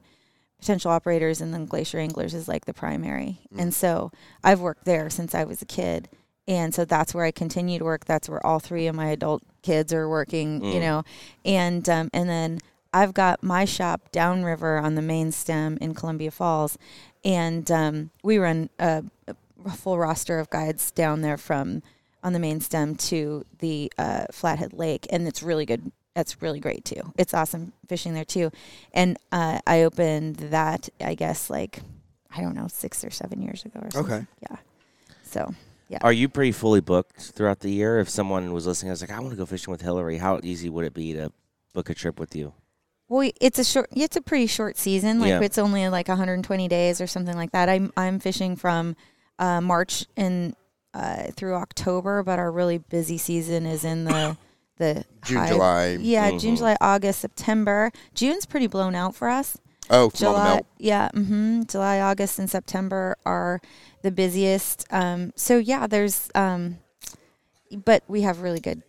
Speaker 11: potential operators, and then Glacier Anglers is like the primary. And so I've worked there since I was a kid, and so that's where I continue to work. That's where all three of my adult kids are working. You
Speaker 12: Mm.
Speaker 11: know, and um, and then I've got my shop downriver on the main stem in Columbia Falls, and um, we run a, a full roster of guides down there from on the main stem to the uh, Flathead Lake, and it's really good. That's really great too. It's awesome fishing there too, and uh, I opened that I guess like I don't know six or seven years ago or something.
Speaker 3: Okay.
Speaker 11: yeah. So yeah.
Speaker 10: Are you pretty fully booked throughout the year? If someone was listening, I was like, I want to go fishing with Hillary. How easy would it be to book a trip with you?
Speaker 11: Well, it's a short. It's a pretty short season. Like
Speaker 10: Yeah.
Speaker 11: it's only like 120 days or something like that. I'm I'm fishing from uh, March and uh, through October, but our really busy season is in the the
Speaker 3: June,
Speaker 11: high-
Speaker 3: July.
Speaker 11: Yeah, June,
Speaker 3: Mhm.
Speaker 11: July, August, September. June's pretty blown out for us.
Speaker 3: Oh, from all the melt.
Speaker 11: Yeah, hmm July, August, and September are the busiest. Um, so yeah, there's. Um, but we have really good.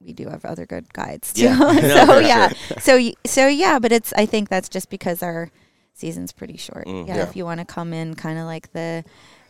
Speaker 11: We do have other good guides too.
Speaker 12: Yeah. No,
Speaker 11: so
Speaker 12: for
Speaker 11: yeah,
Speaker 12: sure.
Speaker 11: so y- so yeah, but it's I think that's just because our season's pretty short.
Speaker 12: Mm.
Speaker 11: Yeah,
Speaker 12: Yeah.
Speaker 11: if you want to come in kind of like the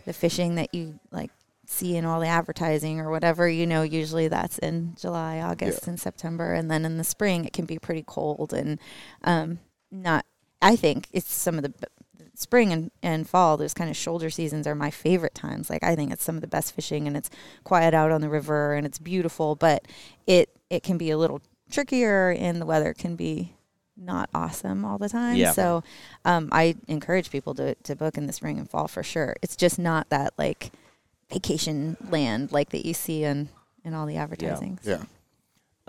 Speaker 11: the fishing that you like see in all the advertising or whatever, you know, usually that's in July, August, and September, and then in the spring it can be pretty cold and um, not. I think it's some of the b- spring and, and fall those kind of shoulder seasons are my favorite times like i think it's some of the best fishing and it's quiet out on the river and it's beautiful but it it can be a little trickier and the weather can be not awesome all the time
Speaker 12: Yeah.
Speaker 11: so um, i encourage people to, to book in the spring and fall for sure it's just not that like vacation land like that you see in in all the advertising
Speaker 3: Yeah.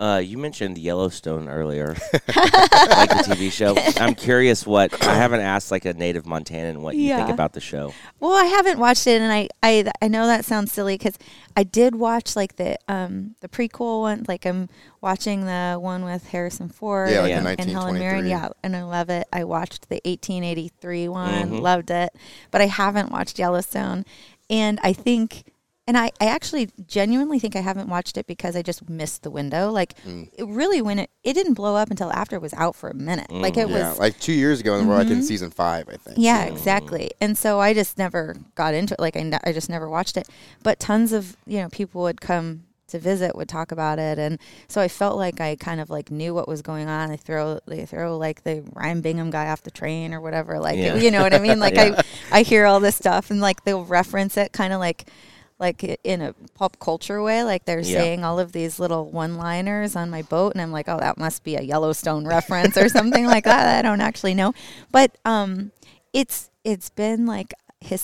Speaker 10: Uh, you mentioned Yellowstone earlier, like the TV show. I'm curious what I haven't asked like a native Montanan what you think
Speaker 11: Yeah.
Speaker 10: about the show.
Speaker 11: Well, I haven't watched it, and I I, I know that sounds silly because I did watch like the um the prequel one. Like I'm watching the one with Harrison Ford,
Speaker 12: Yeah, like the
Speaker 11: and, and Helen
Speaker 12: 1923.
Speaker 11: Mirren. Yeah, and I love it. I watched the 1883 one,
Speaker 12: Mhm.
Speaker 11: loved it, but I haven't watched Yellowstone, and I think. And I, I actually genuinely think I haven't watched it because I just missed the window. Like,
Speaker 12: Mm.
Speaker 11: it really, when it, it didn't blow up until after it was out for a minute. Like, it
Speaker 3: yeah,
Speaker 11: was
Speaker 3: like two years ago, and we're like in
Speaker 11: Mhm.
Speaker 3: season five, I think.
Speaker 11: yeah, exactly. And so I just never got into it. Like I, ne- I just never watched it. But tons of you know people would come to visit, would talk about it, and so I felt like I kind of like knew what was going on. They throw they throw like the Ryan Bingham guy off the train or whatever. Like
Speaker 12: Yeah.
Speaker 11: you know what I mean? Like
Speaker 12: Yeah.
Speaker 11: I I hear all this stuff and like they'll reference it, kind of like like i- in a pop culture way like they're
Speaker 12: Yeah.
Speaker 11: saying all of these little one liners on my boat and i'm like oh that must be a yellowstone reference or something like that i don't actually know but um it's it's been like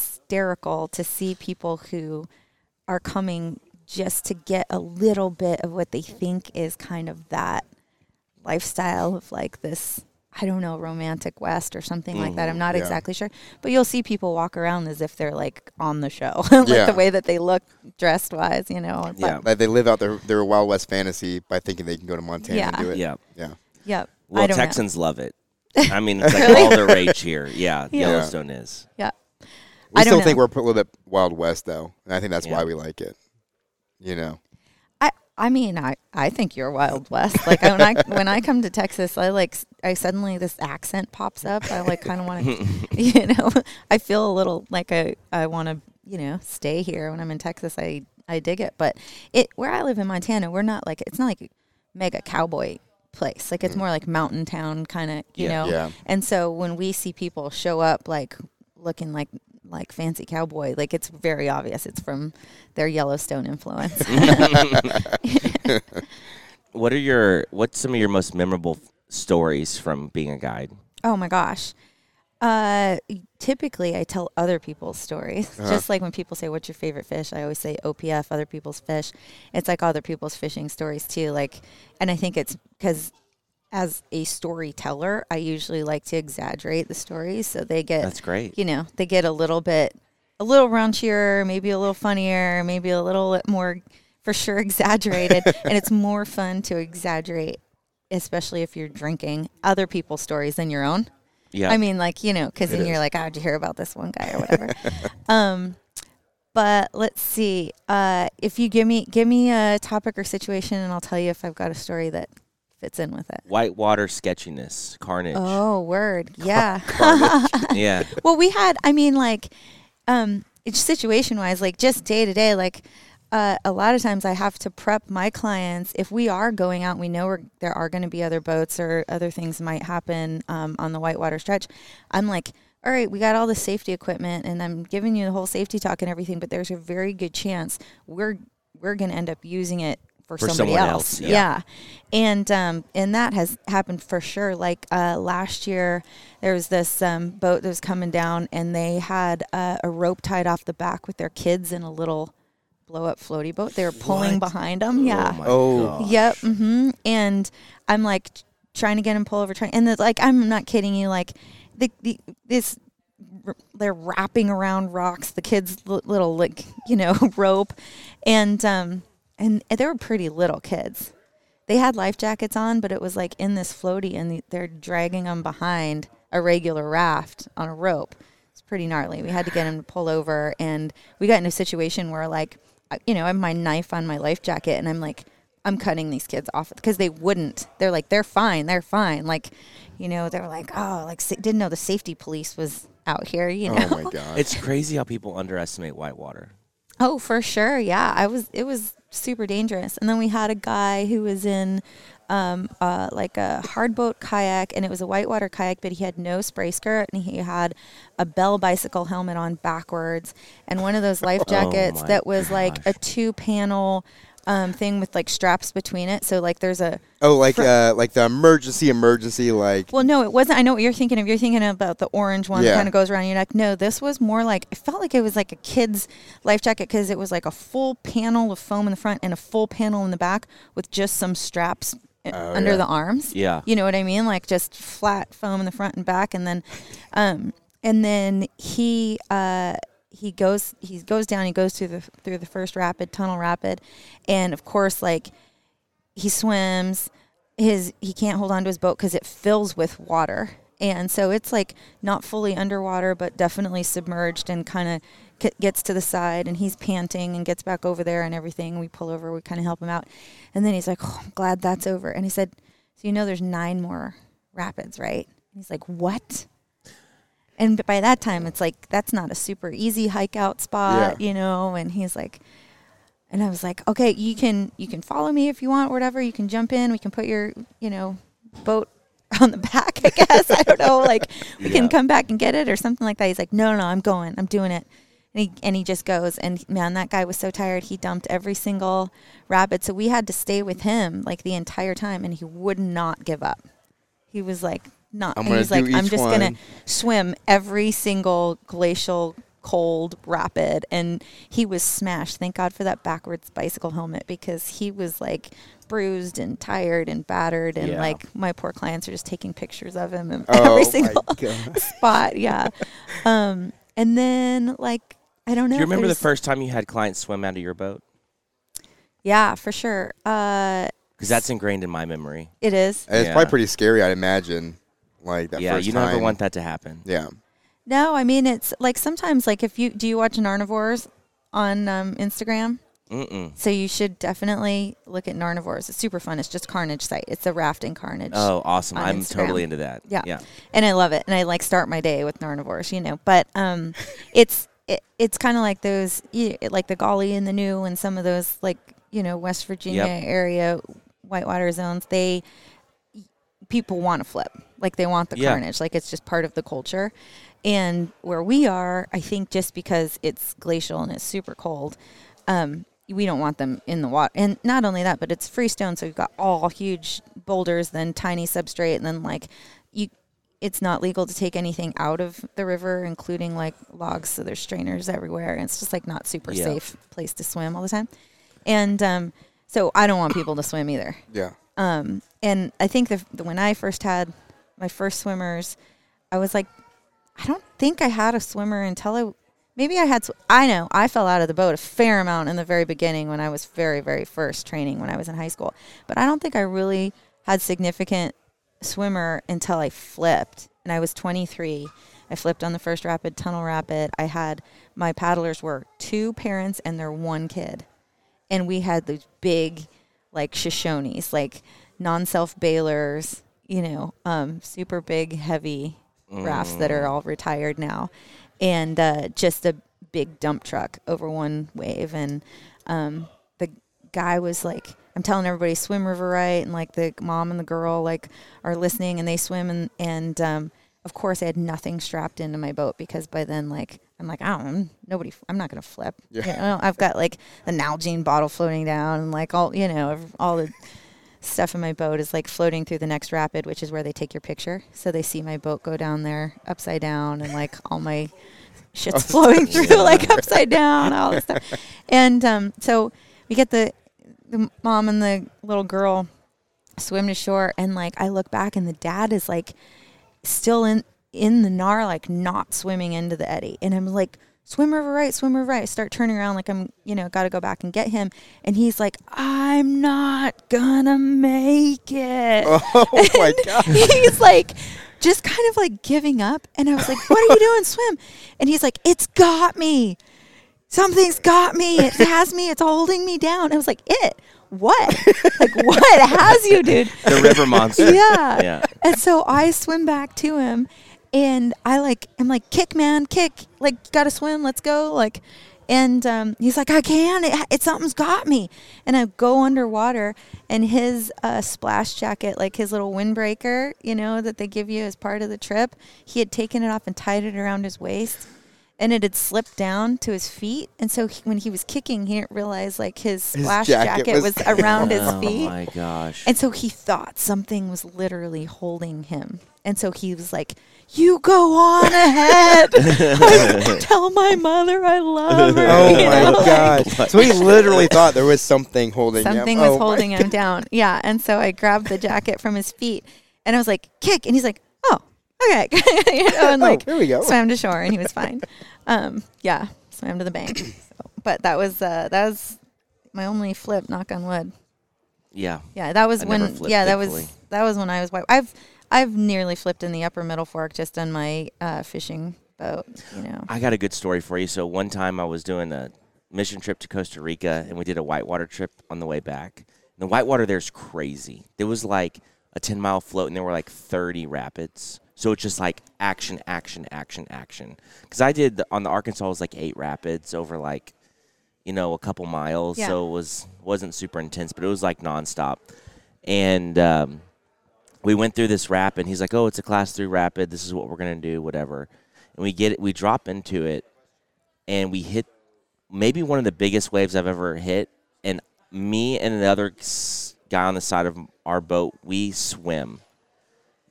Speaker 11: hysterical to see people who are coming just to get a little bit of what they think is kind of that lifestyle of like this I don't know romantic west or something like that.
Speaker 12: Mhm,
Speaker 11: I'm not
Speaker 12: yeah.
Speaker 11: exactly sure, but you'll see people walk around as if they're like on the show, like
Speaker 3: Yeah.
Speaker 11: the way that they look dressed wise, you know. But-
Speaker 3: Yeah, like they live out their their Wild West fantasy by thinking they can go to Montana and
Speaker 11: Yeah.
Speaker 3: do it.
Speaker 10: Yeah.
Speaker 3: yeah.
Speaker 11: Yep. I
Speaker 10: Well,
Speaker 11: don't know.
Speaker 10: Texans love it. I mean, it's like
Speaker 11: Really?
Speaker 10: all the rage here. Yeah,
Speaker 11: Yeah.
Speaker 10: Yellowstone is.
Speaker 11: Yeah.
Speaker 3: We
Speaker 11: I don't
Speaker 3: still think
Speaker 11: know.
Speaker 3: we're a little bit Wild West though, and I think that's why we like it. You know,
Speaker 11: I, I mean, I, I think you're Wild West. Like when I when I come to Texas, I like s- I suddenly this accent pops up. I like kind of want to, you know, I feel a little like I I want to, you know, stay here when I'm in Texas. I I dig it, but it where I live in Montana, we're not like it's not like a mega cowboy place. Like it's more like mountain town kind of, you
Speaker 3: Yeah.
Speaker 11: know.
Speaker 3: Yeah.
Speaker 11: And so when we see people show up like looking like like fancy cowboy, like it's very obvious it's from their Yellowstone influence.
Speaker 10: what are your what's some of your most memorable f- stories from being a guide?
Speaker 11: Oh my gosh. Uh, typically, I tell other people's stories.
Speaker 10: Uh-huh.
Speaker 11: Just like when people say, "What's your favorite fish?" I always say OPF, other people's fish. It's like other people's fishing stories too. Like, and I think it's because as a storyteller, I usually like to exaggerate the stories so they get
Speaker 10: That's great.
Speaker 11: You know, they get a little bit, a little raunchier, maybe a little funnier, maybe a little bit more, for sure, exaggerated. and it's more fun to exaggerate, especially if you're drinking other people's stories than your own.
Speaker 10: Yeah.
Speaker 11: I mean, like, you know, because
Speaker 10: It
Speaker 11: then you're
Speaker 10: is.
Speaker 11: like, oh, did you hear about this one guy or whatever? um, but let's see. Uh, if you give me give me a topic or situation, and I'll tell you if I've got a story that fits in with it.
Speaker 10: Whitewater sketchiness, carnage.
Speaker 11: Oh, word. Yeah.
Speaker 10: yeah.
Speaker 11: well, we had, I mean, like, um, it's situation wise, like just day to day, like, uh, a lot of times I have to prep my clients if we are going out. and We know we're, there are going to be other boats or other things might happen um, on the whitewater stretch. I'm like, all right, we got all the safety equipment, and I'm giving you the whole safety talk and everything. But there's a very good chance we're we're going to end up using it for,
Speaker 10: For
Speaker 11: somebody
Speaker 10: someone
Speaker 11: else.
Speaker 10: else, yeah.
Speaker 11: yeah. And um, and that has happened for sure. Like uh, last year, there was this um, boat that was coming down, and they had uh, a rope tied off the back with their kids in a little blow up floaty boat. They were pulling behind them. Yeah.
Speaker 3: Oh.
Speaker 11: Yep. hmm And I'm like t- trying to get him pull over, trying, and the, like I'm not kidding you. Like the, the this r- they're wrapping around rocks. The kids' li- little like you know rope, and um and they were pretty little kids. They had life jackets on, but it was like in this floaty, and the- they're dragging them behind a regular raft on a rope. It's pretty gnarly. We had to get him to pull over, and we got into a situation where like I- you know I have my knife on my life jacket, and I'm like. I'm cutting these kids off because they wouldn't. They're like, they're fine, they're fine. Like, you know, they're like, oh, like sa- didn't know the safety police was out here.
Speaker 3: Oh
Speaker 11: You know,
Speaker 3: god.
Speaker 10: It's crazy how people underestimate whitewater.
Speaker 11: Oh, for sure. Yeah, I was. It was super dangerous. And then we had a guy who was in, um, uh, like a hard boat kayak, and it was a whitewater kayak, but he had no spray skirt, and he had a Bell bicycle helmet on backwards, and one of those life
Speaker 6: Oh
Speaker 11: jackets
Speaker 6: my
Speaker 11: that was like a two panel. Um, thing with like straps between it, so like there's a
Speaker 3: Oh, like
Speaker 11: fr-
Speaker 3: uh, like the emergency, emergency, like
Speaker 11: well, no, it wasn't. I know what you're thinking of. You're thinking about the orange one
Speaker 3: Yeah.
Speaker 11: that kind of goes around your neck. No, this was more like it felt like it was like a kid's life jacket because it was like a full panel of foam in the front and a full panel in the back with just some straps uh, under
Speaker 10: yeah.
Speaker 11: the arms.
Speaker 10: Yeah.
Speaker 11: you know what I mean? Like just flat foam in the front and back, and then, um, and then he. Uh, he goes he goes down he goes through the through the first rapid tunnel rapid and of course like he swims his he can't hold on to his boat because it fills with water and so it's like not fully underwater but definitely submerged and kind of c- gets to the side and he's panting and gets back over there and everything we pull over we kind of help him out and then he's like oh, i'm glad that's over and he said so you know there's nine more rapids right and he's like what and b- by that time it's like that's not a super easy hike out spot you know and he's like and i was like okay you can you can follow me if you want whatever you can jump in we can put your you know boat on the back i guess i don't know like we
Speaker 6: Yeah.
Speaker 11: can come back and get it or something like that he's like no no no i'm going i'm doing it and he, and he just goes and man that guy was so tired he dumped every single rabbit so we had to stay with him like the entire time and he would not give up he was like not
Speaker 3: I'm
Speaker 11: and
Speaker 3: gonna
Speaker 11: he's like
Speaker 3: do
Speaker 11: i'm
Speaker 3: each
Speaker 11: just gonna
Speaker 3: one."
Speaker 11: swim every single glacial cold rapid and he was smashed thank god for that backwards bicycle helmet because he was like bruised and tired and battered and
Speaker 6: Yeah.
Speaker 11: like my poor clients are just taking pictures of him in
Speaker 6: Oh my
Speaker 11: every single
Speaker 6: God.
Speaker 11: spot yeah um and then like i don't
Speaker 10: Do
Speaker 11: know
Speaker 10: you
Speaker 11: if
Speaker 10: remember the
Speaker 11: there's-
Speaker 10: first time you had clients swim out of your boat?
Speaker 11: yeah for sure uh
Speaker 10: Because that's ingrained in my memory.
Speaker 11: It is.
Speaker 3: And it's
Speaker 10: Yeah.
Speaker 3: probably pretty scary, I'd imagine. Like that
Speaker 10: Yeah,
Speaker 3: first
Speaker 10: you never
Speaker 3: time.
Speaker 10: want that to happen.
Speaker 3: Yeah.
Speaker 11: No, I mean it's like sometimes like if you do you watch Narnivores on um, Instagram?
Speaker 10: Mm-mm.
Speaker 11: So you should definitely look at Narnivores. It's super fun. It's just Carnage site. It's a rafting Carnage.
Speaker 10: Oh, awesome.
Speaker 11: on
Speaker 10: I'm
Speaker 11: Instagram.
Speaker 10: totally into that.
Speaker 11: Yeah.
Speaker 10: Yeah.
Speaker 11: And I love it. And I like start my day with Narnivores, you know. But um, it's it, it's kind of like those you, like the Golly and the New and some of those like you know West Virginia
Speaker 12: Yep.
Speaker 11: area whitewater zones. They people want to flip. Like they want the
Speaker 12: Yeah.
Speaker 11: carnage. Like it's just part of the culture. And where we are, I think just because it's glacial and it's super cold, um, we don't want them in the water. And not only that, but it's freestone, so you've got all huge boulders, then tiny substrate, and then like you, it's not legal to take anything out of the river, including like logs. So there's strainers everywhere, and it's just like not super
Speaker 12: Yeah.
Speaker 11: safe place to swim all the time. And um, so I don't want people to swim either.
Speaker 3: Yeah.
Speaker 11: Um, and I think the, the when I first had my first swimmers, I was like, I don't think I had a swimmer until I maybe I had. sw- I know I fell out of the boat a fair amount in the very beginning when I was very very first training when I was in high school, but I don't think I really had significant swimmer until I flipped and I was 23. I flipped on the first rapid, tunnel rapid. I had my paddlers were two parents and their one kid and we had those big like Shoshones, like non self bailers, you know, um, super big, heavy rafts that are
Speaker 12: Mm.
Speaker 11: all retired now, and uh, just a big dump truck over one wave. And um, the guy was like, I'm telling everybody swim river right, and like the mom and the girl like are listening and they swim and and um, of course I had nothing strapped into my boat because by then like I'm like I don't nobody I'm not gonna flip.
Speaker 12: Yeah.
Speaker 11: You know, I've got like the Nalgene bottle floating down and like all you know ev- all the stuff in my boat is like floating through the next rapid, which is where they take your picture. So they see my boat go down there upside down and like all my shit's flowing through
Speaker 12: Yeah.
Speaker 11: like upside down all this stuff. And um, so we get the the mom and the little girl swim to shore and like I look back and the dad is like still in in the nar like not swimming into the eddy and I'm like swim over right swim over right I start turning around like I'm you know got to go back and get him and he's like I'm not gonna make it
Speaker 3: Oh my god.
Speaker 11: he's like just kind of like giving up and i was like what are you doing swim and he's like it's got me something's got me it has me it's holding me down i was like it what like what has you dude
Speaker 10: The river monster.
Speaker 11: yeah.
Speaker 10: Yeah.
Speaker 11: And so I swim back to him and I like I'm like kick man kick like got to swim let's go like and um, he's like I can it, it something's got me and I go underwater and his uh, splash jacket like his little windbreaker you know that they give you as part of the trip he had taken it off and tied it around his waist and it had slipped down to his feet and so he, when he was kicking he didn't realize like his
Speaker 10: His
Speaker 11: splash
Speaker 10: jacket
Speaker 11: jacket,
Speaker 10: was-
Speaker 11: was, around his
Speaker 10: Oh
Speaker 11: feet
Speaker 10: my gosh.
Speaker 11: and so he thought something was literally holding him. And so he was like, You go on ahead. Like, Tell my mother I love her.
Speaker 3: Oh
Speaker 11: you
Speaker 3: my
Speaker 11: know, like,
Speaker 3: god. So he literally thought there was something holding him.
Speaker 11: something
Speaker 3: Oh
Speaker 11: was
Speaker 3: my
Speaker 11: holding him down. Yeah. And so I grabbed the jacket from his feet and I was like, Kick. And he's like, Oh, okay. you know, and
Speaker 12: Oh,
Speaker 11: like,
Speaker 12: here we go.
Speaker 11: swam to shore and he was fine. um, yeah. Swam to the bank. So, but that was, uh, that was my only flip, knock on wood.
Speaker 10: Yeah.
Speaker 11: Yeah, that was
Speaker 10: I never
Speaker 11: when.
Speaker 10: flipped,
Speaker 11: yeah, that
Speaker 10: thankfully.
Speaker 11: was that was when I was white. I've I've nearly flipped in the upper middle fork just on my uh, fishing boat. You know.
Speaker 10: I got a good story for you. So one time I was doing a mission trip to Costa Rica, and we did a whitewater trip on the way back. And the whitewater there's crazy. There was like a ten mile float, and there were like thirty rapids. So it's just like action, action, action, action. Because I did the, on the Arkansas was like eight rapids over like you know a couple miles,
Speaker 13: Yeah.
Speaker 10: so it was wasn't super intense, but it was like nonstop. And um, we went through this rapid. He's like, "Oh, it's a class three rapid. This is what we're gonna do, whatever." And we get it. We drop into it, and we hit maybe one of the biggest waves I've ever hit. And me and another s- guy on the side of our boat, we swim,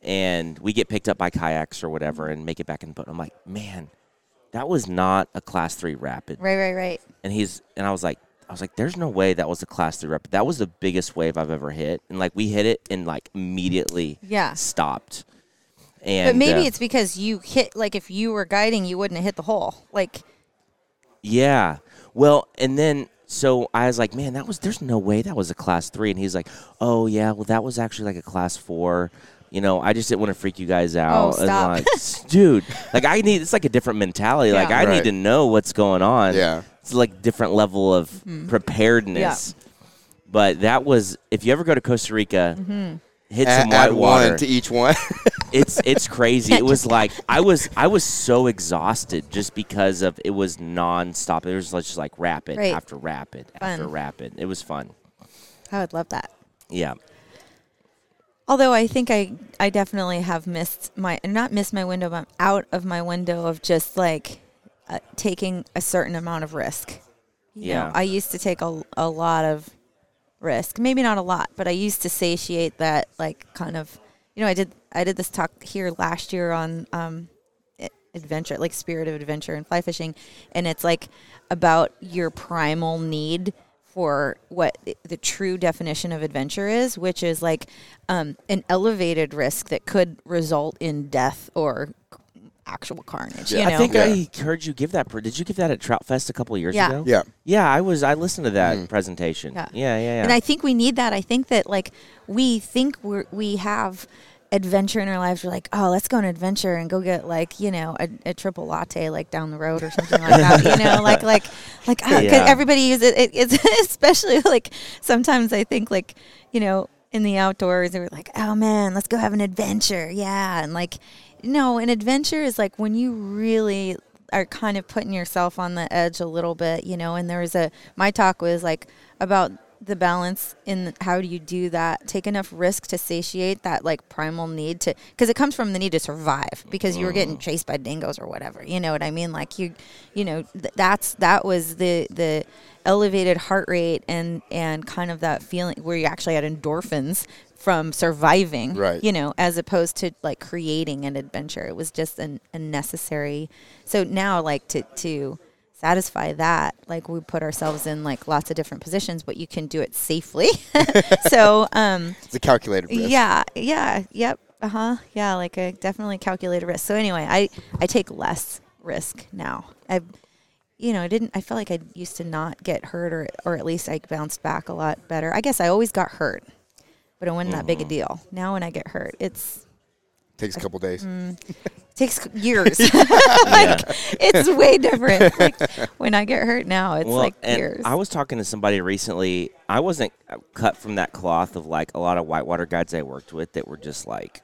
Speaker 10: and we get picked up by kayaks or whatever, and make it back in the boat. I'm like, man, that was not a class three rapid.
Speaker 11: Right, right, right.
Speaker 10: And he's and I was like, I was like, there's no way that was a class three rapid. That was the biggest wave I've ever hit. And like we hit it and like immediately
Speaker 11: Yeah.
Speaker 10: stopped. And
Speaker 11: but maybe
Speaker 10: uh,
Speaker 11: it's because you hit like if you were guiding, you wouldn't have hit the hole. Like
Speaker 10: yeah. Well, and then so I was like, man, that was there's no way that was a class three. And he's like, oh yeah, well that was actually like a class four. You know, I just didn't want to freak you guys out. and,
Speaker 11: Oh, stop.
Speaker 10: like, s- dude, like I need it's like a different mentality. Like
Speaker 11: Yeah.
Speaker 10: I
Speaker 11: Right.
Speaker 10: need to know what's going on.
Speaker 3: Yeah.
Speaker 10: It's like different level of
Speaker 11: Mhm.
Speaker 10: preparedness. But that was if you ever go to Costa Rica,
Speaker 11: Mm-hmm.
Speaker 3: Mhm.
Speaker 10: hit
Speaker 3: Add-
Speaker 10: some
Speaker 3: add
Speaker 10: white water
Speaker 3: one to each one.
Speaker 10: it's it's crazy. It was like I was I was so exhausted just because of it was nonstop. It was just like rapid
Speaker 11: Right.
Speaker 10: after rapid after
Speaker 11: Fun.
Speaker 10: rapid. It was fun.
Speaker 11: I would love that.
Speaker 10: Yeah.
Speaker 11: Although I think I, I definitely have missed my, not missed my window, but I'm out of my window of just like uh, taking a certain amount of risk. You know,
Speaker 12: Yeah.
Speaker 11: I used to take a, a lot of risk, maybe not a lot, but I used to satiate that like kind of, you know, I did, I did this talk here last year on, um, a- adventure, like spirit of adventure and fly fishing. And it's like about your primal need for what th- the true definition of adventure is, which is like um, an elevated risk that could result in death or c- actual carnage. You know?
Speaker 10: I think I heard you give that. pre- Did you give that at Trout Fest a couple of years
Speaker 11: Yeah.
Speaker 10: ago?
Speaker 3: Yeah.
Speaker 10: Yeah, Mm-hmm. I was. I listened to that presentation. Yeah. Yeah. Yeah.
Speaker 11: And I think we need that. I think that like we think we are we have adventure in our lives. We're like, oh, let's go on an adventure and go get like you know a, a triple latte like down the road or something like that. You know, like like like oh,
Speaker 12: Yeah.
Speaker 11: could everybody use it? it it's especially like sometimes I think like you know in the outdoors they were like, oh man, let's go have an adventure. Yeah, and like no, an adventure is like when you really are kind of putting yourself on the edge a little bit, you know. And there was a my talk was like about the balance in how do you do that? Take enough risk to satiate that like primal need to because it comes from the need to survive because you were getting chased by dingoes or whatever. You know what I mean? Like you, you know, th- that's that was the the elevated heart rate and and kind of that feeling where you actually had endorphins from surviving
Speaker 12: Right.
Speaker 11: you know as opposed to like creating an adventure it was just an unnecessary so now like to to satisfy that like we put ourselves in like lots of different positions but you can do it safely so um
Speaker 3: It's a calculated risk.
Speaker 11: yeah yeah yep uh-huh yeah like a definitely calculated risk so anyway i i take less risk now i you know, I didn't. I felt like I used to not get hurt, or or at least I bounced back a lot better. I guess I always got hurt, but it wasn't that big a
Speaker 3: Mhm.
Speaker 11: deal. Now when I get hurt, it's
Speaker 3: Takes a couple days.
Speaker 11: Mm, takes c- years. like it's way different. Like when I get hurt now, it's like
Speaker 10: and
Speaker 11: years.
Speaker 10: I was talking to somebody recently. I wasn't uh, cut from that cloth of like a lot of whitewater guides I worked with that were just like,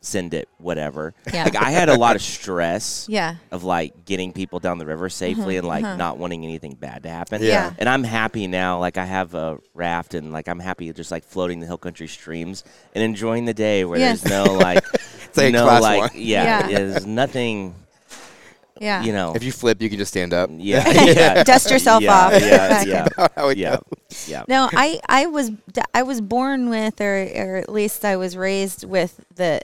Speaker 10: send it, whatever.
Speaker 11: Mm-hmm. Yeah.
Speaker 10: Like I had a lot of stress.
Speaker 11: Yeah.
Speaker 10: Of like getting people down the river safely
Speaker 11: Mhm,
Speaker 10: and like
Speaker 11: mhm.
Speaker 10: not wanting anything bad to happen.
Speaker 11: Yeah. Yeah.
Speaker 10: And I'm happy now. Like I have a raft and like I'm happy just like floating the hill country streams and enjoying the day where
Speaker 11: Yes.
Speaker 10: there's no like,
Speaker 3: It's like
Speaker 10: no
Speaker 3: class
Speaker 10: like,
Speaker 3: one.
Speaker 10: yeah,
Speaker 11: Yeah.
Speaker 10: there's nothing.
Speaker 11: Yeah.
Speaker 10: You know,
Speaker 3: If you flip, you can just stand up.
Speaker 10: Yeah, yeah.
Speaker 11: Dust yourself
Speaker 10: Yeah,
Speaker 11: off.
Speaker 10: Yeah,
Speaker 11: Back
Speaker 10: yeah,
Speaker 3: up. How it
Speaker 10: yeah,
Speaker 3: goes.
Speaker 10: yeah.
Speaker 11: No, I, I was d- I was born with, or, or at least I was raised with the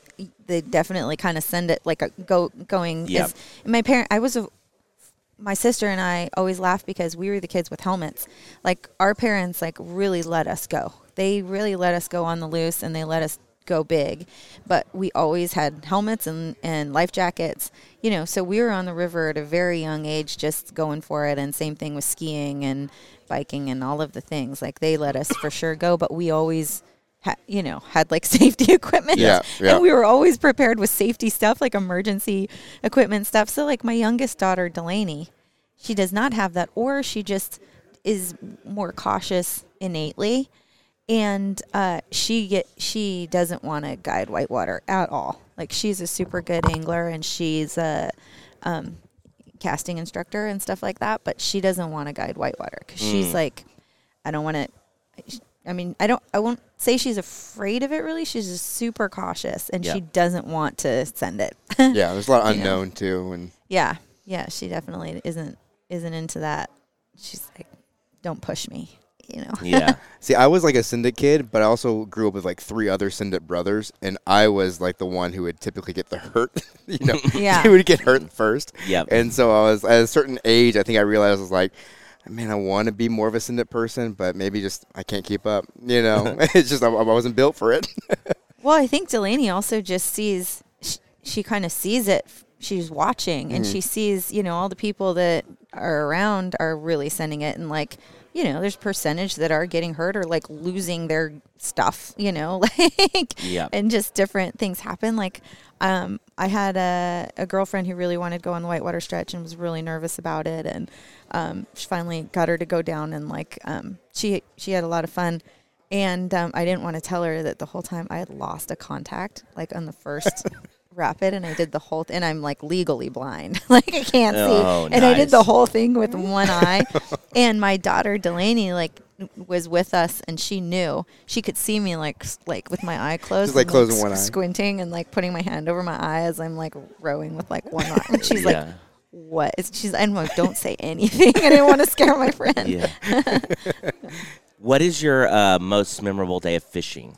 Speaker 11: the definitely kind of send it like a go going.
Speaker 12: Yep.
Speaker 11: is- my parent, I was a, my sister and I always laugh because we were the kids with helmets. Like our parents, like really let us go. They really let us go on the loose, and they let us go big. But we always had helmets and and life jackets, you know. So we were on the river at a very young age, just going for it. And same thing with skiing and biking and all of the things. Like they let us for sure go, but we always. Ha- you know, had like safety equipment,
Speaker 12: Yeah, yeah.
Speaker 11: and we were always prepared with safety stuff, like emergency equipment stuff. So, like my youngest daughter Delaney, she does not have that, or she just is more cautious innately, and uh, she get she doesn't want to guide whitewater at all. Like she's a super good angler, and she's a um, casting instructor and stuff like that, but she doesn't want to guide whitewater because
Speaker 3: Hmm.
Speaker 12: Mm.
Speaker 11: she's like, I don't want to. I mean, I don't. I won't say she's afraid of it. Really, she's just super cautious, and
Speaker 3: Yeah.
Speaker 11: she doesn't want to send it.
Speaker 3: yeah, there's a lot of
Speaker 11: You know?
Speaker 3: unknown too, and
Speaker 11: Yeah, yeah, she definitely isn't isn't into that. She's like, don't push me, you know.
Speaker 3: See, I was like a syndicate kid, but I also grew up with like three other syndicate brothers, and I was like the one who would typically get the hurt. you know,
Speaker 12: Yeah.
Speaker 3: he would get hurt first.
Speaker 10: Yep.
Speaker 3: And so I was at a certain age. I think I realized I was like, man, I want to be more of a syndicate person, but maybe just I can't keep up. You know, it's just I, I wasn't built for it.
Speaker 11: well, I think Delaney also just sees she, she kind of sees it. She's watching, and
Speaker 3: Mhm.
Speaker 11: she sees you know all the people that are around are really sending it, and like you know, there's percentage that are getting hurt or like losing their stuff, you know, like,
Speaker 10: Yep.
Speaker 11: and just different things happen. Like, um, I had a, a girlfriend who really wanted to go on the whitewater stretch and was really nervous about it. And, um, she finally got her to go down and like, um, she, she had a lot of fun. And, um, I didn't want to tell her that the whole time I had lost a contact, like on the first rapid and I did the whole, th- and I'm like legally blind. like I can't
Speaker 12: Oh,
Speaker 11: see. And I did the
Speaker 12: nice.
Speaker 11: whole thing with one eye. and my daughter Delaney like was with us, and she knew she could see me like s- like with my eye closed,
Speaker 3: Just, like,
Speaker 11: and,
Speaker 3: closing one eye.
Speaker 11: squinting, and like putting my hand over my eye as I'm like rowing with like one arm. And she's
Speaker 10: Yeah.
Speaker 11: like. What is she's? I'm like, don't say anything. I didn't want to scare my friend.
Speaker 10: Yeah. What is your uh, most memorable day of fishing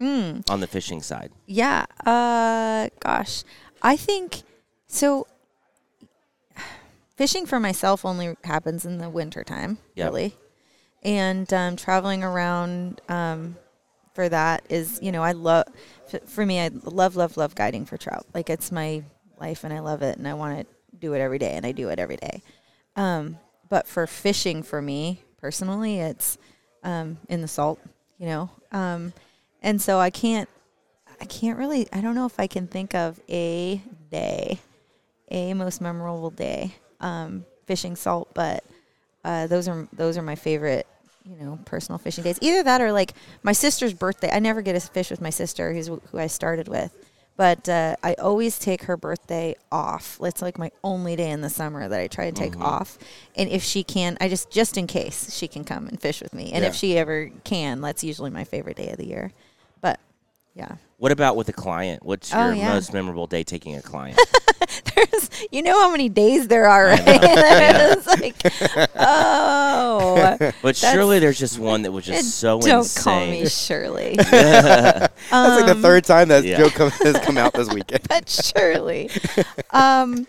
Speaker 11: Mm.
Speaker 10: on the fishing side?
Speaker 11: Yeah. Uh, gosh, I think so. Fishing for myself only happens in the wintertime,
Speaker 10: Yep.
Speaker 11: really, and um, traveling around um, for that is, you know, I love. For me, I love, love, love guiding for trout. Like it's my life, and I love it, and I want to do it every day, and I do it every day. Um, but for fishing, for me personally, it's um, in the salt, you know, um, and so I can't I can't really. I don't know if I can think of a day, a most memorable day, um, fishing salt. But uh, those are those are my favorite. You know, personal fishing days. Either that or like my sister's birthday. I never get to fish with my sister, who's who I started with. But uh, I always take her birthday off. It's like my only day in the summer that I try to take
Speaker 12: Mhm.
Speaker 11: off. And if she can, I just just in case she can come and fish with me. And if
Speaker 10: Yeah.
Speaker 11: she ever can, that's usually my favorite day of the year. But yeah.
Speaker 10: What about with a client? What's
Speaker 11: Oh,
Speaker 10: your
Speaker 11: yeah.
Speaker 10: most memorable day taking a client?
Speaker 11: you know how many days there are, right? it's like, oh.
Speaker 10: but
Speaker 11: that's-
Speaker 10: surely there's just one that was just so
Speaker 11: Don't call
Speaker 10: insane.
Speaker 11: me Shirley.
Speaker 3: That's like the
Speaker 11: Um,
Speaker 3: third time that
Speaker 10: Yeah.
Speaker 3: joke come, has come out this weekend.
Speaker 11: But surely, um,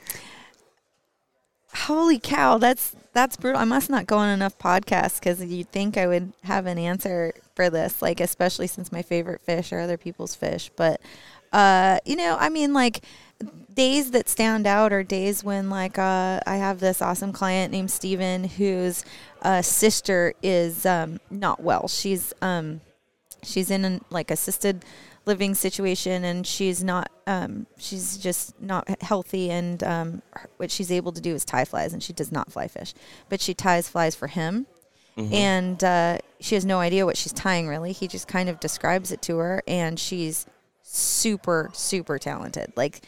Speaker 11: holy cow, that's that's brutal. I must not go on enough podcasts because you'd think I would have an answer for this, like especially since my favorite fish are other people's fish. But uh, you know, I mean, like days that stand out are days when like uh, I have this awesome client named Steven whose uh, sister is um, not well. She's um, she's in an, like assisted living situation and she's not um, she's just not healthy and um, her- what she's able to do is tie flies and she does not fly fish but she ties flies for him
Speaker 10: Mm-hmm.
Speaker 12: Mhm.
Speaker 11: and uh, she has no idea what she's tying really he just kind of describes it to her and she's super super talented like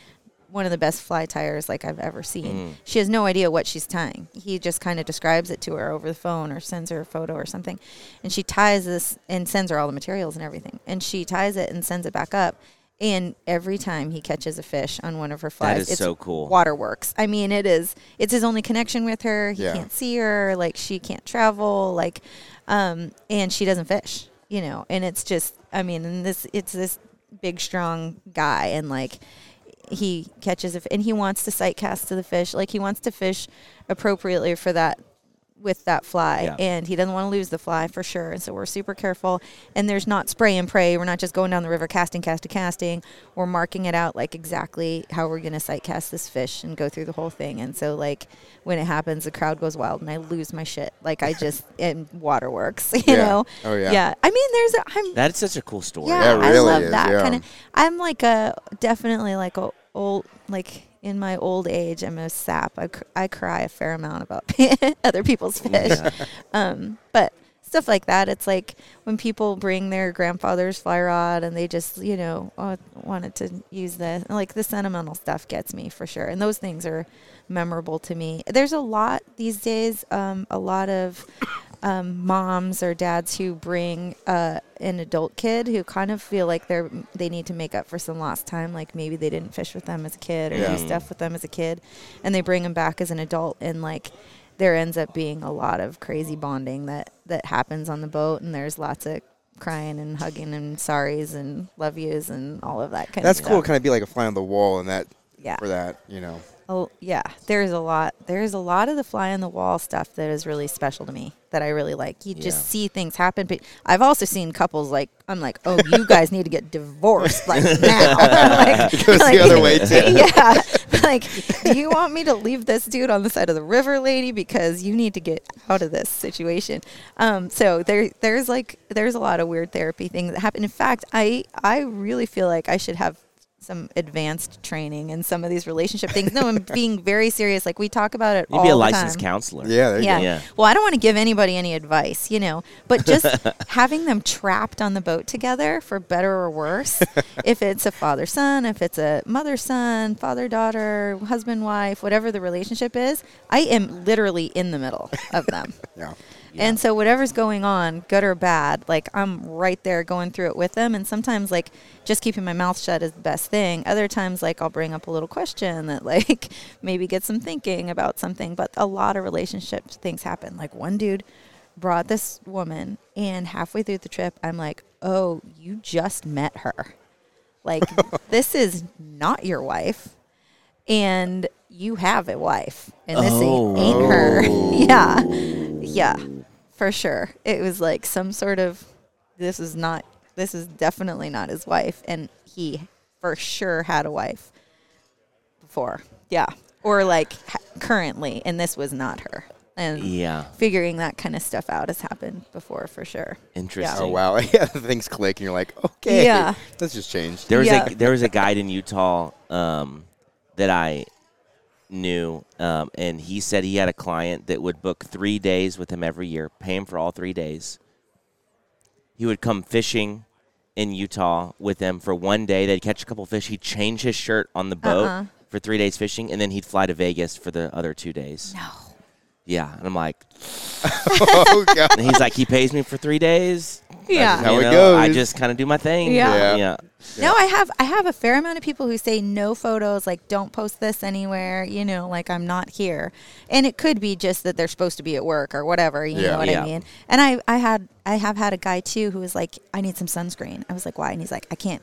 Speaker 11: one of the best fly tires like I've ever seen.
Speaker 12: Mm.
Speaker 11: She has no idea what she's tying. He just kind of describes it to her over the phone or sends her a photo or something. And she ties this and sends her all the materials and everything. And she ties it and sends it back up. And every time he catches a fish on one of her flies,
Speaker 10: is
Speaker 11: it's
Speaker 10: so cool.
Speaker 11: Waterworks. I mean, it is. It's his only connection with her. He
Speaker 10: Yeah.
Speaker 11: can't see her. Like she can't travel. Like, um, and she doesn't fish. You know, and it's just. I mean, and this it's this big strong guy, and like he catches if and he wants to sight cast to the fish. Like he wants to fish appropriately for that with that fly
Speaker 12: Yeah.
Speaker 11: and he doesn't want to lose the fly for sure and so we're super careful and there's not spray and pray we're not just going down the river casting casting casting we're marking it out like exactly how we're going to sight cast this fish and go through the whole thing and so like when it happens the crowd goes wild and i lose my shit like i just and waterworks you
Speaker 10: Yeah.
Speaker 11: know
Speaker 10: Oh, yeah.
Speaker 11: yeah i mean there's a i'm
Speaker 10: That's such a cool story.
Speaker 11: yeah, I love that kind of. I'm like a definitely like a old like in my old age. I'm a sap. I, cr- I cry a fair amount about other people's fish,
Speaker 12: Yeah.
Speaker 11: um, but stuff like that. It's like when people bring their grandfather's fly rod and they just you know oh, I wanted to use this. Like the sentimental stuff gets me for sure, and those things are memorable to me. There's a lot these days. Um, a lot of um, moms or dads who bring uh, an adult kid who kind of feel like they're they need to make up for some lost time, like maybe they didn't fish with them as a kid or
Speaker 12: Yeah.
Speaker 11: do stuff with them as a kid, and they bring them back as an adult, and like there ends up being a lot of crazy bonding that that happens on the boat, and there's lots of crying and hugging and sorries and love yous and all of that kind
Speaker 3: That's
Speaker 11: of
Speaker 3: cool.
Speaker 11: stuff.
Speaker 3: Kind of be like a fly on the wall and that
Speaker 11: Yeah.
Speaker 3: for that, you know.
Speaker 11: Oh yeah, there's a lot. There's a lot of the fly on the wall stuff that is really special to me that I really like. You
Speaker 12: Yeah.
Speaker 11: just see things happen, but I've also seen couples like I'm like, oh, you guys need to get divorced like now. like,
Speaker 3: It goes the other way, too.
Speaker 11: yeah, like, do you want me to leave this dude on the side of the river, lady? Because you need to get out of this situation. Um, so there, there's like, there's a lot of weird therapy things that happen. In fact, I, I really feel like I should have some advanced training in some of these relationship things. No, I'm being very serious. Like we talk about it.
Speaker 10: You'd
Speaker 11: all
Speaker 10: be a
Speaker 11: the
Speaker 10: licensed
Speaker 11: time.
Speaker 10: counselor.
Speaker 3: Yeah, there
Speaker 11: Yeah. Well, I don't want to give anybody any advice, you know, but just having them trapped on the boat together for better or worse, if it's a father son, if it's a mother son, father daughter, husband wife, whatever the relationship is, I am literally in the middle of them.
Speaker 3: yeah.
Speaker 11: And so whatever's going on, good or bad, like I'm right there going through it with them. And sometimes like just keeping my mouth shut is the best thing. Other times like I'll bring up a little question that like maybe gets them thinking about something. But a lot of relationship things happen. Like one dude brought this woman and halfway through the trip I'm like, Oh, you just met her. Like this is not your wife. And you have a wife. And this ain't,
Speaker 10: Oh,
Speaker 11: ain't her. yeah. Yeah, for sure. It was like some sort of this is not this is definitely not his wife and he for sure had a wife before. Yeah. Or like ha- currently and this was not her. And
Speaker 10: Yeah.
Speaker 11: figuring that kind of stuff out has happened before for sure.
Speaker 10: Interesting.
Speaker 3: Oh wow. Yeah, things click, and you're like, okay,
Speaker 11: Yeah.
Speaker 3: that's just changed.
Speaker 10: There was
Speaker 11: Yeah.
Speaker 10: a there was a guide in Utah um, that I knew, um, and he said he had a client that would book three days with him every year, pay him for all three days. He would come fishing in Utah with them for one day. They'd catch a couple fish. He'd change his shirt on the boat
Speaker 11: Uh-uh.
Speaker 10: for three days fishing, and then he'd fly to Vegas for the other two days.
Speaker 11: No.
Speaker 10: Yeah, and I'm like,
Speaker 3: oh god.
Speaker 10: and he's like, he pays me for three days.
Speaker 11: Yeah.
Speaker 3: That's how
Speaker 10: You
Speaker 3: it
Speaker 10: know, I
Speaker 3: goes.
Speaker 10: just kind of do my thing.
Speaker 11: Yeah. Yeah.
Speaker 10: yeah.
Speaker 11: No, I have I have a fair amount of people who say no photos, like don't post this anywhere, you know, like I'm not here. And it could be just that they're supposed to be at work or whatever, you
Speaker 12: Yeah.
Speaker 11: know what
Speaker 12: Yeah.
Speaker 11: I mean? And I I had I have had a guy too who was like, I need some sunscreen. I was like, why? And he's like, I can't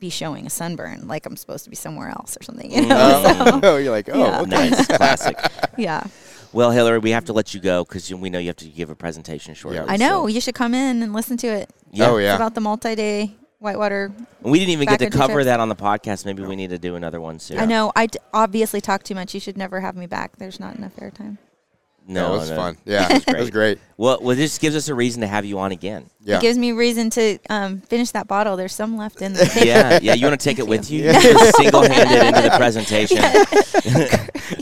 Speaker 11: be showing a sunburn like I'm supposed to be somewhere else or something. You know?
Speaker 10: Mm.
Speaker 11: So,
Speaker 3: Oh, you're like,
Speaker 11: yeah.
Speaker 10: nice, classic.
Speaker 11: yeah.
Speaker 10: Well, Hillary, we have to let you go because we know you have to give a presentation shortly.
Speaker 11: I know. You should come in and listen to it.
Speaker 10: Yeah. Oh, yeah.
Speaker 11: It's about the multi day whitewater.
Speaker 10: And we didn't even get to
Speaker 11: backcountry
Speaker 10: cover
Speaker 11: trips.
Speaker 10: that on the podcast. Maybe we need to do another one soon.
Speaker 11: I know. I d- obviously talk too much. You should never have me back. There's not enough airtime.
Speaker 10: No,
Speaker 3: No, it was fun. Yeah, it was great.
Speaker 10: Well, well, this gives us a reason to have you on again.
Speaker 11: It gives me reason to um, finish that bottle. There's some left in there.
Speaker 10: yeah, yeah. You want to take it with you? Single handed into the presentation.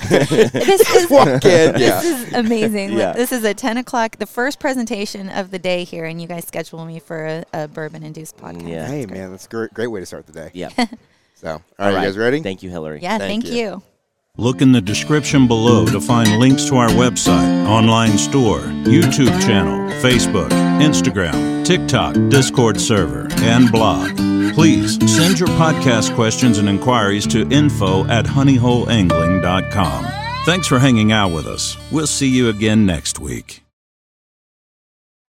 Speaker 11: this is,
Speaker 10: Walk in, yeah.
Speaker 11: this is amazing.
Speaker 10: Yeah.
Speaker 11: This is at 10 o'clock, the first presentation of the day here, and you guys schedule me for a, a bourbon induced podcast.
Speaker 3: Hey man, that's a great, great way to start the day.
Speaker 10: Yeah.
Speaker 3: so, all
Speaker 10: All
Speaker 3: right,
Speaker 10: right.
Speaker 3: you guys ready?
Speaker 10: Thank you, Hillary.
Speaker 11: Yeah, thank, you.
Speaker 1: Look in the description below to find links to our website, online store, YouTube channel, Facebook, Instagram, TikTok, Discord server, and blog. Please send your podcast questions and inquiries to info at honeyholeangling.com. Thanks for hanging out with us. We'll see you again next week.